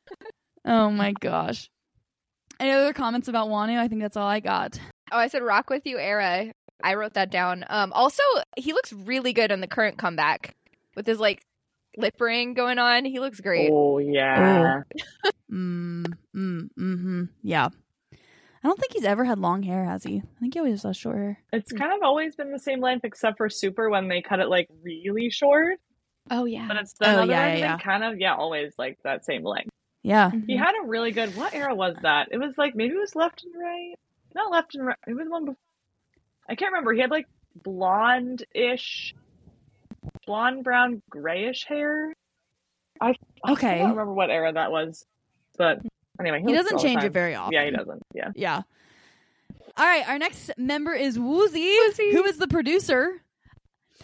Oh my gosh. Any other comments about Wanu? I think that's all I got.
Oh, I said rock with you era. I wrote that down. Um also he looks really good on the current comeback with his like lip ring going on. He looks great.
oh yeah,
Mm, mm, mm-hmm. Yeah. I don't think he's ever had long hair, has he? I think he always has short hair.
it's kind of always been the same length except for Super when they cut it like really short.
Oh yeah.
But uh, it's
Oh,
the other
yeah,
end
yeah, Mm-hmm.
been kind of yeah, always like that same length.
Yeah.
He had a really good. What era was that? It was like maybe it was left and right. Not left and right. It was one. Before, I can't remember. He had like blonde-ish, blonde, brown, grayish hair. I, I
Okay.
don't remember what era that was, but anyway,
He
looks
doesn't
all the
change it
time.
very often.
Yeah, he doesn't. Yeah,
Yeah. All right, our next member is Woozy, who is the producer.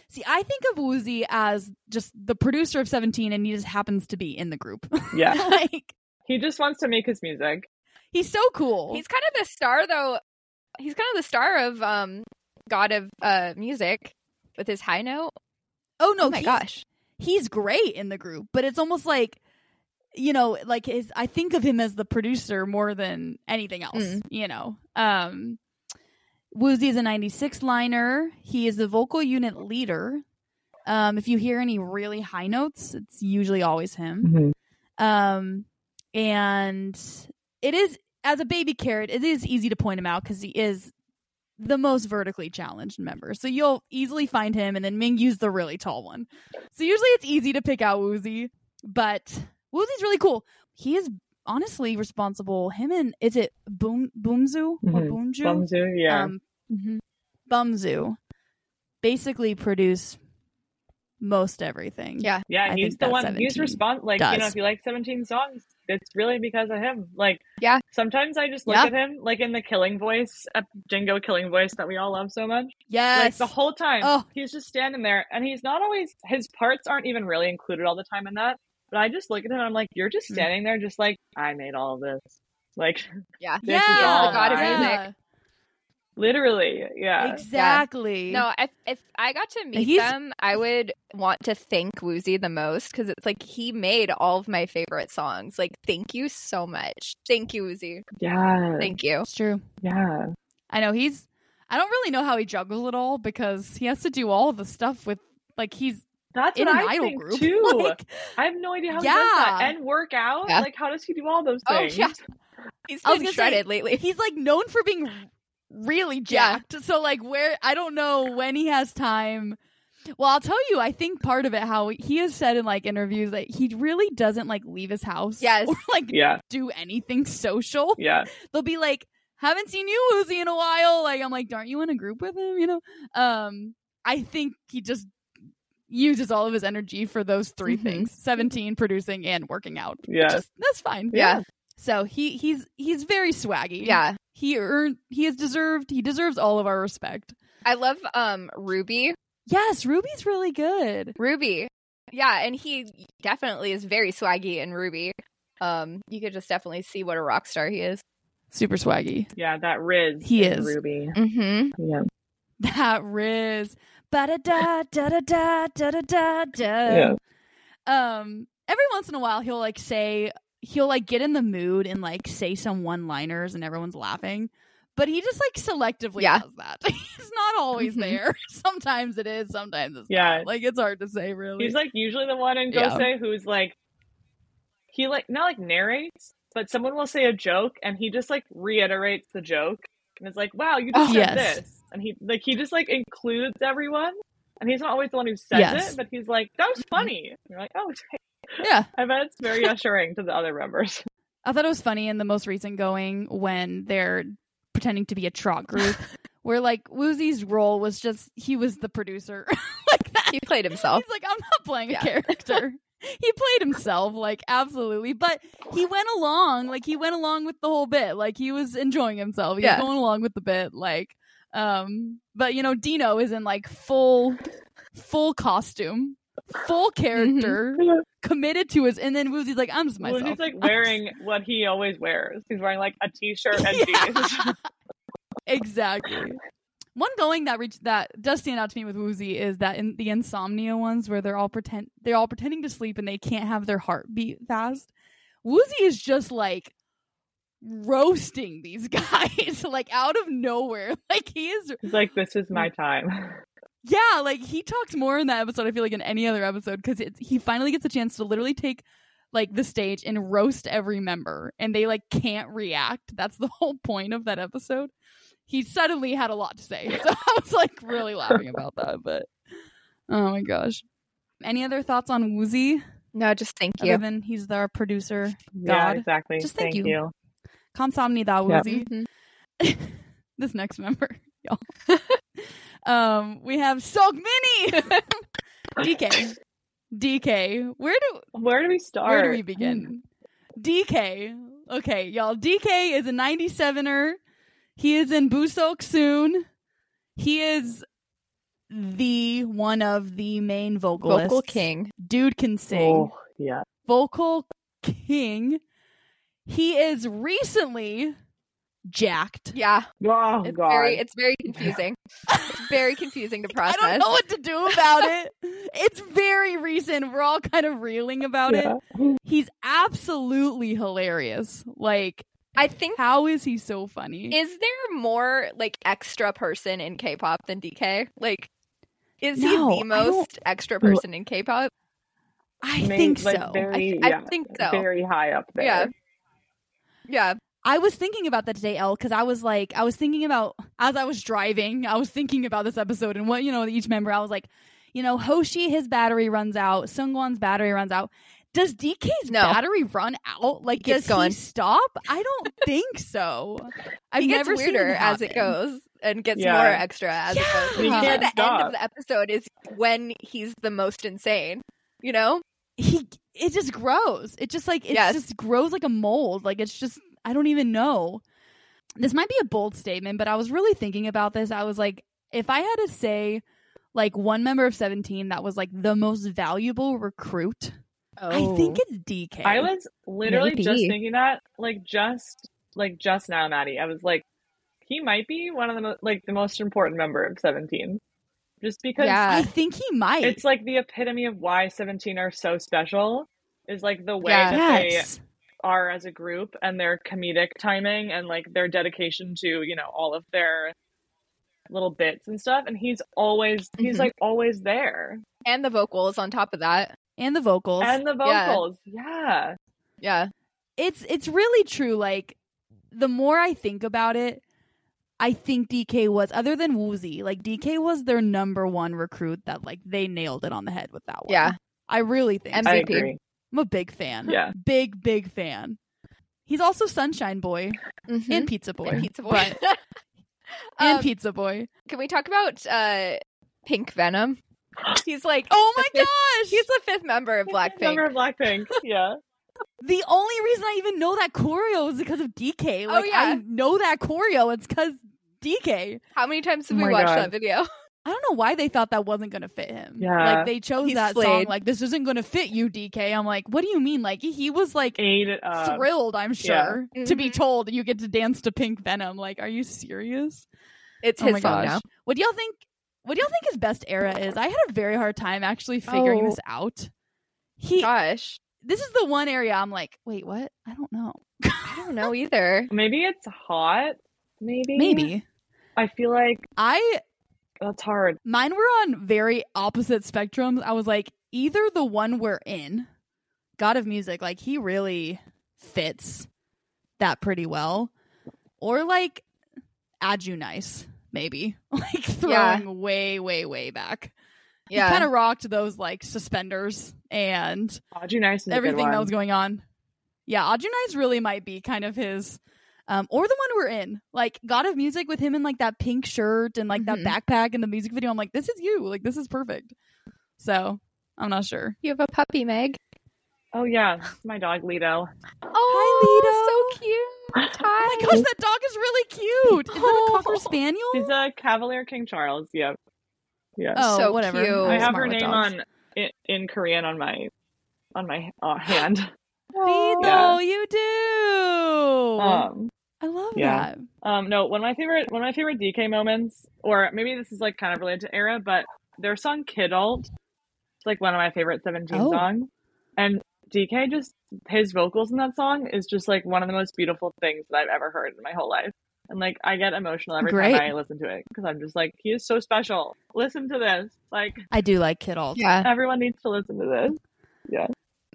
See, I think of Woozy as just the producer of 17 and he just happens to be in the group.
yeah.
like
He just wants to make his music.
he's so cool.
He's kind of the star though. He's kind of the star of um God of uh music with his high note.
oh no,
oh my
he's
gosh.
he's great in the group, but it's almost like you know, like his I think of him as the producer more than anything else,
Mm.
you know. Um Woozy is a 96 liner. He is the vocal unit leader. Um if you hear any really high notes, it's usually always him. Um and it is as a baby carrot, it is easy to point him out cuz he is the most vertically challenged member. So you'll easily find him and then Mingyu's the really tall one. So usually it's easy to pick out Woozy, but Woozy's really cool. He is honestly responsible. Him and is it Boom Boomzu or
Mhm.
Boomju?
Bumzu, yeah.
Um, Bumzu basically produce most everything.
Yeah.
I
yeah, he's
think
the
that
one. He's
17
respond like you know
does.
if you like seventeen songs, it's really because of him. Like
Yeah.
sometimes I just look
Yeah.
at him like in the Killing Voice, uh, Dingo Killing Voice that we all love so much. Like
Yes.
the whole time,
Oh.
he's just standing there, and he's not always. His parts aren't even really included all the time in that. But I just look at him, and I'm like, you're just
Mm.
standing there, just like I made all of this. Like
Yeah.
this
yeah.
is all
the god of
mine.
music.
yeah.
Literally, yeah.
Exactly.
No, if if I got to meet
He's-
them, I would want to thank Woozy the most because it's like he made all of my favorite songs. Like, thank you so much. Thank you, Woozy.
Yeah,
Thank you.
It's true.
yeah.
I know he's I don't really know how he juggles it all because he has to do all the stuff with like he's
That's
in
what
an
I
idol
think
group.
too.
Like,
I have no idea how he does that
Yeah.
and work out.
Yeah.
Like, how does he do all those
Oh,
things?
yeah. He's
I was
been
gonna say-
shredded lately.
he's like known for being really
Yeah.
jacked. So like where I don't know when he has time. Well, I'll tell you, I think part of it how he has said in like interviews that he really doesn't like leave his house
Yes.
or like
Yeah,
do anything social.
yeah.
They'll be like, "Haven't seen you Woozy in a while." Like I'm like, "Aren't you in a group with him?" You know. Um I think he just uses all of his energy for those 3
Mhm.
things: 17 producing and working out.
Yeah.
Just- that's fine.
Yeah.
So he he's he's very swaggy
Yeah.
he earned he has deserved he deserves all of our respect
I love um Ruby.
yes ruby's really good
Ruby. Yeah, and he definitely is very swaggy in Ruby. Um, you could just definitely see what a rock star he is.
super swaggy
Yeah, that Riz.
He
and
is.
Ruby.
Mm-hmm.
Yeah.
that riz da da da da da da da da
Yeah.
um every once in a while he'll like say he'll like get in the mood and like say some one liners and everyone's laughing but he just like selectively
Yeah.
does that. He's not always
Mhm.
there. Sometimes it is, sometimes it's
Yeah.
not. Like it's hard to say really.
He's like usually the one in
Yeah.
Gosei who's like he like not like narrates, but someone will say a joke and he just like reiterates the joke and it's like, Wow, you just
Oh,
said
yes.
this and he like he just like includes everyone and he's not always the one who says
Yes. Mm-hmm.
it, but he's like, That was funny and you're like, Oh thank-"
yeah.
I bet it's very assuring to the other members.
I thought it was funny in the most recent going when they're pretending to be a trot group, where like Woozy's role was just he was the producer, like that.
He played himself.
He's like, I'm not playing
Yeah.
a character. he played himself, like absolutely, but he went along, like he went along with the whole bit, like he was enjoying himself. He
Yeah.
was going along with the bit, like, um, but you know, Dino is in like full, full costume, full
Mm-hmm.
character,
Yeah.
committed to his, and then Woozy's like, I'm just
Well,
myself.
he's like
I'm just-
wearing what he always wears. He's wearing like a t shirt and jeans.
Yeah. exactly. One going that reach that does stand out to me with Woozy is that in the insomnia ones where they're all pretend they're all pretending to sleep and they can't have their heart beat fast. Woozy is just like roasting these guys like out of nowhere. Like he is
He's like, This is my time.
yeah, like he talks more in that episode. I feel like in any other episode because he finally gets a chance to literally take like the stage and roast every member, and they like can't react. That's the whole point of that episode. He suddenly had a lot to say, so I was like really laughing about that. But oh my gosh, any other thoughts on Woozy
No, just thank
other
you.
than he's our producer?
Yeah,
God.
exactly.
Just thank you. Komsomnida,
Yeah.
Woozy.
Mm-hmm.
this next member, y'all. um, we have Sogmini, DK, DK. Where do
Where do we start? Mm.
where do we begin? DK. Okay, y'all. DK is a 97er. He is in Busok soon. He is the one of the main vocalists.
Vocal king.
Dude can sing
Oh, yeah.
vocal king. He is recently jacked.
Yeah.
Oh,
It's
God.
very it's very confusing. it's very confusing to process.
I don't know what to do about it. it's very recent. We're all kind of reeling about it. He's absolutely hilarious. Like,
I think
how is he so funny?
is there more like extra person in K-pop than DK? Like is
No,
he the
I don't-
most extra person in K-pop?
I
Made,
think
like,
so.
Very,
I
yeah,
think so.
Very high up there.
Yeah. Yeah.
I was thinking about that today, Elle, because I was like, I was thinking about as I was driving, I was thinking about this episode and what you know each member. I was like, you know, Hoshi, his battery runs out. Sungwon's battery runs out. Does DK's
No.
battery run out? Like,
Keeps
does
going.
he stop? I don't think so. I've
he gets
never seen
weirder
it
as it
happen.
goes and gets
Yeah.
more extra as
Yeah.
it goes.
You
Usually
can't
the end
stop.
of the episode is when he's the most insane. You know?
He, it just grows. It just like it
Yes.
just grows like a mold. Like it's just I don't even know. This might be a bold statement, but I was really thinking about this. I was like, if I had to say like one member of 17 that was like the most valuable recruit, I
Oh.
Oh.
think it's DK.
I was literally just
Maybe.
thinking that, like, just like just now, Maddie. I was like, he might be one of the mo- like the most important member of Seventeen, just because
Yeah.
I think he might.
it's like the epitome of why Seventeen are so special. Is like the way
Yeah.
that they
yes.
are as a group and their comedic timing and like their dedication to you know all of their little bits and stuff and he's always he's
Mm-hmm.
Mhm.
like always there
and the vocals on top of that.
And the vocals.
and the
Yeah.
vocals yeah
Yeah.
it's it's really true like the more i think about it i think dk was other than woozy like dk was their number one recruit that like they nailed it on the head with that one
Yeah.
i really think
And-
so.
i
MVP.
agree
i'm a big fan
Yeah.
big big fan he's also sunshine boy
Mhm.
and pizza boy
And Pizza Boy.
Mm-hmm. but- and
Um,
pizza boy
Can we talk about uh Pink Venom? He's like
oh my
the fifth-
gosh
He's the fifth member of
Number
Blackpink.
of blackpink yeah
the only reason i even know that choreo is because of dk
Oh,
like i
yeah.
know that choreo it's because dk
How many times have
Oh
we
my
watched
God.
that video?
I don't know why they thought that wasn't going to fit him.
Yeah.
Like they chose
He
that song
slayed.
like this isn't going to fit you DK. I'm like, what do you mean? Like he was like
ate it up
thrilled, I'm sure, to be
Mhm.
told you get to dance to Pink Venom. Like are you serious?
It's
oh
his
my
song
gosh.
now.
What do y'all think what do y'all think his best era is? I had a very hard time actually figuring
Oh.
this out. He
Gosh,
this is the one area I'm like, wait, what? I don't know.
I don't know either.
maybe it's hot maybe.
Maybe.
I feel like
I
that's hard.
mine were on very opposite spectrums. I was like either the one we're in, God of Music, like he really fits that pretty well, or like Adju Nice, maybe like
Yeah.
throwing way, way, way back.
Yeah.
He kind of rocked those like suspenders and
Audrey Nice is a good
everything
one.
that was going on. Yeah, Ajunai's really might be kind of his um or the one we're in. Like God of Music with him in like that pink shirt and like
Mhm.
that backpack in the music video. I'm like, this is you. Like this is perfect. So I'm not sure.
you have a puppy, Meg.
oh yeah, my dog Lido.
Oh, so cute. Hi.
Oh my gosh, that dog is really cute. Is that a cocker
Oh.
spaniel?
He's a Cavalier King Charles. Yep. Yeah.
oh,
So
whatever.
cute.
I have
Smart
her
with
name
dogs.
on in, in Korean on my on my uh, hand.
Beto, Oh,
Yeah.
you do.
Um,
I love
yeah.
that.
um, no, one of my favorite one of my favorite DK moments, or maybe this is like kind of related to era, but their song "Kidult," it's like one of my favorite Seventeen
Oh.
songs, and DK just his vocals in that song is just like one of the most beautiful things that I've ever heard in my whole life. And like I get emotional every
Great.
time I listen to it because I'm just like he is so special. Listen to this, like
I do like Kiddle.
Yeah.
everyone needs to listen to this.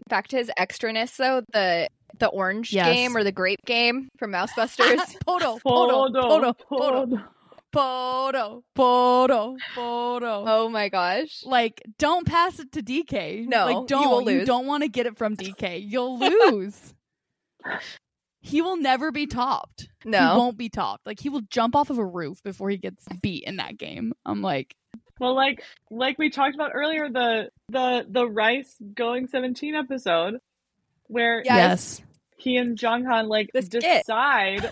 Back to his extraness though, the the orange
Yes.
game or the grape game from Mousebusters.
Poto, poto, poto, poto,
Hold on.
poto, poto, poto.
oh my gosh.
like don't pass it to DK.
No, you
like
will
don't.
lose.
don't want to get it from DK. You'll lose. he will never be topped. He
No.
won't be topped. Like he will jump off of a roof before he gets beat in that game. I'm like,
Well, like like we talked about earlier, the the the Rice going seventeen episode, where
Yeah.
yes,
Yes.
he and Jung Han like
The skit.
decide,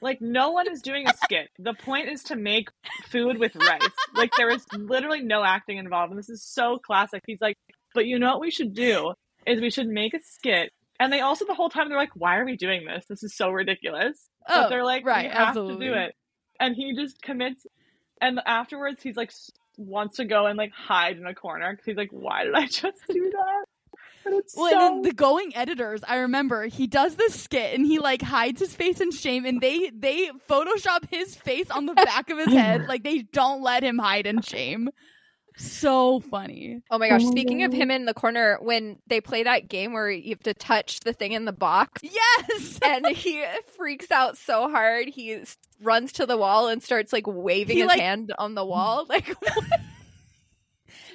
like no one is doing a skit. The point is to make food with rice. like there is literally no acting involved, and this is so classic. He's like, but you know what we should do is we should make a skit. And they also the whole time they're like, why are we doing this? This is so ridiculous
oh,
but they're like,
right,
you have
absolutely.
to do it. And he just commits. And afterwards, he's like, s- wants to go and like hide in a corner because he's like, why did I just do that? And it's
Well,
so.
and then the going editors, I remember he does this skit and he like hides his face in shame, and they they Photoshop his face on the back of his head, like they don't let him hide in shame. So funny.
Oh my gosh.
Oh my
Speaking of
God.
him in the corner, when they play that game where you have to touch the thing in the box
Yes.
and he freaks out so hard he s- runs to the wall and starts like waving
He,
his
like-
hand on the wall. Like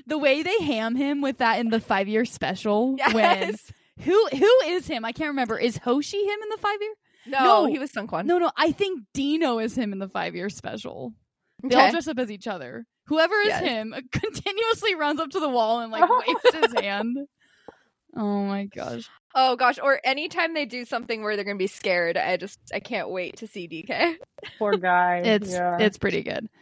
the way they ham him with that in the five year special
yes.
when who who is him? I can't remember. Is Hoshi him in the five year?
No,
No.
he was Sunkwon.
No, no. I think Dino is him in the five year special. They all
Okay.
dress up as each other. Whoever is
Yes.
him continuously runs up to the wall and like waves his hand. Oh my gosh.
Oh gosh, or anytime they do something where they're gonna be scared, I just I can't wait to see DK.
poor guy.
It's
yeah.
it's pretty good.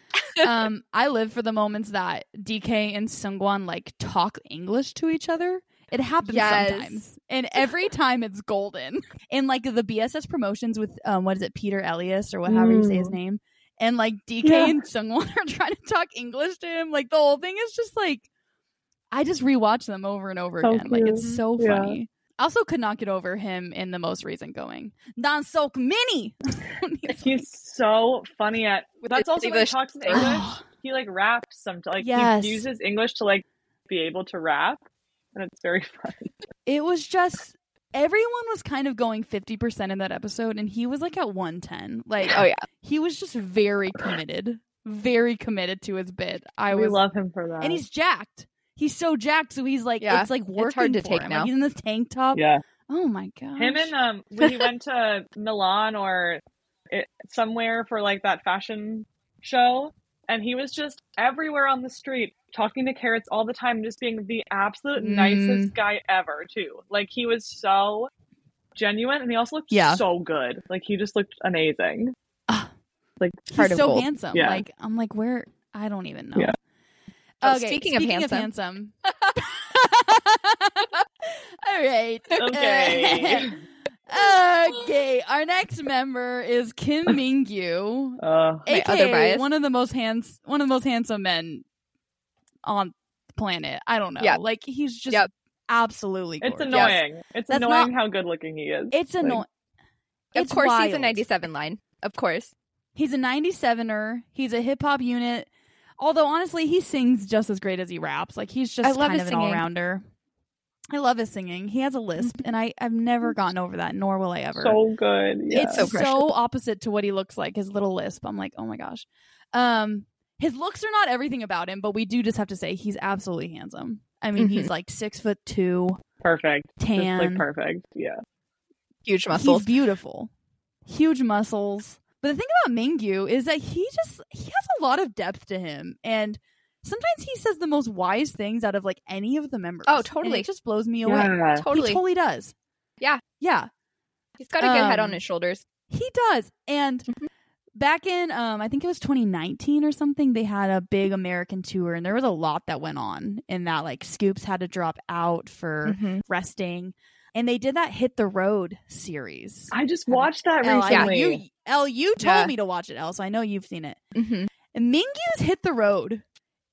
Um I live for the moments that DK and Sungwon like talk English to each other. It happens
Yes.
sometimes. And every time it's golden. And like the BSS promotions with um what is it, Peter Elias or whatever you say his
Mm.
name. And like DK
Yeah.
and Sungwon are trying to talk English to him. Like the whole thing is just like I just rewatch them over and over
So
again. Like it's
cute.
so
Yeah.
funny. I also could not get over him in the most recent going. Non Sok Mini.
he's so funny at.
With
That's
his
also when he
English.
talks in English. he like raps sometimes. Like
Yes.
he uses English to like be able to rap, and it's very fun.
it was just everyone was kind of going 50% in that episode and he was like at 110 like
Oh yeah.
he was just very committed very committed to his bit i
we
was
love him for that.
and he's jacked he's so jacked so he's like
Yeah,
it's like working
hard to
for
take
him.
now.
Like, he's in this tank top
yeah.
oh my god
Him and um, when he went to Milan or it, somewhere for like that fashion show, and he was just everywhere on the street talking to carrots all the time, just being the absolute
Mm.
nicest guy ever. Too like he was so genuine, and he also looked
Yeah.
so good. Like he just looked amazing.
Ah.
like
he's
Heart
so
of gold.
handsome
Yeah.
like i'm like where i don't even know
Yeah.
Oh,
okay
speaking of
handsome all right
okay.
okay our next member is kim mingyu
uh,
My
AKA
other bias.
one of the most hands one of the most handsome men on the planet. I don't know.
Yeah.
Like he's just
Yep.
absolutely
it's
gorgeous.
annoying. It's
That's
annoying how good looking he is.
It's
Like,
annoying.
Of course he's a ninety seven line. Of course.
He's a 97er. He's a hip hop unit. Although honestly, he sings just as great as he raps. Like he's just
I love
kind
his
of an
singing. Mm-hmm.
all rounder. I love his singing. He has a lisp, and I I've never gotten over that, nor will I ever.
So good. Yeah.
It's
So
so,
precious.
opposite to what he looks like. His little lisp. I'm like, oh my gosh. Um, his looks are not everything about him, but we do just have to say he's absolutely handsome. I mean,
Mhm.
he's like six foot two,
perfect. Just
tan.
like perfect. Yeah.
Huge muscles.
He's beautiful. Huge muscles. But the thing about Mingyu is that he just he has a lot of depth to him and sometimes he says the most wise things out of like any of the members.
Oh,
and
totally.
it just blows me away.
Yeah.
totally.
He totally does.
Yeah.
Yeah.
He's got a good head
Um,
on his shoulders.
He does. And back in um I think it was 2019 or something, they had a big American tour and there was a lot that went on in that like Scoops had to drop out for
Mm-hmm.
resting. And they did that hit the road series.
I just watched that
Elle, I-
recently.
you, Elle, you told
Yeah.
me to watch it, Elle, so I know you've seen it.
Mhm.
And Mingyu's Hit the Road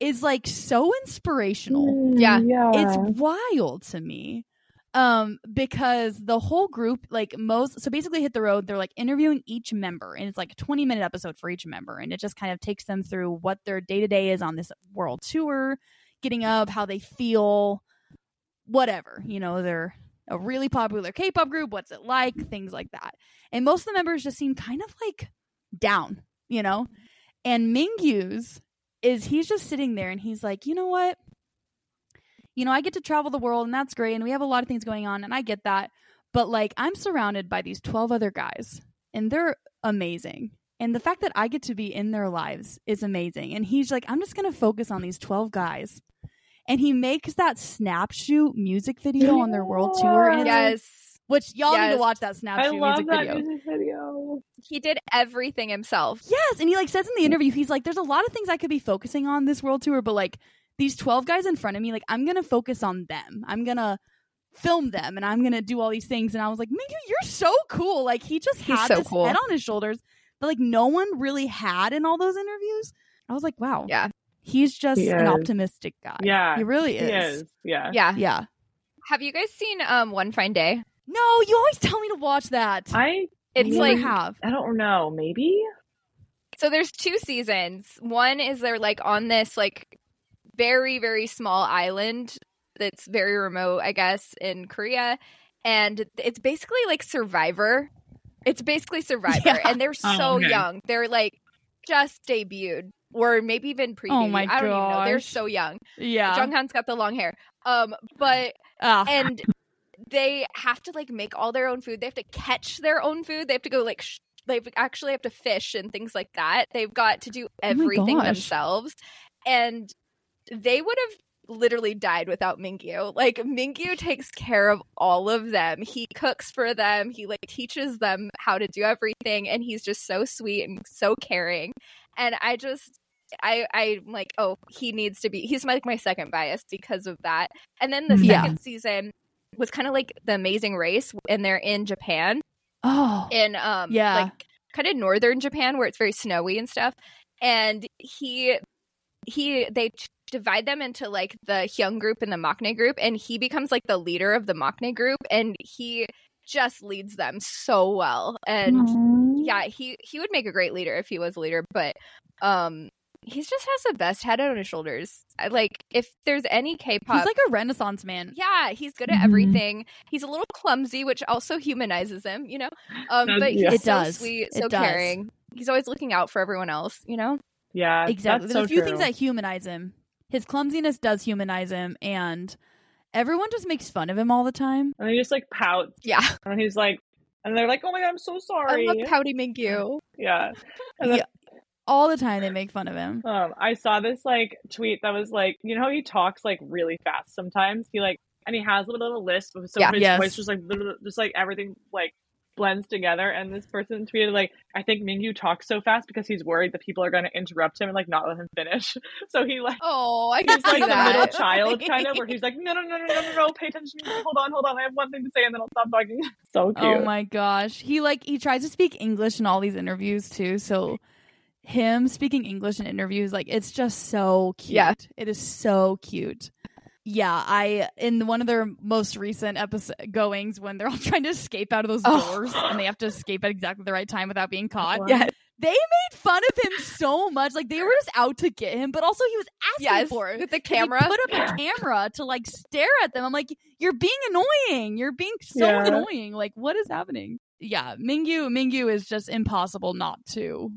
is like so inspirational.
Mm,
Yeah.
Yeah.
It's wild to me. Um, because the whole group, like most, so basically Hit the Road, they're like interviewing each member, and it's like a 20 minute episode for each member, and it just kind of takes them through what their day to day is on this world tour, getting up, how they feel, whatever. You know, they're a really popular K pop group, what's it like, things like that. And most of the members just seem kind of like down, you know? And Mingyu's is he's just sitting there and he's like, you know what? You know, I get to travel the world and that's great. And we have a lot of things going on and I get that. But like, I'm surrounded by these 12 other guys and they're amazing. And the fact that I get to be in their lives is amazing. And he's like, I'm just going to focus on these 12 guys. And he makes that snapshoot music video on their world tour. And it's
Yes.
which y'all need
Yes.
to watch that
I
Snapchat
love
music
that
video.
music video.
He did everything himself.
Yes, and he like says in the interview, he's like, "There's a lot of things I could be focusing on this world tour, but like these twelve guys in front of me, like I'm gonna focus on them. I'm gonna film them, and I'm gonna do all these things." And I was like, "Mingyu, you're so cool!" Like he just
He's
had
so
this
cool.
head on his shoulders that like no one really had in all those interviews. I was like, "Wow,
Yeah.
he's just
He
an
is.
optimistic guy.
Yeah.
Uh, he really
He is. Yeah.
Yeah.
Yeah.
Have you guys seen um One Fine Day?
No, you always tell me to watch that.
I
It's
You
Yeah.
never
like
have.
I don't know. Maybe.
so there's two seasons. One is they're like on this like very very small island that's very remote, I guess, in Korea, and it's basically like Survivor. It's basically Survivor,
Yeah.
and they're so
okay.
young. They're like just debuted, or maybe even pre.
Oh my
I don't even know. They're
gosh.
so young.
Yeah.
Jung Han's got the long hair. Um, but
Ah.
and they have to like make all their own food. They have to catch their own food. They have to go like sh- they actually have to fish and things like that. They've got to do everything
gosh.
themselves, and they would have literally died without Mingyu. Like Mingyu takes care of all of them. He cooks for them. He like teaches them how to do everything, and he's just so sweet and so caring. And I just. I I'm like oh he needs to be he's like my second bias because of that and then the
Yeah.
second season was kind of like the Amazing Race, and they're in Japan,
oh.
in um,
Yeah.
like kind of northern Japan where it's very snowy and stuff. And he, he, they t- divide them into like the Hyung group and the Makne group, and he becomes like the leader of the Makne group, and he just leads them so well. And yeah, he he would make a great leader if he was a leader, but um. He just has the best head on his shoulders. I, like, if there's any K-pop,
He's like a renaissance man.
yeah, he's good at
Mm-hmm.
Mhm.
everything. He's a little clumsy, which also humanizes him, you know. Um,
Does-
but he's
yeah.
It
so
does.
sweet,
It
so
does.
caring. He's always looking out for everyone else, you know.
Yeah.
Exactly.
That's
There's
so
a few
true.
things that humanize him. His clumsiness does humanize him, and everyone just makes fun of him all the time.
and they just like pout,
Yeah,
and he's like, and they're like, "Oh my god, I'm so
I
sorry."
love pouty Mingyu.
yeah.
All the time they make fun of him.
Um, I saw this like tweet that was like, you know how he talks like really fast sometimes. He like and he has a little lisp, of- so
Yeah.
his
Yes.
voice just like little- just like everything like blends together. And this person tweeted like, I think Mingyu talks so fast because he's worried that people are going to interrupt him and like not let him finish. So he like.
Oh, I can
He's
see
like a little
that.
child, kind of, where he's like, no, no, no, no, no, no, no, pay attention. Hold on, hold on. I have one thing to say, and then I'll stop talking. So cute.
Oh my gosh. He like he tries to speak English in all these interviews too. So him speaking English in interviews, like it's just so cute.
Yeah.
It is so cute. Yeah, I in one of their most recent episode goings when they're all trying to escape out of those
Oh.
doors and they have to escape at exactly the right time without being caught.
Wow.
Yeah,
They made fun of him so much. Like they were just out to get him, but also he was asking
Yes,
for it.
with the
'Cause he
camera.
put up a camera to like stare at them. I'm like, you're being annoying. You're being so
Yeah.
annoying. Like, what is happening? Yeah, Mingyu, Mingyu is just impossible not to,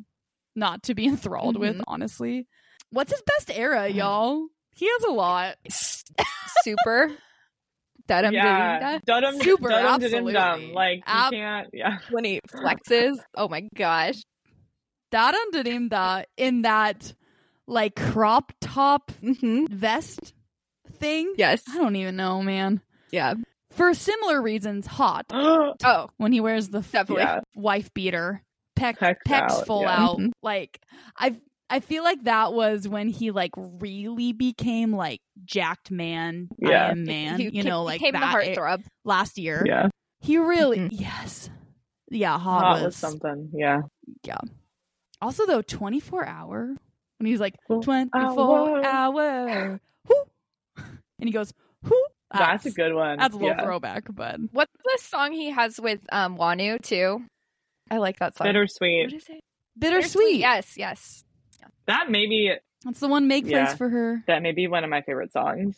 not to be enthralled
Mm-hmm.
with. Honestly, what's his best era,
Mm.
y'all? He has a lot.
Super. Dudum
yeah, dudum,
Super,
dudum, didum, dum.
absolutely.
Like you
Ab-
can't. Yeah,
When he flexes. Oh my gosh.
Da da da da in that like crop top
Mm-hmm.
vest thing.
Yes.
I don't even know, man.
Yeah.
For similar reasons, hot
Oh,
when he wears the f-
definitely.
yeah.
wife beater, peck
Pecs
pecs
out,
full
yeah.
out.
Mhm.
Like I I feel like that was when he like really became like jacked man,
Yeah.
I am man.
He
you
ca-
know, like
became
that
the
it-
heartthrob.
last year.
Yeah, Mm-hmm.
He really
Mhm.
yes, yeah. Hot,
hot
was,
was something. Yeah,
also though twenty four hour when he's like
Well,
twenty
hour.
four hour, whoo, and he goes whoo.
that's, a good one.
That's a little
yeah.
throwback, but
What's the song he has with um Wanu too? I like that song. What
bittersweet.
is it?
bittersweet.
Yes, yes.
That maybe
That's the one make
Yeah.
place for her.
that may be one of my favorite songs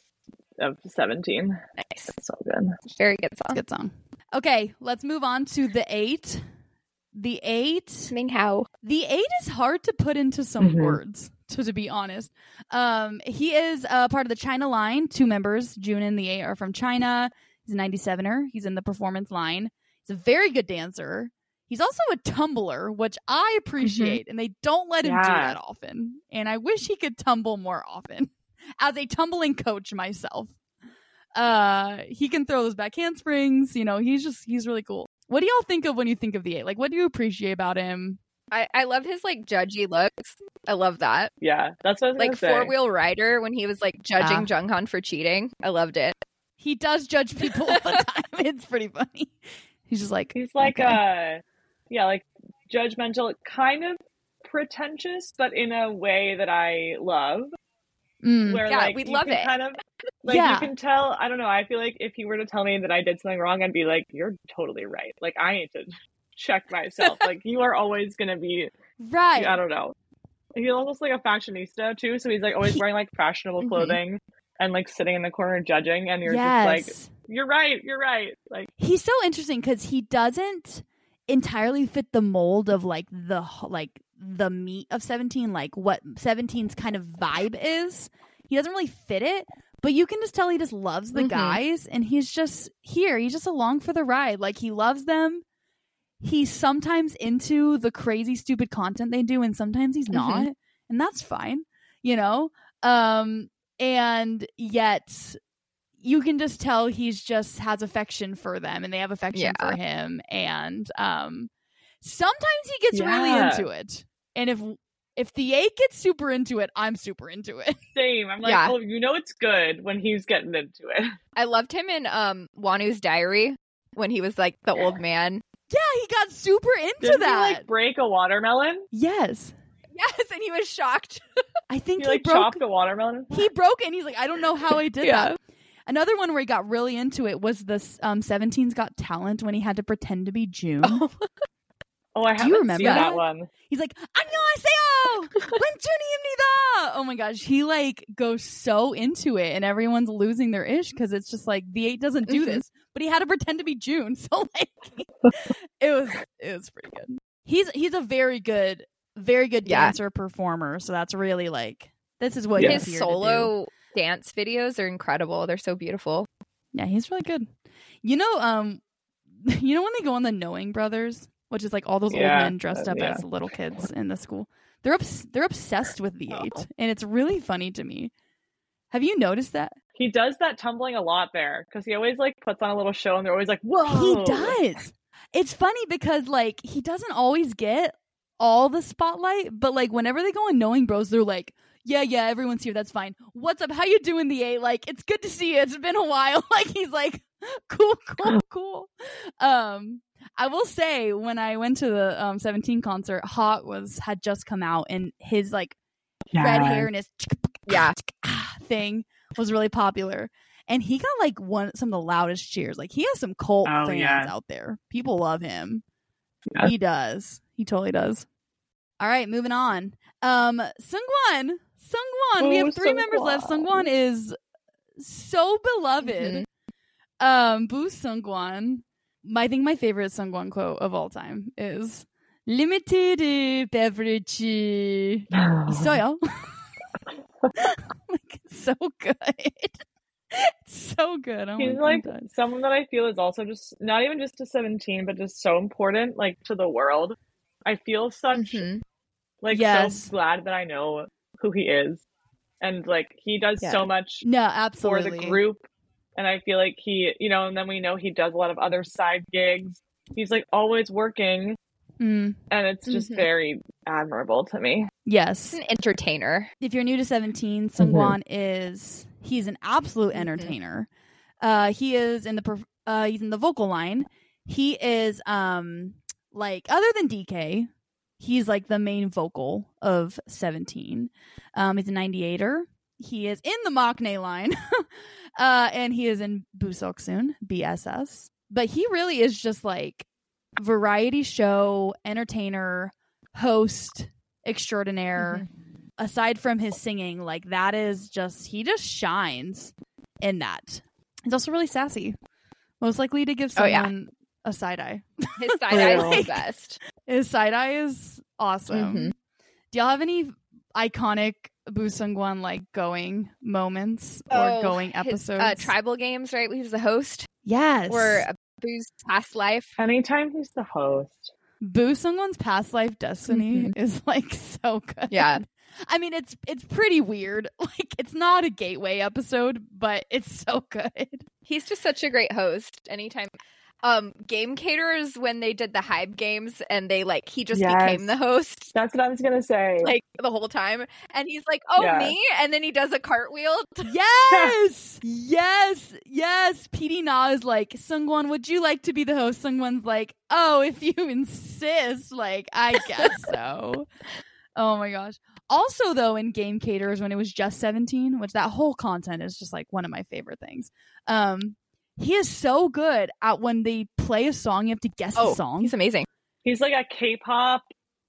of seventeen.
Nice.
It's so good.
Very good song.
Good song. Okay, let's move on to the eight. The eight.
Ming Hao.
The eight is hard to put into some
Mhm.
words, to, to be honest. Um, he is uh, part of the China line. Two members, June and the eight, are from China. He's a 97er. He's in the performance line. He's a very good dancer. He's also a tumbler, which I appreciate, and they don't let him do
Yeah.
that often. And I wish he could tumble more often. As a tumbling coach myself, uh, he can throw those back handsprings. You know, he's just he's really cool. What do y'all think of when you think of the eight? Like, what do you appreciate about him?
I, I love his like judgy looks. I love that.
Yeah, that's what I was
Like
gonna say.
four wheel rider when he was like judging
Ah.
Jung Han for cheating. I loved it.
he does judge people all the time. It's pretty funny. He's just like
He's like
okay.
uh yeah, like judgmental, kind of pretentious, but in a way that I love.
Mm.
Where
Yeah,
like
we
you
love
can
it.
kind of like
Yeah.
you can tell I don't know, I feel like if he were to tell me that I did something wrong, I'd be like, You're totally right. Like I need to check myself. like you are always gonna be
right.
I don't know. He's almost like a fashionista too, so he's like always
He- Mm-hmm.
wearing like fashionable
Mhm.
clothing and like sitting in the corner judging and you're
yes,
just like, You're right, you're right. Like
he's so interesting because he doesn't entirely fit the mold of like the h- like the meat of seventeen, like what 17's kind of vibe is. He doesn't really fit it, but you can just tell he just loves the
Mhm.
guys, and he's just here. He's just along for the ride. Like he loves them. He's sometimes into the crazy, stupid content they do, and sometimes he's
Mhm.
not, and that's fine, you know. Um, and yet you can just tell he's just has affection for them, and they have affection
Yeah.
for him, and um, sometimes he gets
Yeah.
really into it, and if if the eight gets super into it, I'm super into it.
same. I'm like,
Yeah.
Oh, you know it's good when he's getting into it.
I loved him in um Wanu's diary when he was like the old man.
Yeah, he got super into
Didn't he,
that.
like break a watermelon?
yes,
Yes, and he was shocked.
I
He,
think he,
like
broke.
chopped a watermelon.
He broke it and he's like, I don't know how I did
Yeah.
that. Another one where he got really into it was this um, 17's Got Talent when he had to pretend to be June.
Oh.
Oh, I
Do
haven't
you
seen
remember
that,
that?
one.
He's like, 안녕하세요! when Junie Oh my gosh, he like goes so into it and everyone's losing their ish because it's just like the eight doesn't do
Mhm.
this, but he had to pretend to be June, so like it was it was pretty good. He's he's a very good, very good
Yeah.
dancer performer, so that's really like this is what
Yeah.
he's
His
here to do.
solo dance videos are incredible. They're so beautiful.
Yeah, he's really good. You know, um, you know when they go on the Knowing Brothers, which is like all those
Yeah,
old men dressed
uh,
up
yeah.
as little kids in the school. They're obs- they're obsessed with the
Oh.
eight, and it's really funny to me. Have you noticed that
He does that tumbling a lot there because he always like puts on a little show and they're always like, "Whoa!"
he does? It's funny because like he doesn't always get all the spotlight, but like whenever they go on Knowing Bros, they're like. Yeah, yeah, everyone's here. That's fine. What's up? How you doing, the eight? Like, it's good to see you. It's been a while. Like, he's like, cool, cool, cool. Um, I will say when I went to the um 17 concert, Hot was had just come out and his like red hair and his
Yeah.
thing was really popular. And he got like one some of the loudest cheers. Like he has some cult
Oh,
fans
yeah.
out there. People love him.
Yeah.
He does. He totally does. All right, moving on. Um, Sungwon, Sungwon. we
Oh,
have three members left.
Seungwon.
Sungwon is so beloved.
Mm-hmm.
Um, Boo Sungwon. My- I think my favorite Sungwon quote of all time is "Limited beverage 있어요."
Oh.
like it's so good. it's so good. Oh my
He's
God,
like
I'm done.
someone that I feel is also just not even just to 17, but just so important, like to the world. I feel such
Mhm.
like
Mm-hmm. Yes.
so glad that I know who he is, and like he does
Yeah.
so much
no,
for
absolutely
the group. And I feel like he, you know, and then we know he does a lot of other side gigs. He's like always working,
Mm,
and it's just
Mhm.
very admirable to me.
yes.
He's an entertainer.
if you're new to 17
Mhm.
sungwon is he's an absolute
Mhm.
entertainer uh he is in the perf- uh he's in the vocal line he is um like other than dk he's like the main vocal of 17 um he's a 98er he is in the Machne line uh and he is in busoksun bss but he really is just like variety show entertainer host
Mm-hmm.
extraordinaire aside from his singing, like that is just he just shines in that. He's also really sassy. Most likely to give
Oh,
someone
yeah.
a side eye.
His side eye is
Like-
the best.
His side eye is awesome.
Mhm.
Do y'all have any iconic Boo Sungwon like going moments or
Oh,
going
His,
episodes?
uh, tribal games, right? He was the host.
yes.
Or uh, Boo's past life.
Anytime he's the host,
Boo Sungwon's past life destiny
Mm-hmm.
is like so good.
Yeah.
I mean it's it's pretty weird. Like it's not a gateway episode, but it's so good.
He's just such a great host. Anytime. Um, game caterers when they did the Hybe games and they like he just became
Yes.
the host
that's what I was gonna say.
like the whole time and he's like oh
Yeah.
me and then he does a cartwheel
Yes, yes, yes. PD Na is like, Sungwon, would you like to be the host? Sungwon's like, oh, if you insist, like, I guess so. oh my gosh. Also, though, in Game Caterers, when it was just 17, which that whole content is just like one of my favorite things. Um, he is so good at when they play a song, you have to guess
oh
the song.
he's
He's,
amazing
he's like a K-pop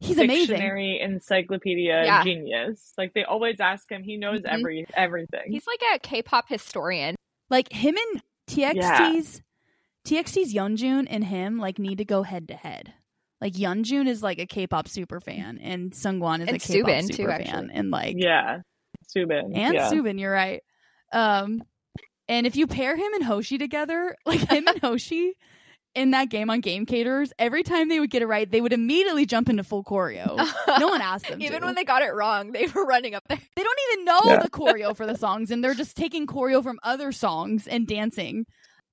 amazing.
dictionary encyclopedia
Yeah.
genius. Like they always ask him, he knows
Mhm.
Mm-hmm.
every everything.
he's like a k-pop historian
Like him and TXT's TXT's Yeonjun and him like need to go head to head. Like Yeonjun is like a K-pop super fan and Sungwon is
And
a K-pop
Subin, too,
super fan
actually.
and like
yeah, Subin.
and
yeah.
Subin, you're right. Um and if you pair him and Hoshi together, like him and Hoshi in that game on Game Caterers, every time they would get it right, they would immediately jump into full choreo. No one asked them.
even
to.
when they got it wrong they were running up there
They don't even know
Yeah.
the choreo for the songs, and they're just taking choreo from other songs and dancing.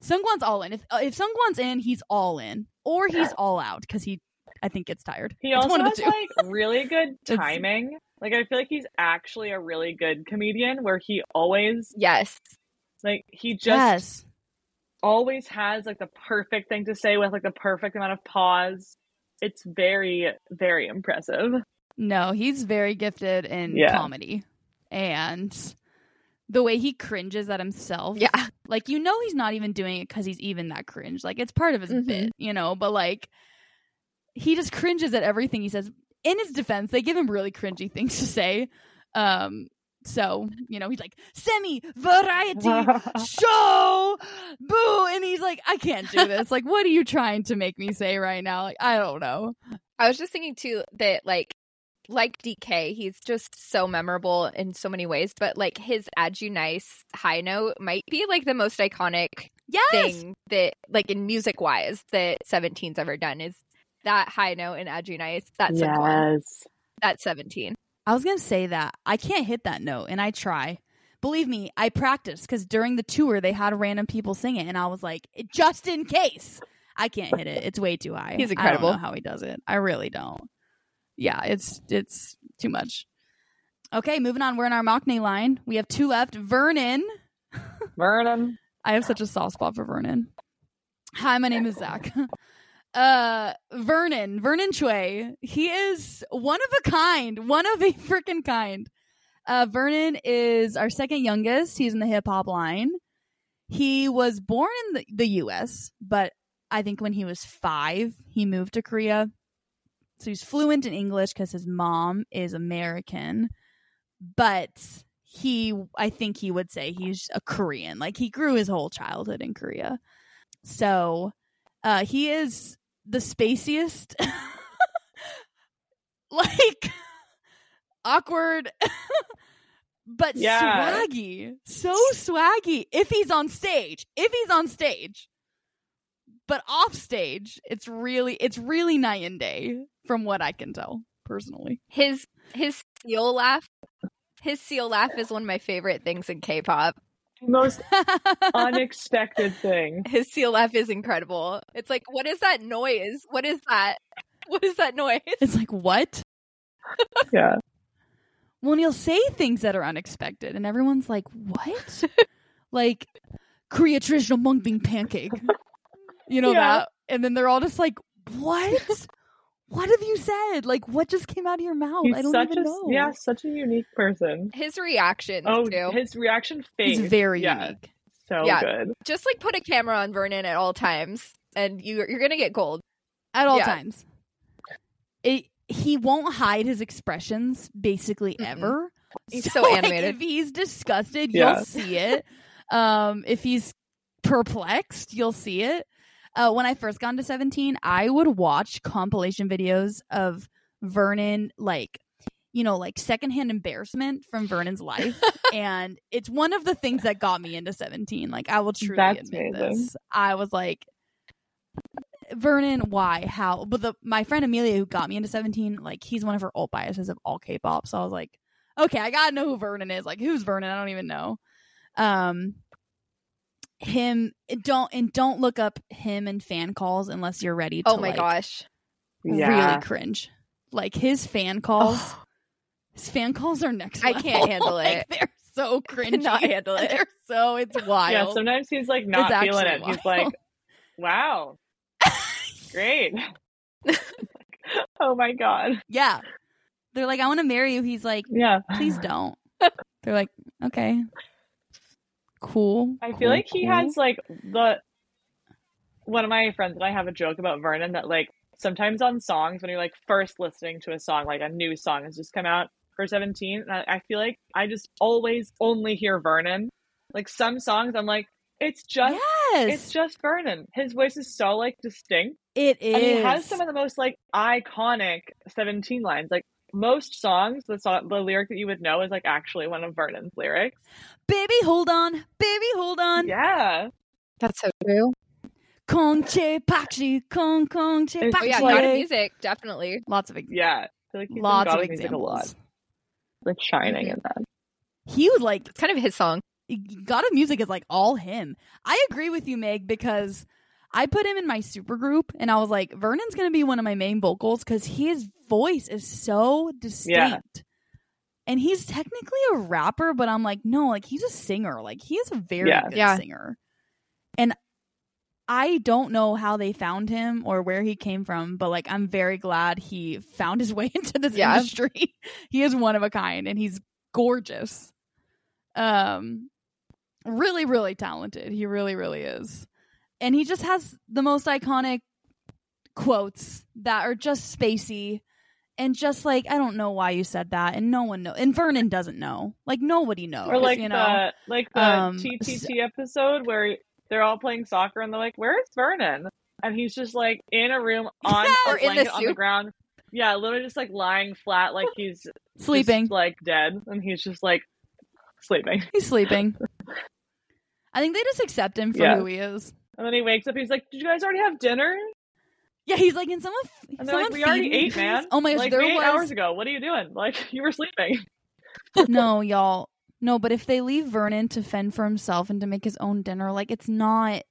Sungwon's all in. If uh, if Sungwon's in, he's all in, or he's all out because he, I think, gets tired.
He
It's
also
one of
has
the two.
like really good
It's-
timing. Like I feel like he's actually a really good comedian where he always
yes
like he just
yes,
always has like the perfect thing to say with like the perfect amount of pause. It's very very impressive.
no, he's very gifted in
Yeah.
comedy, and the way he cringes at himself.
yeah
like you know he's not even doing it because he's even that cringe like it's part of his
Mhm.
bit you know but like he just cringes at everything he says in his defense they give him really cringy things to say um so you know he's like semi variety show boo and he's like i can't do this like what are you trying to make me say right now like i don't know
I was just thinking too that like like DK, he's just so memorable in so many ways, but like his Adjunice high note might be like the most iconic
yes
thing that like in music wise that 17's ever done is that high note in Adjunice. That's yeah.
yes.
That's 17.
I was going to say that. I can't hit that note, and I try. Believe me, I practice because during the tour, they had random people sing it, and I was like, just in case. I can't hit it. It's way too high.
He's
I
incredible.
don't know how he does it. I really don't. Yeah, it's it's too much. Okay, moving on. We're in our Mockney line. We have two left. Vernon.
Vernon.
I have such a soft spot for Vernon. Hi, my name is Zach. Uh, Vernon, Vernon Chue. He is one of a kind, one of a freaking kind. Uh, Vernon is our second youngest. He's in the hip hop line. He was born in the, the U.S., but I think when he was five, he moved to Korea. So he's fluent in English because his mom is American, but he, I think he would say he's a Korean. Like he grew his whole childhood in Korea. So uh, he is the spaciest, like awkward, but
Yeah.
swaggy. So swaggy if he's on stage. If he's on stage. But off stage, it's really it's really night and day from what I can tell personally.
His his seal laugh, his seal laugh is one of my favorite things in K-pop.
Most unexpected thing.
His seal laugh is incredible. It's like, what is that noise? What is that? What is that noise?
it's like what?
Yeah.
Well, and he'll say things that are unexpected, and everyone's like, "What?" like Korea traditional mukbang pancake, you know
Yeah.
that? And then they're all just like, "What? what have you said? Like, what just came out of your mouth?
He's
I don't
such
even
a
know."
yeah, such a unique person.
His reaction
Oh,
too.
his reaction face.
he's very
yeah,
unique.
So
Yeah.
good.
Just like put a camera on Vernon at all times, and you you're gonna get gold.
at all
Yeah.
times. It, he won't hide his expressions basically
Mm-mm.
ever.
He's so
like,
animated.
if he's disgusted,
Yeah.
you'll see it. Um, if he's perplexed, you'll see it. Uh, when I first got into 17, I would watch compilation videos of Vernon, like, you know, like secondhand embarrassment from Vernon's life. and it's one of the things that got me into 17. Like, I will truly
That's
admit
amazing.
this. I was like, Vernon, why, how? But the my friend Amelia who got me into Seventeen, like he's one of her old biases of all K-pop. So I was like, okay, I gotta know who Vernon is. Like, who's Vernon? I don't even know. Um, him and don't and don't look up him and fan calls unless you're ready. To,
Oh my
like,
gosh.
Yeah.
really cringe. Like his fan calls,
Oh.
his fan calls are next.
I can't
level.
handle
Like,
it.
They're so cringy.
Cannot handle it.
They're so it's wild.
Yeah, sometimes he's like not
It's
feeling it.
actually
He's like,
wild.
wow, great. oh my God.
yeah, they're like, I want to marry you. He's like.
Yeah.
please don't. They're like, okay, cool.
I
cool,
feel like he
cool.
has like the one of my friends and I have a joke about Vernon that like sometimes on songs when you're like first listening to a song, like a new song has just come out for seventeen, and I, I feel like I just always only hear Vernon. Like some songs, I'm like, it's just
yes,
it's just Vernon. His voice is so like distinct,
it is.
and he has some of the most like iconic seventeen lines, like. Most songs, the song, the lyric that you would know is like actually one of Vernon's lyrics.
baby, hold on, baby, hold on.
Yeah,
That's so true.
Kong che pakshi, kong kong che
It's
Oh yeah,
Actually-
God of
pakshi.
Music, definitely.
Lots of examples.
yeah. I feel like he's in
Lots
God
of
of Music a lot.
examples.
the shining in that.
He was like,
It's kind of his song.
God of Music is like all him. I agree with you, Meg, because I put him in my super group and I was like, Vernon's going to be one of my main vocals because his voice is so distinct. And he's technically a rapper, but I'm like, no, like he's a singer. Like he is a very
Yeah.
good
Yeah.
singer. And I don't know how they found him or where he came from, but like I'm very glad he found his way into this
Yeah.
industry. he is one of a kind and he's gorgeous. Um really really talented. He really really is. And he just has the most iconic quotes that are just spacey and just like I don't know why you said that and no one know and Vernon doesn't know. Like nobody knows,
Or like
Oh,
uh,
you know.
the like the
Um,
TTT episode where they're all playing soccer and they're like, "Where's Vernon?" And he's just like in a room on
Yeah,
a
or in the
blanket on the
soup.
ground. Yeah, literally just like lying flat, like he's just,
sleeping.
like dead, and he's just like sleeping.
He's sleeping. I think they just accept him for
Yeah.
who he is.
And then he wakes up. He's like, "Did you guys already have dinner?"
Yeah, he's like, and someone,
And they're
someone
like, "We already
feed me,
ate,
please?"
man."
Oh my gosh,
like
there
we ate
was
hours ago. What are you doing? Like you were sleeping.
no, y'all, no. But if they leave Vernon to fend for himself and to make his own dinner, like it's not,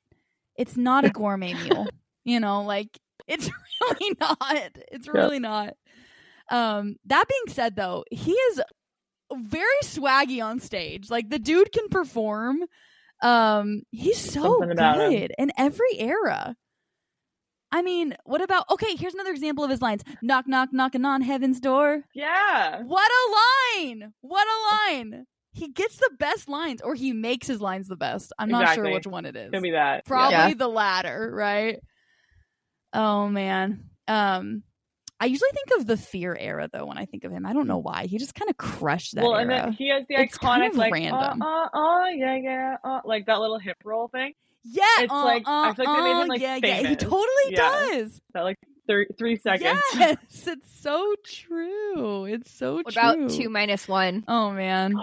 it's not a gourmet meal. You know, like it's really not. It's really not. Um, that being said, though, he is very swaggy on stage. Like the dude can perform. Um, he's so
Something about him.
good in every era. I mean, what about okay? Here's another example of his lines: "Knock, knock, knocking on heaven's door."
Yeah,
What a line! What a line! He gets the best lines, or he makes his lines the best. I'm not
Exactly.
sure which one it is.
could be that.
Probably
Yeah.
the latter, right? Oh man. Um, I usually think of the Fear era though when I think of him. I don't know why. He just kind of crushed that
well,
era.
and then he has the
It's
iconic
kind of
like
random.
uh, uh, uh, yeah, yeah, uh, like that little hip roll thing.
yeah, uh,
it's like- I feel like they made him, like,
yeah, yeah. He
famous.
totally
Yeah.
does.
That like thir- three seconds.
Yes, it's so true. It's so
What
true.
about two minus one?
Oh man,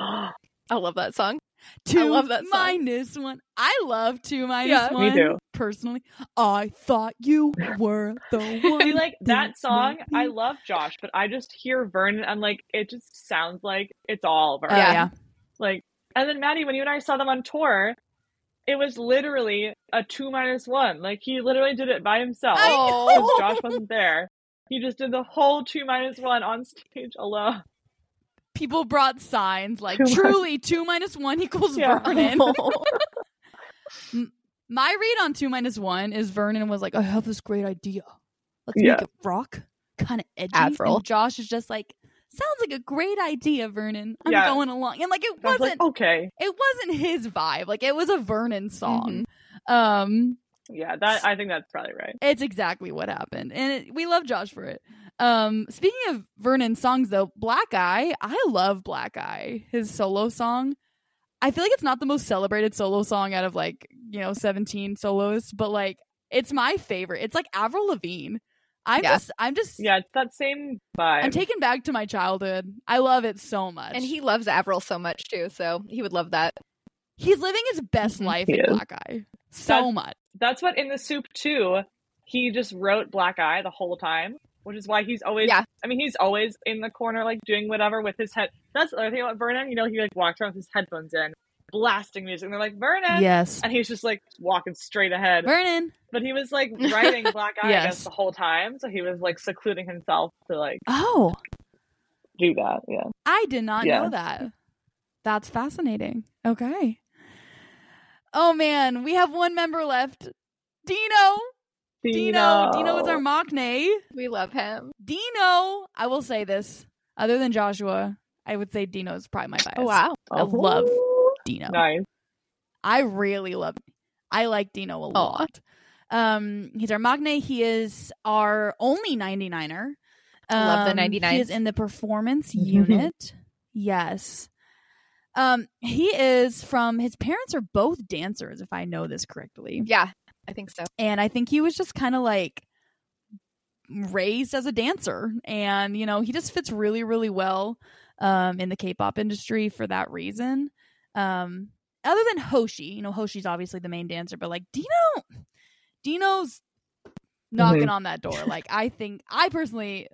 I love that song.
two
love that song.
minus one. I love two minus
Yeah.
one.
Me too.
Personally, I thought you were the one.
See, like that song,
made
I
me-
love Josh, but I just hear Vernon. I'm like, it just sounds like it's all
Oh,
Vernon.
yeah.
Yeah.
Like, and then Maddie, when you and I saw them on tour, it was literally a two minus one. Like he literally did it by himself
I
Oh.
know.
because Josh wasn't there. He just did the whole two minus one on stage alone.
People brought signs like
Two minus-
truly two minus one equals
Yeah.
Vernon. My read on two minus one is Vernon was like, I have this great idea. Let's
Yeah.
make it rock, kind of edgy.
Avril.
And Josh is just like, sounds like a great idea, Vernon. I'm
Yeah.
going along. And like it
I was
wasn't
like, oh. okay,
it wasn't his vibe. Like it was a Vernon song. Um
yeah, that I think that's probably right.
it's exactly what happened. And it, we love Josh for it. Um speaking of Vernon songs though, Black Eye, I love Black Eye, his solo song. I feel like it's not the most celebrated solo song out of like, you know, 17 solos, but like it's my favorite. It's like Avril Lavigne. I'm
Yeah.
just I'm just
Yeah, it's that same vibe.
I'm taken back to my childhood. I love it so much.
and he loves Avril so much too, so he would love that.
he's living his best life
Mm-hmm. He
in
is.
Black Eye. So much.
That's what in the soup too. He just wrote black eye the whole time, which is why he's always.
Yeah.
I mean, he's always in the corner, like doing whatever with his head. That's the other thing about Vernon. You know, he like walks around with his headphones in, blasting music. And they're like Vernon,
Yes.
and he's just like walking straight ahead.
Vernon.
But he was like writing black eye I
Yes.
guess, the whole time, so he was like secluding himself to like
Oh,
do that. Yeah,
I did not know
Yeah.
that. That's fascinating. Okay. Oh man, we have one member left. Dino. Dino. Dino is our mock nay.
We love him.
Dino. I will say this. Other than Joshua, I would say Dino is probably my bias.
Oh wow.
I love Dino.
Nice.
I really love. I like Dino a lot. Um, he's our Magne. He is our only 99er.
Love the
Um,
Mm-hmm. 99s.
He is in the performance unit. Yes. Um, he is from his parents are both dancers, if I know this correctly.
Yeah, I think so.
And I think he was just kind of like raised as a dancer. And, you know, he just fits really, really well um, in the K pop industry for that reason. Um, other than Hoshi, you know, Hoshi's obviously the main dancer, but like Dino, Dino's knocking on that door. Like, I think, I personally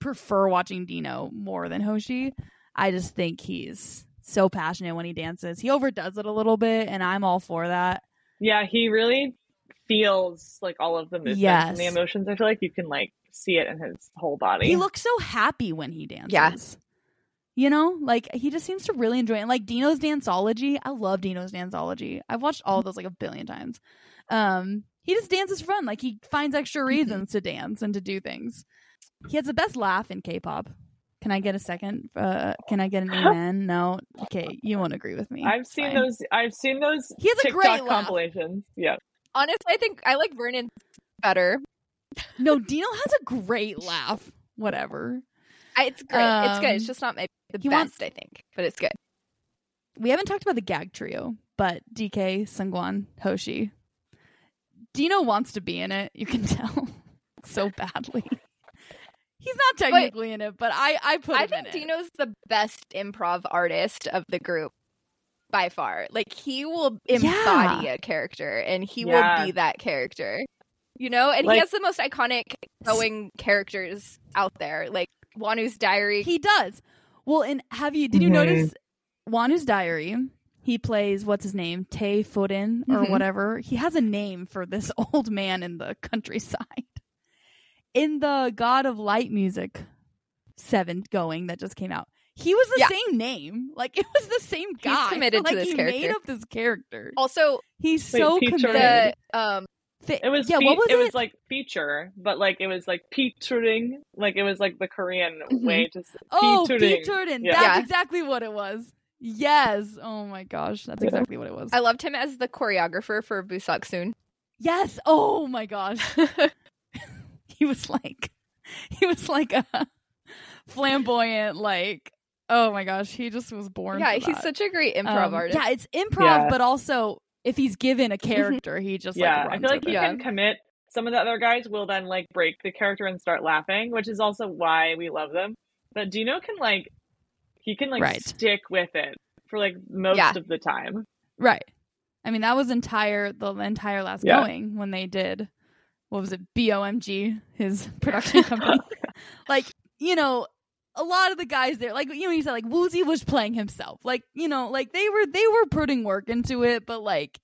prefer watching Dino more than Hoshi. I just think he's so passionate when he dances. He overdoes it a little bit, and I'm all for that.
Yeah, he really feels like all of the movements and the
Yes.
emotions. I feel like you can like see it in his whole body.
He looks so happy when he dances.
Yeah.
You know, like he just seems to really enjoy it. And, like Dino's Danceology. I love Dino's Danceology. I've watched all
Mm.
those like a billion times. Um, he just dances for fun. Like he finds
Mm-hmm.
extra reasons to dance and to do things. He has the best laugh in K-pop. Can I get a second? Uh, can I get an amen? No. Okay, you won't agree with me.
I've
It's
seen
fine.
those. I've seen those
He has a
TikTok
great laugh.
compilations. Yeah,
Honestly, I think I like Vernon better.
No, Dino has a great laugh. Whatever.
I, it's great. it's good. It's
Um,
just not my the
he
best,
wants-
I think, but it's good.
we haven't talked about the gag trio, but DK, Sungwan, Hoshi. Dino wants to be in it. You can tell so badly. He's not technically in it, but I I put
I
him in
think
it.
Dino's the best improv artist of the group by far. Like he will embody a character and he
Yeah.
will be that character. You know, and
Like-
he has the most iconic going characters out there. Like Wanu's diary.
He does. Well, and have you did you
Mhm.
notice Wanu's diary? He plays what's his name? Tay Foden or
Mhm.
whatever. He has a name for this old man in the countryside. In the God of Light music seven going that just came out. He was the
Yeah.
same name. Like it was the same guy.
committed to
like,
this
he made
character. Oh,
up this character.
also
He's
Wait,
so
Pete
committed.
the um
Fe-
it was.
yeah,
fe-
what was
it, was like feature, but like it was like featuring. Like it was like the Korean
Mm-hmm.
Mhm.
way to s-
Oh,
featuring.
Pete Jordan.
Yeah.
That's
Yeah.
exactly what it was. Yes. Oh my gosh. That's
Yeah.
exactly what it was.
I loved him as the choreographer for Busok Soon.
Yes. Oh my gosh. he was like, he was like a flamboyant, like oh my gosh, he just was born.
yeah,
for
he's
that.
such a great improv
Um,
artist.
Yeah, it's improv,
Yeah.
but also if he's given a character, he just
yeah,
like
I
runs
feel like
with it.
he
Yeah.
can commit. Some of the other guys will then like break the character and start laughing, which is also why we love them. But Dino can like he can like
Right.
stick with it for like most
Yeah.
of the time.
Right. I mean, that was entire the entire last
Yeah.
going when they did what was it? BOMG, his production company. like, you know, a lot of the guys there, like you know, you said like Woozy was playing himself. Like, you know, like they were they were putting work into it, but like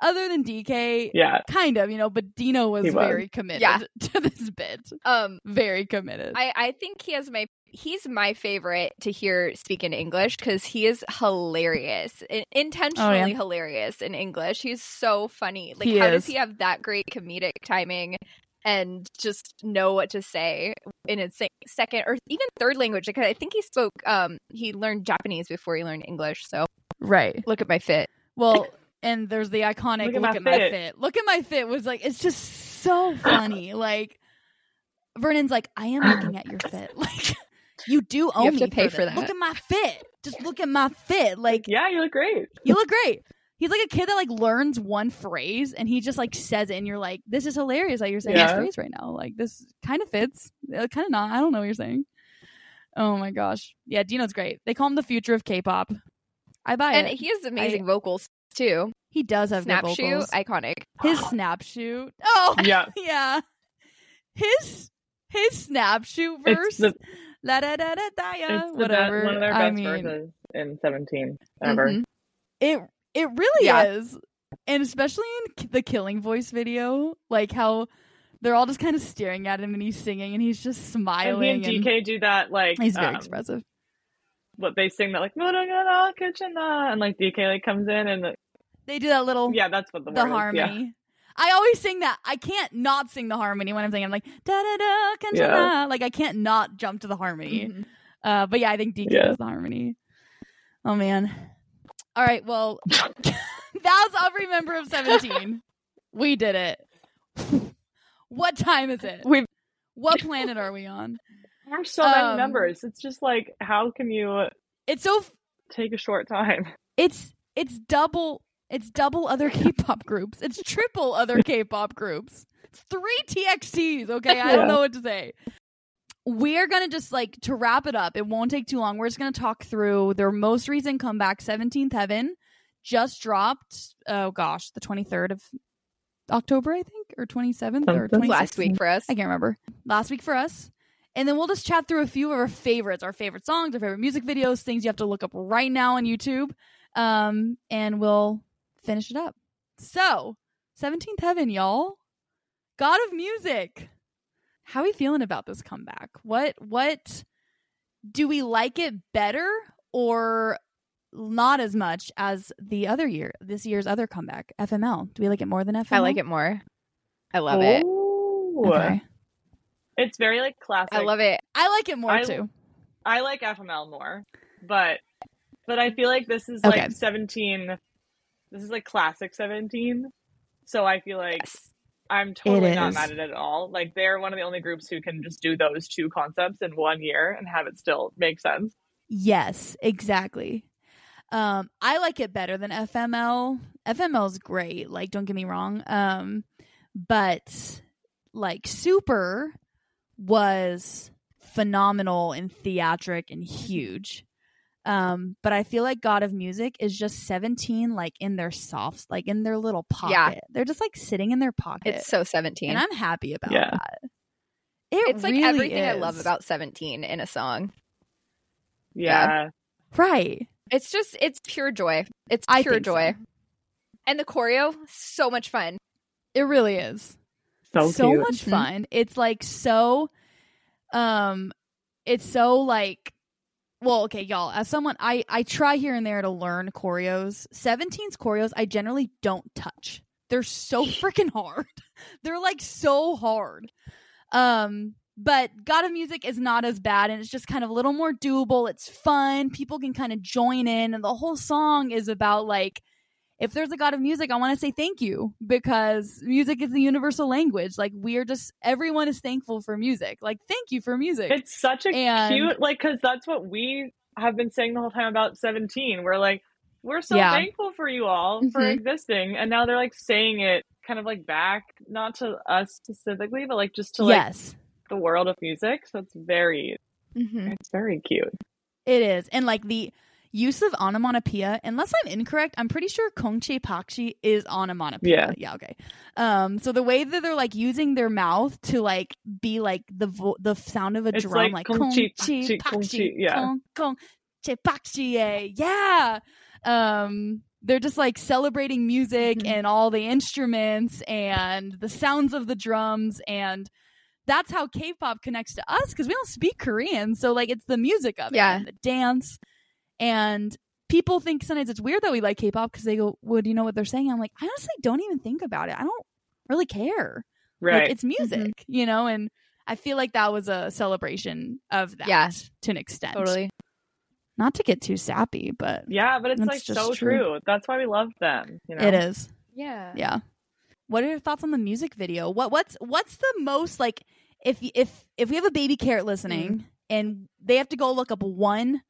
other than DK,
Yeah,
kind of, you know, but Dino was,
He was.
very committed
Yeah.
to this bit.
um,
Very committed.
I I think he has my he's my favorite to hear speak in English because he is hilarious, I- intentionally hilarious in English. He's so funny. Like,
Oh, He
how
is.
does he have that great comedic timing? And just know what to say in his se- second or even third language. Because I think he spoke, um, he learned Japanese before he learned English. So
right.
look at my fit.
Well, and there's the iconic look at, my, fit. Look at my fit was like it's just so funny. like Vernon's like I am looking at your fit. Like you do own
have
me
to pay
for,
for
this. Look
that.
at my fit. Just look at my fit. Like
yeah, you look great.
you look great. He's like a kid that like learns one phrase and he just like says it and you're like this is hilarious that you're saying this
Yeah.
phrase right now. Like this kind of fits. Kind of not. I don't know what you're saying. Oh my gosh. Yeah, Dino's great. They call him the future of K-pop. I buy
and
it.
he has amazing vocals too.
He does have good
Snapshoe,
vocals.
iconic.
His snap shoot. Oh
Yeah,
yeah. His his snap shoot verse.
it's the
La da da da da
it's
yeah.
the
Whatever.
Best, one of their best
I mean, Mm-hmm.
verses in Seventeen ever.
Mhm.
it it really
Yeah.
is, and especially in K- the Killing Voice video, like how they're all just kind of staring at him and he's singing and he's just
And he
smiling
and DK do that like
he's very
um,
expressive.
What they sing that like "Murugara Kitchena," and like DK like comes in and like,
They do that little
yeah, that's what the,
Oh, the
word
harmony.
Is. Yeah.
I always sing that. I can't not sing the harmony when I'm singing. I'm like da da da, can
Yeah. Mm-hmm.
like I can't not jump to the harmony.
Mhm.
Uh, but yeah, I think DK
Yeah.
does the harmony. Oh man. All right. Well, that was every member of seventeen. we did it. what time is it?
We've-
What planet are we on?
There are so many
Um,
members. It's just like how can you
It's so. f-
take a short time?
It's it's double. It's double other K-pop groups. It's triple other K-pop groups. It's three TXTs. Okay, I
Yeah.
don't know what to say. We're gonna just like to wrap it up. It won't take too long. We're just gonna talk through their most recent comeback, Seventeenth Heaven, just dropped. Oh gosh, the twenty third of October, I think, or twenty seventh or
Something.
twenty
Last week for us.
I can't remember. Last week for us. And then we'll just chat through a few of our favorites, our favorite songs, our favorite music videos, things you have to look up right now on YouTube. Um, and we'll finish it up. So, 17th Heaven, y'all. God of Music. How are we feeling about this comeback? What what do we like it better or not as much as the other year, this year's other comeback, FML? Do we like it more than FML?
I like it more. I love
Oh,
it.
Ooh.
Okay.
It's very like classic.
I love it.
I like it more
I-
too.
I like FML more, but but I feel like this is
Okay.
like seventeen. This is like classic seventeen, so I feel like
Yes.
I'm totally not
is.
mad at it at all. Like they're one of the only groups who can just do those two concepts in one year and have it still make sense.
Yes, exactly. Um, I like it better than FML. FML is great. Like, don't get me wrong. Um, but like Super was phenomenal and theatric and huge. Um, but I feel like God of Music is just 17, like in their softs, like in their little pocket.
Yeah.
They're just like sitting in their pocket.
It's so 17.
and I'm happy about
Yeah.
that. It
it's like
really
everything I
is.
love about 17 in a song.
Yeah,
right.
It's just, it's pure joy. It's
I
pure
think so.
joy. And the choreo, so much fun.
It really is.
so, cute.
much
Mhm.
fun. It's like so um it's so like well, okay, y'all, as someone I I try here and there to learn choreos. 17's choreos I generally don't touch. They're so freaking hard. They're like so hard. Um but God of Music is not as bad and it's just kind of a little more doable. It's fun. People can kind of join in and the whole song is about like if there's a god of music, I want to say thank you because music is the universal language. Like we are just everyone is thankful for music. Like thank you for music.
It's such a
And-
cute like because that's what we have been saying the whole time about Seventeen. We're like, we're so
Yeah. Mm-hmm.
thankful for you all for
Mhm.
existing, and now they're like saying it kind of like back, not to us specifically, but like just to like
yes.
the world of music. So it's very,
Mm-hmm.
it's very cute.
It is. And like the use of onomatopoeia, unless I'm incorrect, I'm pretty sure Kongche Pakshi is onomatopoeia.
Yeah.
Yeah, okay. Um so the way that they're like using their mouth to like be like the vo- the sound of a
It's
drum like
like Kongche Pakshi, Kongche, yeah.
Kong Kongche Pakshi. Yeah. Um they're just like celebrating music
Mhm.
Mm-hmm.
and all the instruments and the sounds of the drums and that's how K-pop connects to us because we don't speak Korean, so like it's the music of it,
Yeah.
and the dance, and people think sometimes it's weird that we like K-pop because they go, "Well, do you know what they're saying?" I'm like, I honestly don't even think about it. I don't really care.
Right.
Like it's music,
Mm-hmm.
you know, and I feel like that was a celebration of that,
Yeah.
to an extent.
Totally.
Not to get too sappy, but
yeah, but it's
That's
like
just
so
true.
true. That's why we love them. You know?
it is.
Yeah.
Yeah. What are your thoughts on the music video? What what's what's the most like if y- if if we have a baby carrot listening and they have to go look up one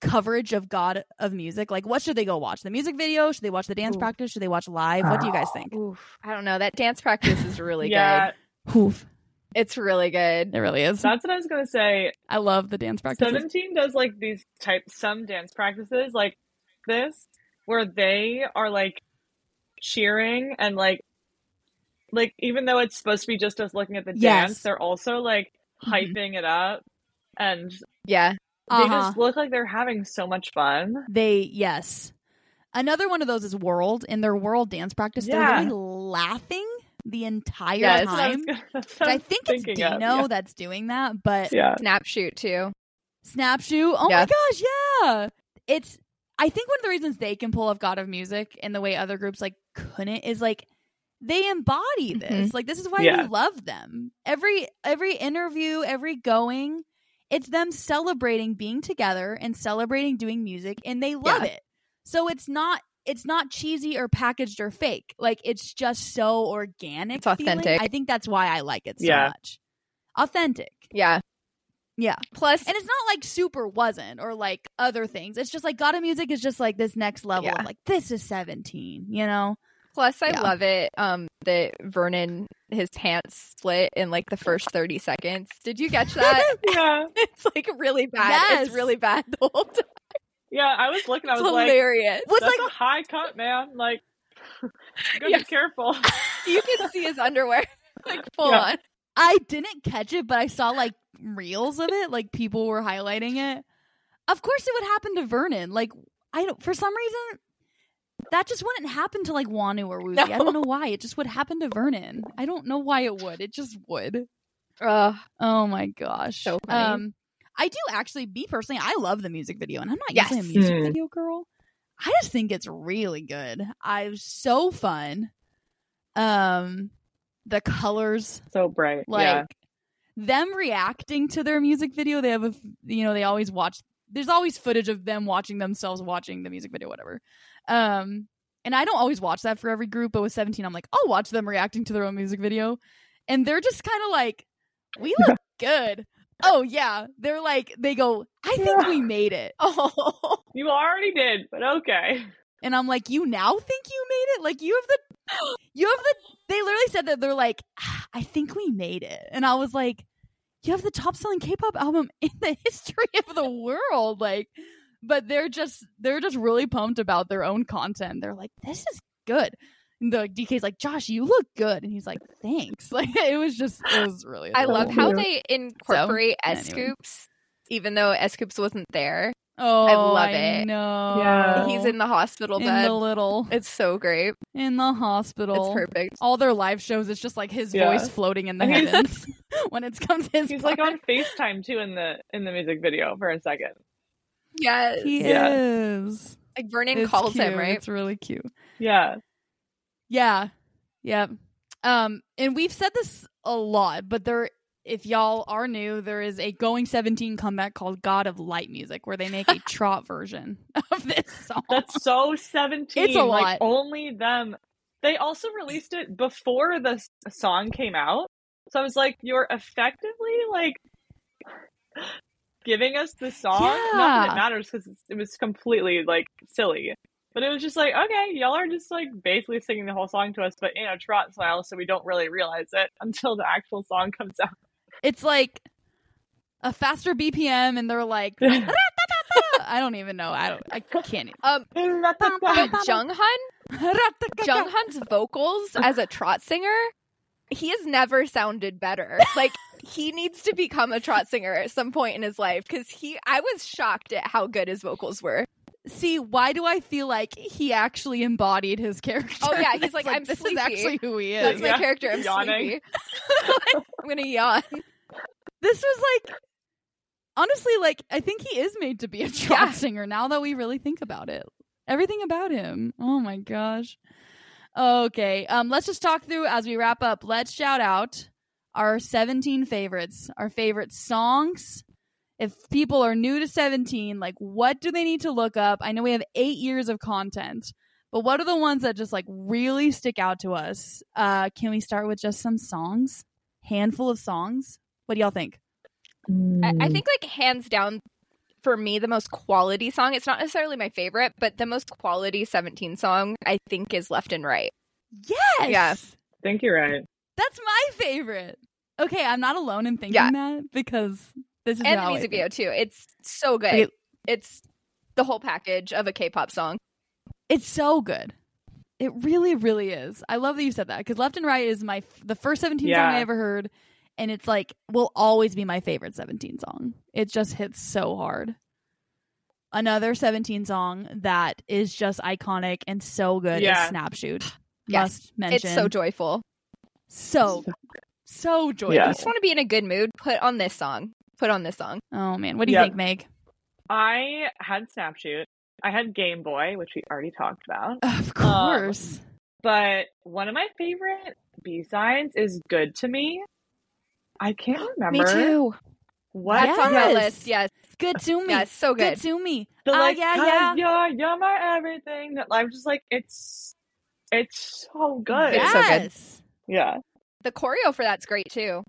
coverage of God of Music, like what should they go watch? The music video? Should they watch the dance
Ooh.
practice? Should they watch live? What do you guys think?
Oof. I don't know. That dance practice is really
yeah,
good.
Oof.
It's really good.
It really is.
that's what I was gonna say.
I love the dance practice.
Seventeen does like these type some dance practices like this where they are like cheering and like like even though it's supposed to be just us looking at the
Yes. Mm-hmm.
dance, they're also like hyping it up and
Yeah.
Uh-huh.
they just look like they're having so much fun.
They yes. Another one of those is World. In their World dance practice,
Yeah.
they're really laughing the entire
Yes.
That's what I was
time.
gonna- that's what
I
was
think it's
thinking
Dino
of, yeah.
that's doing that, but
Yeah.
Snapshoot too.
Snapshoe. Oh my
Yeah.
gosh, yeah. It's I think one of the reasons they can pull off God of Music in the way other groups like couldn't is like they
Mm-hmm.
embody this. Like this is why
Yeah.
we love them. Every every interview, every going, it's them celebrating being together and celebrating doing music and they love it. So it's not it's not cheesy or packaged or fake. Like it's just so organic.
It's
feeling.
authentic.
I think that's why I like it so
Yeah.
much. Authentic.
Yeah.
Yeah.
Plus,
And it's not like super wasn't or like other things. It's just like God of Music is just like this next level
Yeah.
of like this is 17, you know?
plus, I
Yeah.
love it. Um, that Vernon his pants split in like the first thirty seconds. Did you catch that?
Yeah.
it's like really bad.
Yes.
It's really bad the whole time.
Yeah. I was looking, I
It's
was like,
hilarious.
What's
that's
like
a high cut, man. Like gotta
Yeah.
be careful.
you can see his underwear like full
Yeah.
on.
I didn't catch it, but I saw like reels of it, like people were highlighting it. Of course it would happen to Vernon. Like I don't for some reason that just wouldn't happen to like Wanu or Woozy. I don't know why. It just would happen to Vernon. I don't know why it would. It just would.
Ugh.
Oh my gosh.
So funny.
Um I do actually me personally, I love the music video and I'm not
Yes.
usually a music
Mm.
video girl. I just think it's really good. I was so fun. Um the colors
so bright.
like
yeah.
them reacting to their music video. They have a f- you know, they always watch there's always footage of them watching themselves watching the music video whatever. Um and I don't always watch that for every group, but with 17 I'm like, I'll watch them reacting to their own music video. And they're just kind of like, we look good. Oh yeah, they're like they go, I think
Yeah.
we made it.
Oh.
You already did, but okay.
And I'm like, you now think you made it? Like you have the you have the they literally said that they're like, "Ah, I think we made it. And I was like, you have the top selling K-pop album in the history of the world. Like, but they're just they're just really pumped about their own content. They're like, this is good. And the DK's like, Josh, you look good. And he's like, thanks. Like it was just it was really
I love how
adorable.
they incorporate
anyway.
S Scoops, even though S Scoops wasn't there.
Oh
I love it.
No.
Yeah.
He's in the hospital
Oh. in
bed.
the little
it's so great.
in the hospital.
It's perfect.
all their live shows it's just like his
Yeah.
voice floating in the
And he's-
heavens when it comes his
He's like
part.
on FaceTime too in the in the music video for a second.
Yes.
he
Yeah.
is
like Vernon
It's
calls him,
cute.
right?
it's really cute Oh.
Yeah.
yeah yep um and we've said this a lot but there if y'all are new, there is a Going 17 comeback called God of Light Music where they make a trot version of this song.
That's so 17.
It's a lot.
Like only them. They also released it before the s- song came out. So I was like, you're effectively like giving us the song. Not that
Yeah.
it matters because it was completely like silly. But it was just like, okay, y'all are just like basically singing the whole song to us, but in a trot style, so we don't really realize it until the actual song comes out.
It's like a faster BPM and they're like "Ah, I don't even know. I don't I can't.
Um, but
Bum,
Junghan, Junghan's vocals as a trot singer, he has never sounded better. Like he needs to become a trot singer at some point in his life because he. I was shocked at how good his vocals were.
See, why do I feel like he actually embodied his character?
Oh, yeah, he's
It's
like, "I'm
this
sleepy."
is actually who he
That's
is.
my
Yeah.
character. I'm
Yawning.
sleepy. I'm gonna yawn.
this was like honestly like I think he is made to be a trot
Yeah.
singer now that we really think about it. Everything about him. Oh my gosh. Okay. Um let's just talk through as we wrap up. Let's shout out our 17 favorites, our favorite songs. If people are new to 17, like what do they need to look up? I know we have 8 years of content. But what are the ones that just like really stick out to us? Uh can we start with just some songs? Handful of songs? What do y'all think?
I, I think like hands down for me the most quality song. It's not necessarily my favorite, but the most quality 17 song I think is Left and Right.
Yes.
Yeah.
think you're right.
That's my favorite. Okay, I'm not alone in thinking
Yeah.
that because this is
and
how
the
I think.
music video too. It's so good.
Okay.
It's the whole package of a K-pop song.
It's so good. It really, really is. I love that you said that because Left and Right is my f- the first 17 song
Yeah.
I ever heard, and it's like will always be my favorite 17 song. It just hits so hard. Another 17 song that is just iconic and so good
Yeah.
is Snapshoot.
Yes.
Must mention
It's so joyful.
so so joyful.
If you just want to be in a good mood, put on this song. Put on this song.
Oh man, what do you
Yeah.
think, Meg?
I had Snapshoot. I had Game Boy, which we already talked about.
Um,
Of course.
But one of my favorite B sides is "Good to Me." I can't remember what
That's on my
Yes.
list. Yes.
good to me.
Yes. So
good.
good.
to me.
the
Ah,
like,
yeah,
"Hi,
yeah.
you're you're my everything. That I'm just like it's it's so good.
It's so good.
Yes.
Yeah.
The choreo for that's great too.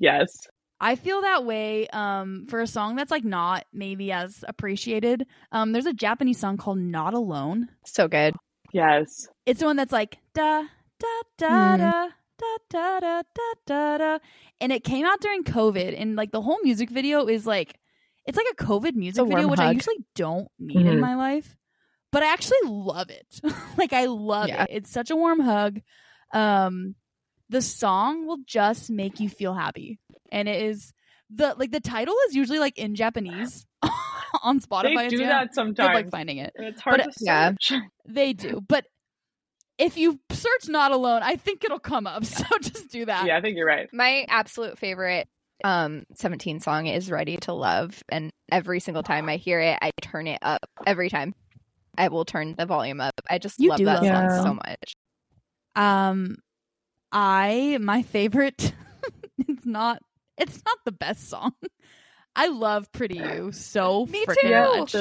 Yes.
I feel that way um, for a song that's like not maybe as appreciated. Um, there's a Japanese song called "Not Alone."
So good.
Yes.
It's the one that's like da da da
Mhm.
da da da da da da da, and it came out during COVID, and like the whole music video is like it's like a COVID music
a
video,
warm
which I
hug.
usually don't need in
Mhm.
my life, but I actually love it. like I love
Yeah.
it. It's such a warm hug. Um, the song will just make you feel happy, and it is the like the title is usually like in Japanese on Spotify.
they do
so
that
Good luck
sometimes.
finding it.
it's hard
But,
to
yeah.
search.
They do. But if you search not alone, I think it'll come up. So just do that.
Yeah, I think you're right.
My absolute favorite um 17 song is Ready to Love and every single time I hear it, I turn it up every time. I will turn the volume up. I just
You
love
do
that
love
song
that
so
song.
much.
Um I my favorite it's not it's not the best song. I love Pretty You so
Me
frickin'
too.
much.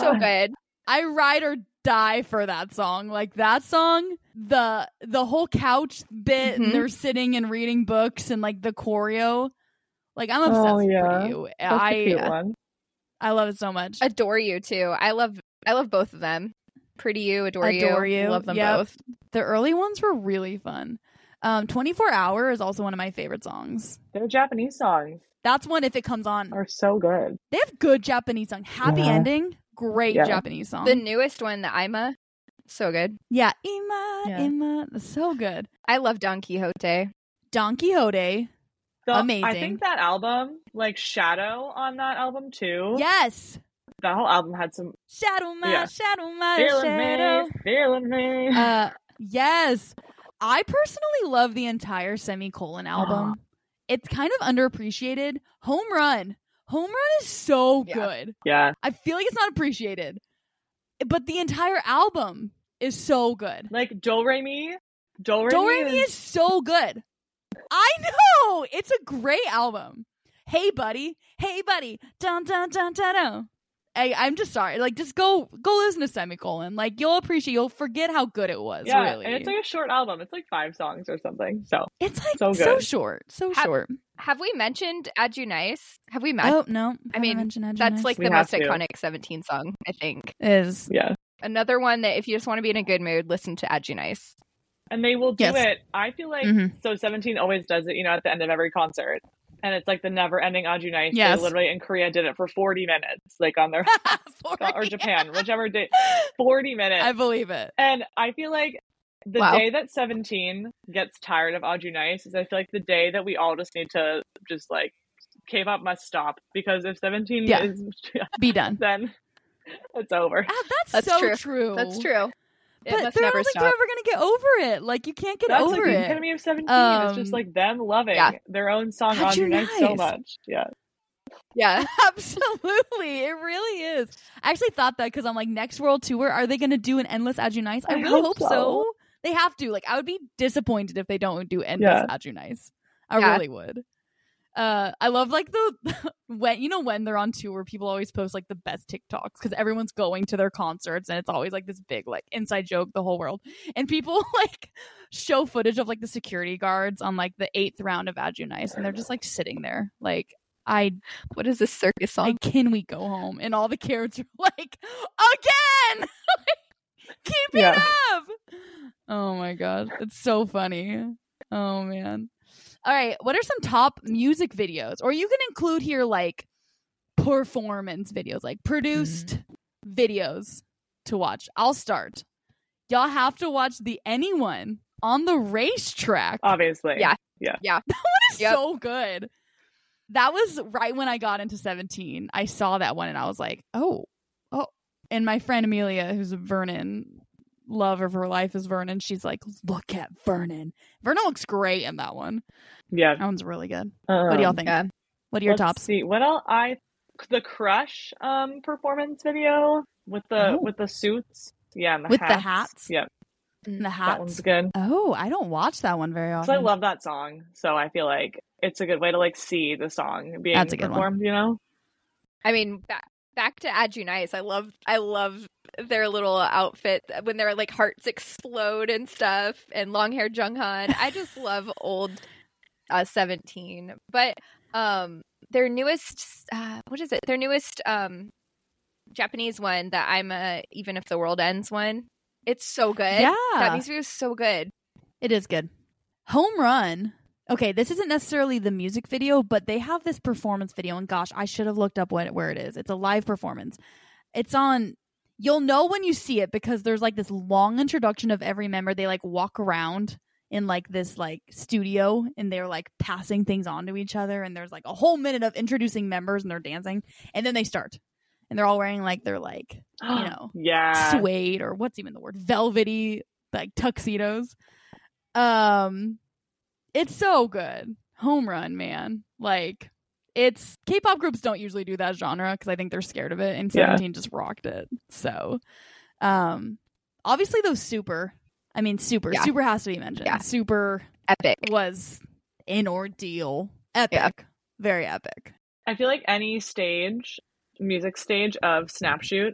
So good.
I ride or die for that song. Like that song, the the whole couch bit
Mhm.
Mm-hmm.
and they're sitting and reading books and like the choreo. Like I'm obsessed
Oh,
with
yeah.
Pretty You.
That's a cute
I
one.
I love it so much.
Adore you too. I love I love both of them. Pretty you, adore,
Adore You,
Love them
yep.
both.
The early ones were really fun. Um, 24 Hour is also one of my favorite songs.
Their Japanese songs
That's one if it comes on.
are so good.
They have good Japanese song. Happy
Yeah.
ending, great
Yeah.
Japanese song.
The newest one, the Ima, so good.
yeah, Ima,
Yeah.
Ima, that's so good.
I love Don Quixote.
Don Quixote,
The- I
Amazing.
think that album, like Shadow on that album too.
yes.
That whole album had some
Shadow my
Yeah.
shadow my
feeling
shadow.
me, feeling me.
Uh, yes, I personally love the entire semicolon
Uh-huh.
album. It's kind of underappreciated. Home Run, Home Run is so
Yeah.
good.
yeah,
I feel like it's not appreciated. But the entire album is so good.
like Do Re Mi. Do Re
Doremi
Mi
is so good. I know it's a great album. Hey buddy, hey buddy, dun dun dun dun dun. I, I'm just sorry. Like, just go go listen to Semicolon. Like, you'll appreciate. You'll forget how good it was.
yeah,
really.
and it's like a short album. It's like five songs or something. So
It's like so,
So good.
short, so
Have-
short.
Have we mentioned Adju Nice? Have we mentioned?
oh no!
I mean, That's like
We
the most
have to.
iconic 17 song, I think.
is
yeah,
Another one that if you just want to be in a good mood, listen to Adju Nice.
and they will do
Yes.
it. I feel like
Mhm.
so. Seventeen always does it. You know, at the end of every concert, and it's like the never-ending Aju Night.
Yes.
They literally in Korea did it for forty minutes, like on their or Japan, whichever day, forty minutes.
I believe it.
And I feel like the
Wow.
day that 17 gets tired of Audrey Nice is I feel like the day that we all just need to just like K-pop must stop because if 17
Yeah.
is
Be done.
then it's over.
Ah, that's,
That's
so
true.
true.
That's true. It
But
must
they're, I don't
never
think
stop.
they're ever gonna get over it. Like you can't get
That's
over
like the
it.
epitome of 17. it's
Um,
just like them loving
yeah.
their own song
Audrey
Audrey Nice so
Nice.
much. Yeah.
Yeah.
Absolutely, it really is. I actually thought that because I'm like, next world tour, are they gonna do an endless Aju Nice? I,
I
really hope
hope
so.
so.
They have to. Like, I would be disappointed if they don't do endless Aju Nice. I
Yeah.
really would. Uh, I love like the when you know when they're on tour, people always post like the best TikToks because everyone's going to their concerts and it's always like this big like inside joke the whole world and people like show footage of like the security guards on like the eighth round of Aju Nice and they're just like sitting there like I
What is this circus song?
like, can we go home? And all the carrots are like, again, Like, keep it
Yeah.
up. Oh my god, it's so funny. Oh man. All right, what are some top music videos? Or you can include here like performance videos, like produced videos to watch. I'll start. Y'all have to watch the anyone on the racetrack.
Obviously.
Yeah.
It's
Yep.
so good. That was right when I got into 17. I saw that one and I was like, oh, oh. And my friend Amelia, who's a Vernon, love of her life is Vernon. She's like, look at Vernon. Vernon looks great in that one.
Yeah.
That one's really good.
Um,
What do y'all think?
yeah.
What are your
let's
tops?
See what else I the crush um performance video with the
Oh.
with the suits. Yeah, and the
With the
hats.
hats?
Yeah,
The
that one's
hats.
good.
Oh, I don't watch that one very
So
often.
I love that song. So I feel like it's a good way to like see the song being
That's a good one.
performed. You know,
I mean, back back to Adju Nice. I love I love their little outfit when their like hearts explode and stuff, and long haired Jung Han. I just love old uh, seventeen. But um, their newest uh, what is it? Their newest um Japanese one that I'm a even if the world ends one. It's so good.
yeah.
that music is so good.
It is good. Home Run. Okay, this isn't necessarily the music video, but they have this performance video, and gosh, I should have looked up what, where it is. It's a live performance. It's on. You'll know when you see it because there's like this long introduction of every member. They like walk around in like this like studio, and they're like passing things on to each other, and there's like a whole minute of introducing members, and they're dancing, and then they start, and they're all wearing like they're like You know,
Uh,
yeah,
suede or what's even the word velvety like tuxedos um it's so good home run man like it's k-pop groups don't usually do that genre because i think they're scared of it and
Yeah.
17 just rocked it so um obviously those super i mean super
Yeah.
super has to be mentioned
Yeah.
super
Epic.
was an ordeal epic very epic
I feel like any stage, music stage of Snapshoot.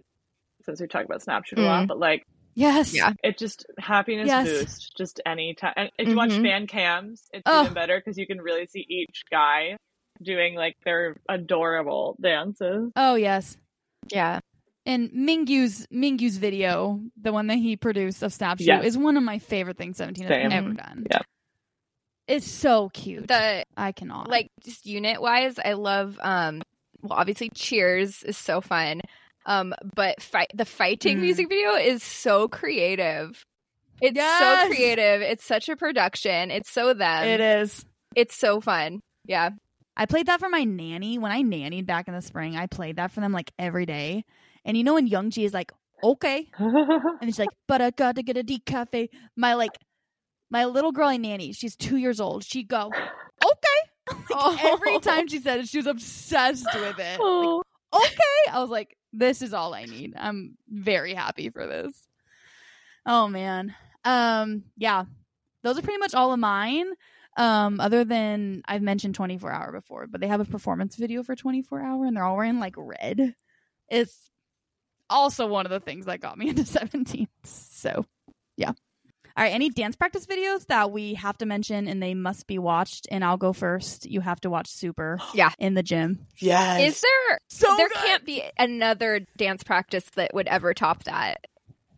Since we talk about Snapshoot a lot, but like
yes
Yeah.
it just happiness
Yes.
boost. Just any time. And if you watch
Mhm.
fan cams, it's
Oh.
even better because you can really see each guy doing like their adorable dances.
oh yes
Yeah.
And Mingyu's Mingyu's video, the one that he produced of Snapshot,
Yes.
is one of my favorite things Seventeen has
Same.
ever done.
Yeah.
It's so cute.
The
I cannot
like just unit wise i love um well obviously cheers is so fun um but fight the fighting
Mm.
music video is so creative it's
Yes!
so creative it's such a production it's so them
it is.
it's so fun yeah
I played that for my nanny when I nannied back in the spring. I played that for them like every day. And you know when Youngji is like, okay, and she's like, but I got to get a decafe. My like, my little girl I nanny, she's two years old. She go, okay. Like, Every time she said it, she was obsessed with it. Like,
oh.
okay. I was like, this is all I need. I'm very happy for this. Oh man. Um, yeah. Those are pretty much all of mine. Um, other than I've mentioned 24 Hour before, but they have a performance video for 24 Hour and they're all wearing like red. It's also one of the things that got me into 17. So, yeah. All right. Any dance practice videos that we have to mention and they must be watched? And I'll go first. You have to watch Super.
Yeah.
In the gym.
Is
Yes.
there
So
there
good!
can't be another dance practice that would ever top that.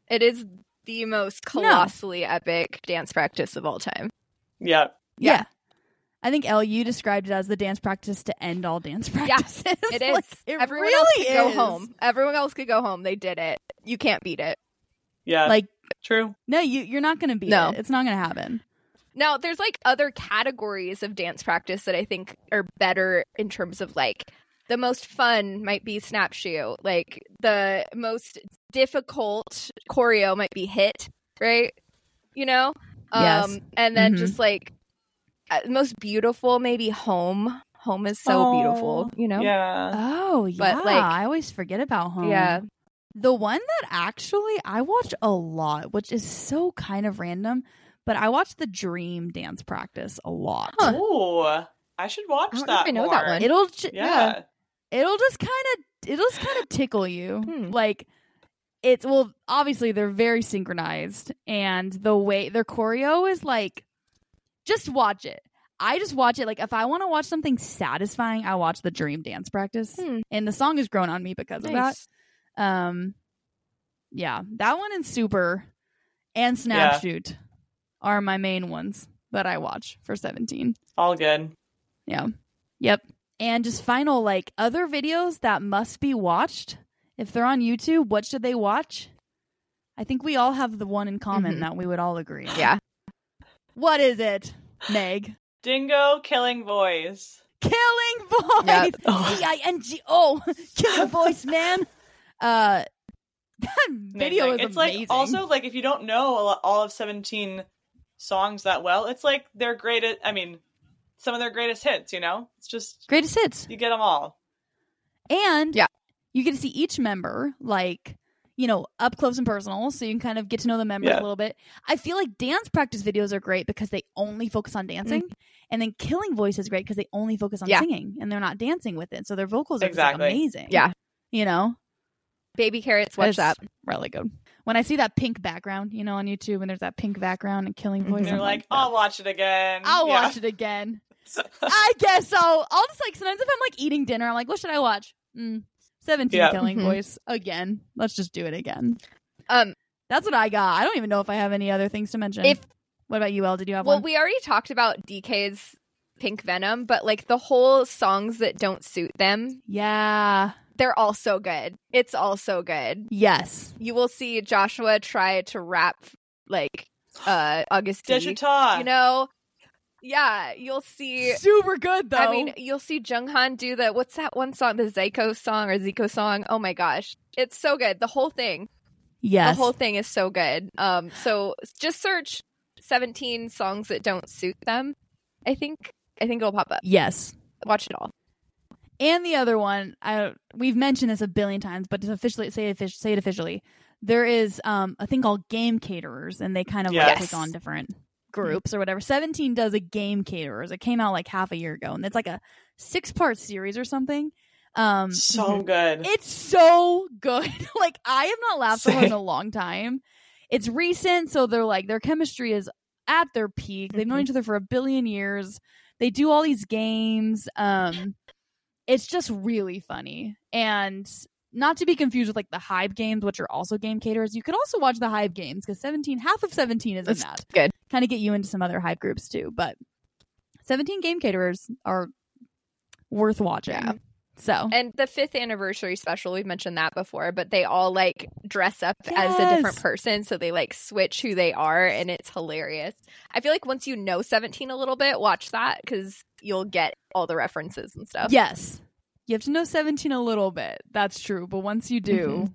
It is the most colossally epic dance practice of all time.
Yeah.
Yeah.
Yeah.
I think L, you described it as the dance practice to end all dance
Yeah,
practices.
It is.
Like, it
Everyone
really
else could
is.
go home. Everyone else could go home. They did it. You can't beat it.
Yeah.
Like,
True.
no, you you're not gonna beat
No.
it. It's not gonna happen.
Now, there's like other categories of dance practice that I think are better in terms of like the most fun might be snapshoe, like the most difficult choreo might be hit, right? You know? Um,
Yes.
and then
Mhm.
just like uh, most beautiful maybe home. Home is so beautiful, you know?
Yeah.
Oh yeah.
like-
I always forget about home.
Yeah.
The one that actually I watch a lot, which is so kind of random, but I watch the dream dance practice a lot.
Huh.
Ooh. I should watch
I don't know
that.
if I know
more.
that one.
It'll ju-
Yeah.
it'll just kind of it'll just kind of tickle you
Hmm.
like it's well obviously they're very synchronized and the way their choreo is like just watch it i just watch it like if i want to watch something satisfying i watch the dream dance practice
Hmm.
and the song has grown on me because of
Nice.
that um yeah that one and super and snapshoot are my main ones that i watch for 17
All good.
Yep. And just final, like other videos that must be watched. If they're on YouTube, what should they watch? I think we all have the one in common
Mhm.
that we would all agree. on.
Yeah.
What is it, Meg?
Dingo killing voice.
Killing voice.
Yep.
Oh.
D I N G O. Killing voice, man. Uh, that video
Amazing.
is
it's
amazing.
like also like if you don't know a lo- all of 17 songs that well it's like their greatest i mean some of their greatest hits you know it's just
greatest hits.
you get them all
And
Yeah.
you get to see each member like you know up close and personal, so you can kind of get to know the members
Yeah.
a little bit. I feel like dance practice videos are great because they only focus on dancing, and then Killing Voice is great because they only focus on
Yeah.
singing and they're not dancing with it, so their vocals are just, like,
Exactly.
amazing.
Yeah.
you know,
Baby carrots, watch
It's
that.
really good. When I see that pink background, you know, on YouTube, and there's that pink background and Killing
Mhm.
Voice,
and you're
I'm
like
"That's-
i'll watch it again
I'll watch it again. I guess so. I'll just like sometimes if I'm like eating dinner, I'm like, what should I watch? Mm, Seventeen
Yeah.
Killing
Mhm.
Voice again. Let's just do it again.
Um,
That's what I got. I don't even know if I have any other things to mention.
If-
what about you, Elle? Did you have
well
one?
we already talked about dk's pink venom but like the whole songs that don't suit them
yeah.
they're all so good it's all so good
Yes.
you will see joshua try to rap like uh august
Did you
D, you know yeah you'll see
Super good though.
I mean, you'll see Jung Han do the what's that one song, the Zyko song or Zico song? Oh my gosh, it's so good. The whole thing,
yes.
the whole thing is so good. Um, so just search seventeen songs that don't suit them. I think I think it'll pop up.
yes.
Watch it all.
And the other one, I we've mentioned this a billion times, but to officially say it, offic- say it officially, there is um a thing called game caterers, and they kind of like
Yes.
take on different groups or whatever. Seventeen does a game caterers. It came out like half a year ago, and it's like a six part series or something. Um,
so good
It's so good. like I have not laughed so hard in
Same.
a long time. It's recent, so they're like their chemistry is at their peak. They've
Mm-hmm.
known each other for a billion years. They do all these games. Um it's just really funny. And not to be confused with like the Hype games, which are also game caterers. You could also watch the Hype games because 17, half of 17 is in
That's
that
good.
kind of get you into some other hype groups too. But 17 game caterers are worth watching.
Yeah.
So
And the fifth anniversary special, we've mentioned that before, but they all like dress up as a
Yes.
different person. So they like switch who they are and it's hilarious. I feel like once you know 17 a little bit, watch that because you'll get all the references and stuff.
Yes. You have to know 17 a little bit. That's true. But once you do,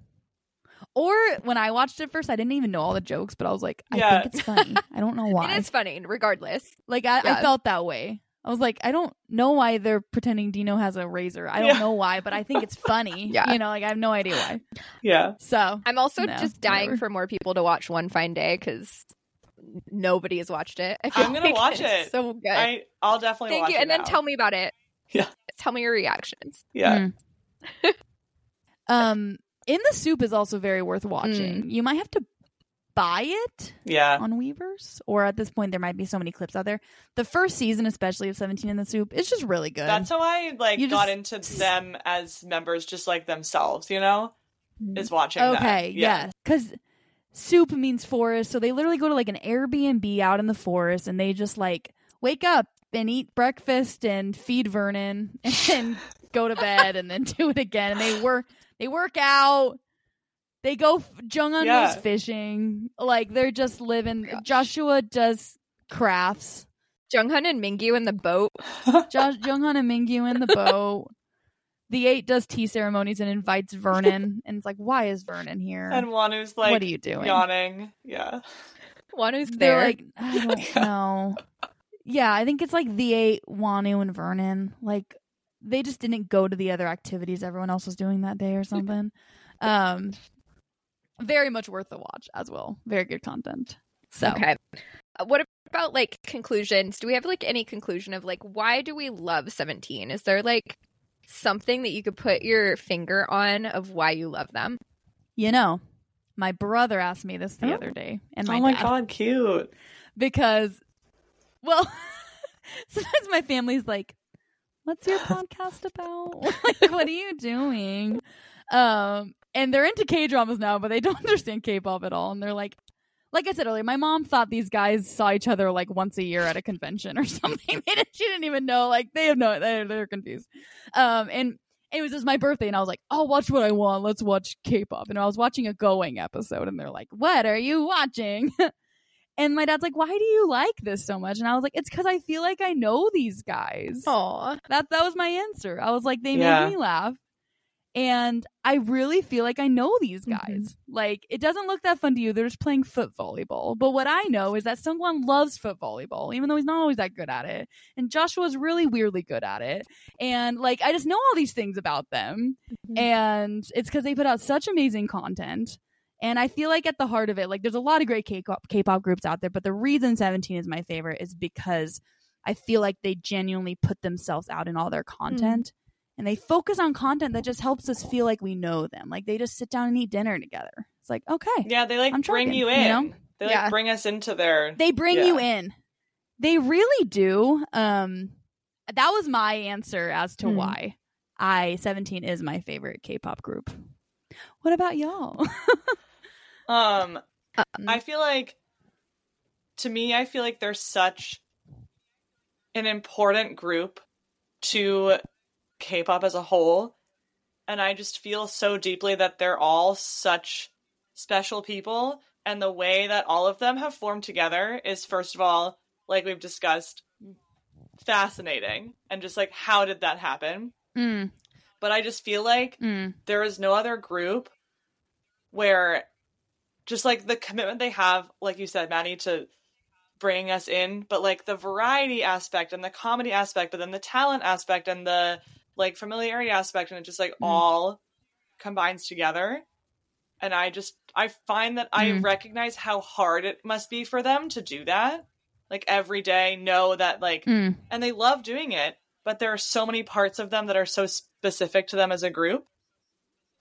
or when I watched it first, I didn't even know all the jokes, but I was like, I
Yeah.
think it's funny. I don't know why.
It is funny, regardless.
like, I, I
yeah.
felt that way. I was like, I don't know why they're pretending Dino has a razor. I don't
Yeah.
know why, but I think it's funny.
Yeah.
You know, like, I have no idea why.
yeah
So,
I'm also
No,
just dying
whatever.
for more people to watch One Fine Day because nobody has watched it. I
I'm gonna watch
it's
it.
So good.
I I'll definitely
Thank
watch
you.
it
And then
now.
tell me about it.
Yeah.
Tell me your reactions.
yeah
Mm. um, in the soup is also very worth watching. You might have to buy it
yeah
on Weavers, or at this point, there might be so many clips out there. The first season, especially of Seventeen in the Soup, is just really good.
that's how I like
You
got
just-
into them as members just like themselves you know is watching that.
okay,
yeah
yes, because soup means forest, so they literally go to like an Airbnb out in the forest, and they just like wake up and eat breakfast and feed Vernon, and then go to bed, and then do it again. And they work, they work out. They go f- Jungun
Yeah. Oh
goes fishing. Like they're just living.
Gosh.
Joshua does crafts.
Junghoon and Mingyu in the boat.
Josh Junghan and Mingyu in the boat. The eight does tea ceremonies and invites Vernon, and it's like, why is Vernon here?
and Wanu's like
what are you doing?
yawning yeah
One who's
They're
there.
like, I don't know. Yeah, I think it's like the eight Wanu and Vernon. Like they just didn't go to the other activities everyone else was doing that day or something. Um, very much worth the watch as well. Very good content. So
okay. Uh, What about like conclusions? Do we have like any conclusion of like why do we love 17? Is there like something that you could put your finger on of why you love them?
you know, my brother asked me this the
Oh.
other day, and my
oh my
dad.
god cute
because well sometimes my family's like what's your podcast about like what are you doing um and they're into k-dramas now but they don't understand k-pop at all and they're like like i said earlier my mom thought these guys saw each other like once a year at a convention or something they didn't, she didn't even know like they have no they're, they're confused um and it was just my birthday and i was like i'll watch what i want let's watch k-pop and i was watching a going episode and they're like what are you watching and my dad's like, "Why do you like this so much?" And I was like, "It's because I feel like I know these guys."
Aw.
That that was my answer. I was like, "They
Yeah.
make me laugh," and I really feel like I know these
Mhm.
guys. Like, it doesn't look that fun to you. They're just playing foot volleyball. But what I know is that Sungwan loves foot volleyball, even though he's not always that good at it. And Joshua's really weirdly good at it. And like, I just know all these things about them,
Mm-hmm.
Mhm.
and it's because they put out such amazing content. And I feel like at the heart of it, like there's a lot of great K-pop, K-pop groups out there, but the reason 17 is my favorite is because I feel like they genuinely put themselves out in all their
Mm-hmm.
content. And they focus on content that just helps us feel like we know them. Like they just sit down and eat dinner together. It's like, okay.
yeah they like
I'm
bring
tracking,
you
you
in
know?
they like
Yeah.
bring us into their
They bring you
Yeah.
in. They really do. Um that was my answer as to
Hmm.
why I 17 is my favorite K-pop group. What about y'all?
um
Um,
I feel like to me, I feel like they're such an important group to K pop as a whole. And I just feel so deeply that they're all such special people. And the way that all of them have formed together is, first of all, like we've discussed, fascinating. And just like, how did that happen?
Mm,
But I just feel like
mm,
there is no other group where just like the commitment they have, like you said, Maddie, to bringing us in, but like the variety aspect and the comedy aspect, but then the talent aspect and the like familiarity aspect, and it just like all combines together. And I just I find that I
Mm.
recognize how hard it must be for them to do that. Like every day, know that like
mm.
and they love doing it but there are so many parts of them that are so specific to them as a group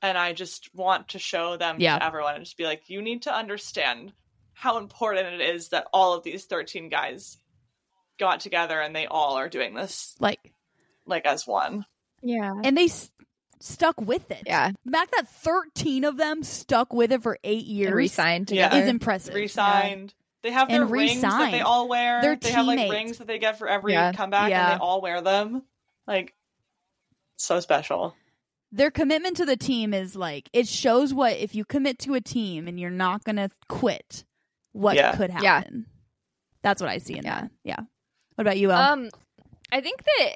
and i just want to show them
Yeah.
to everyone and just be like you need to understand how important it is that all of these 13 guys got together and they all are doing this
Like
like as one
yeah.
and they s- stuck with it.
Yeah.
The fact that 13 of them stuck with it for eight years
And re-signed
Yeah.
together.
is impressive.
resigned they have their
And
rings that they
re-signed.
all wear
They're
they have like
teammates.
rings that they get for every
Yeah.
comeback
Yeah.
and they all wear them like so special
Their commitment to the team is like, it shows what, if you commit to a team and you're not going to quit, what
Yeah.
could
Yeah.
happen. That's what I see in
Yeah.
that. Yeah. What about you, El?
Um, I think that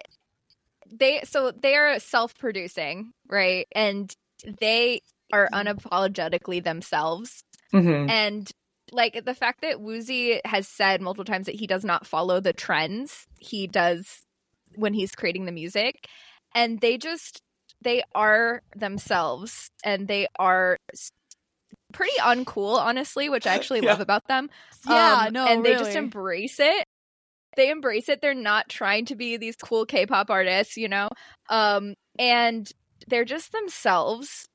they so they are self-producing, right? And they are unapologetically themselves.
mm-hmm.
And like the fact that Woozy has said multiple times that he does not follow the trends he does when he's creating the music, and they just they are themselves, and they are s- pretty uncool, honestly, which I actually
Yeah.
love about them.
yeah,
Um,
no,
and they just
really.
embrace it. They embrace it. They're not trying to be these cool K-pop artists, you know. Um, and they're just themselves.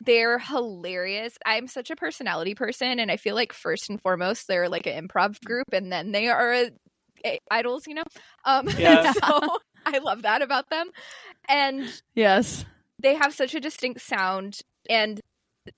They're hilarious. I'm such a personality person, and I feel like first and foremost they're like an improv group, and then they are a, a- idols, you know. Um,
Yeah.
so I love that about them, and
yes.
they have such a distinct sound and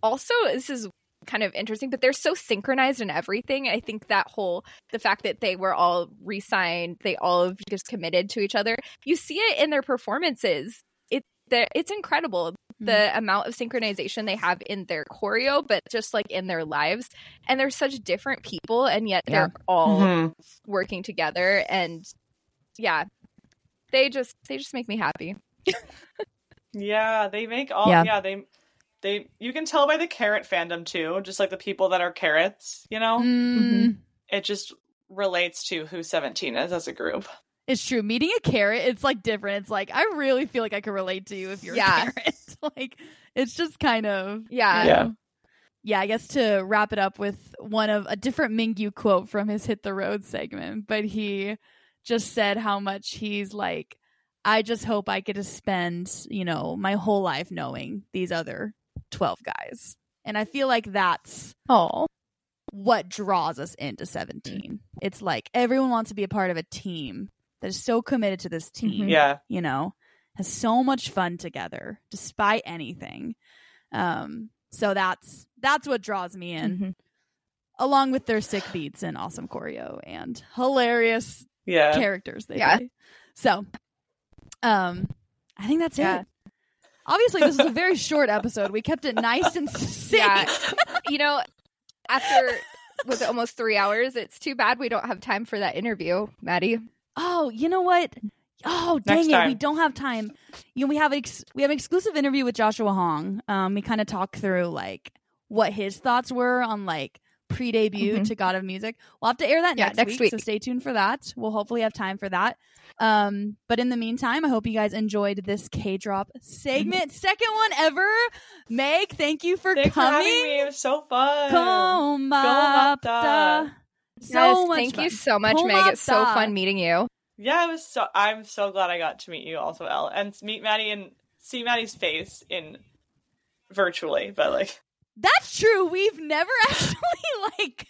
also this is kind of interesting but they're so synchronized in everything i think that whole the fact that they were all re-signed they all have just committed to each other you see it in their performances it they're- it's incredible the amount of synchronization they have in their choreo but just like in their lives and they're such different people and yet they're all working together and yeah they just they just make me happy
Yeah, they make all.
Yeah.
Yeah. they they you can tell by the carrot fandom too. Just like the people that are carrots, you know,
Mm-hmm.
Mm,
it just relates to who Seventeen is as a group.
It's true. Meeting a carrot, it's like different. It's like I really feel like I could relate to you if you're
Yeah.
a carrot. like it's just kind of
yeah
Yeah.
yeah. I guess to wrap it up with one of a different Mingyu quote from his "Hit the Road" segment, but he just said how much he's like. I just hope I get to spend you know my whole life knowing these other twelve guys, and I feel like that's
oh
what draws us into 17. It's like everyone wants to be a part of a team that is so committed to this team,
Mm-hmm.
Mhm.
Yeah,
you know, has so much fun together despite anything. Um, so that's that's what draws me in, along with their sick beats and awesome choreo and hilarious
yeah.
characters they
Yeah.
play. So, um, I think that's
Yeah.
it. Obviously, this was a very short episode. We kept it nice and succinct.
you know, after was it almost three hours? It's too bad we don't have time for that interview, Maddie.
Oh, you know what? Oh, dang
Next
it, we
time.
don't have time. You know, we have ex- we have an exclusive interview with Joshua Hong. Um, we kind of talk through like what his thoughts were on like pre debut
Mhm.
to God of Music. We'll have to air that
Yeah,
next,
next
week,
week.
so stay tuned for that. We'll hopefully have time for that. Um, but in the meantime, I hope you guys enjoyed this K drop segment, second one ever. Meg, thank you for
Thanks for having
coming.
me. It was so fun.
Komapta. So
Yes,
much
thank
fun.
you so much,
Pull
Meg.
up
It's so
the-
fun meeting you.
Yeah, it was so. I'm so glad I got to meet you, also, Elle, and meet Maddie and see Maddie's face in virtually, but like,
That's true. We've never actually like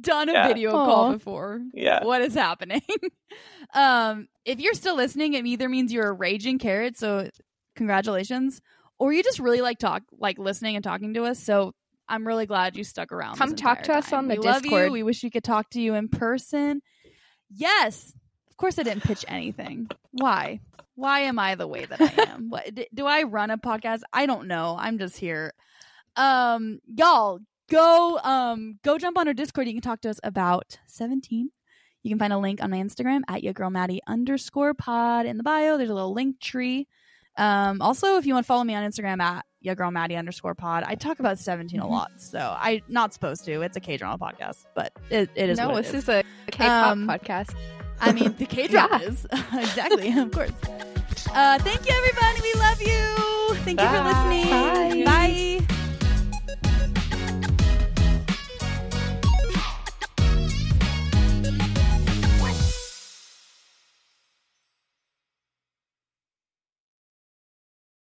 done a
Yeah.
video call
Aw.
before.
yeah,
What is happening? um, if you're still listening, it either means you're a raging carrot, so congratulations, or you just really like talk, like listening and talking to us. So I'm really glad you stuck around.
Come
this
talk
entire
to us
time.
on
we
the
love
Discord.
You. We wish we could talk to you in person. Yes, of course. I didn't pitch anything. Why? Why am I the way that I am? what, d- do I run a podcast? I don't know. I'm just here. Um, y'all go um go jump on our Discord. You can talk to us about 17. You can find a link on my Instagram at your girl Maddie underscore pod in the bio. There's a little link tree. Um, also, if you want to follow me on Instagram at your girl Maddie underscore pod, I talk about 17 a
Mhm.
lot. So I not supposed to. It's a K drama podcast, but it, it is.
no,
what it
this is a K-pop
Um,
podcast.
I mean, the K drama
Yeah.
is exactly, of course. Uh, thank you, everybody. We love you. Thank you for
Bye.
listening.
Bye.
Bye.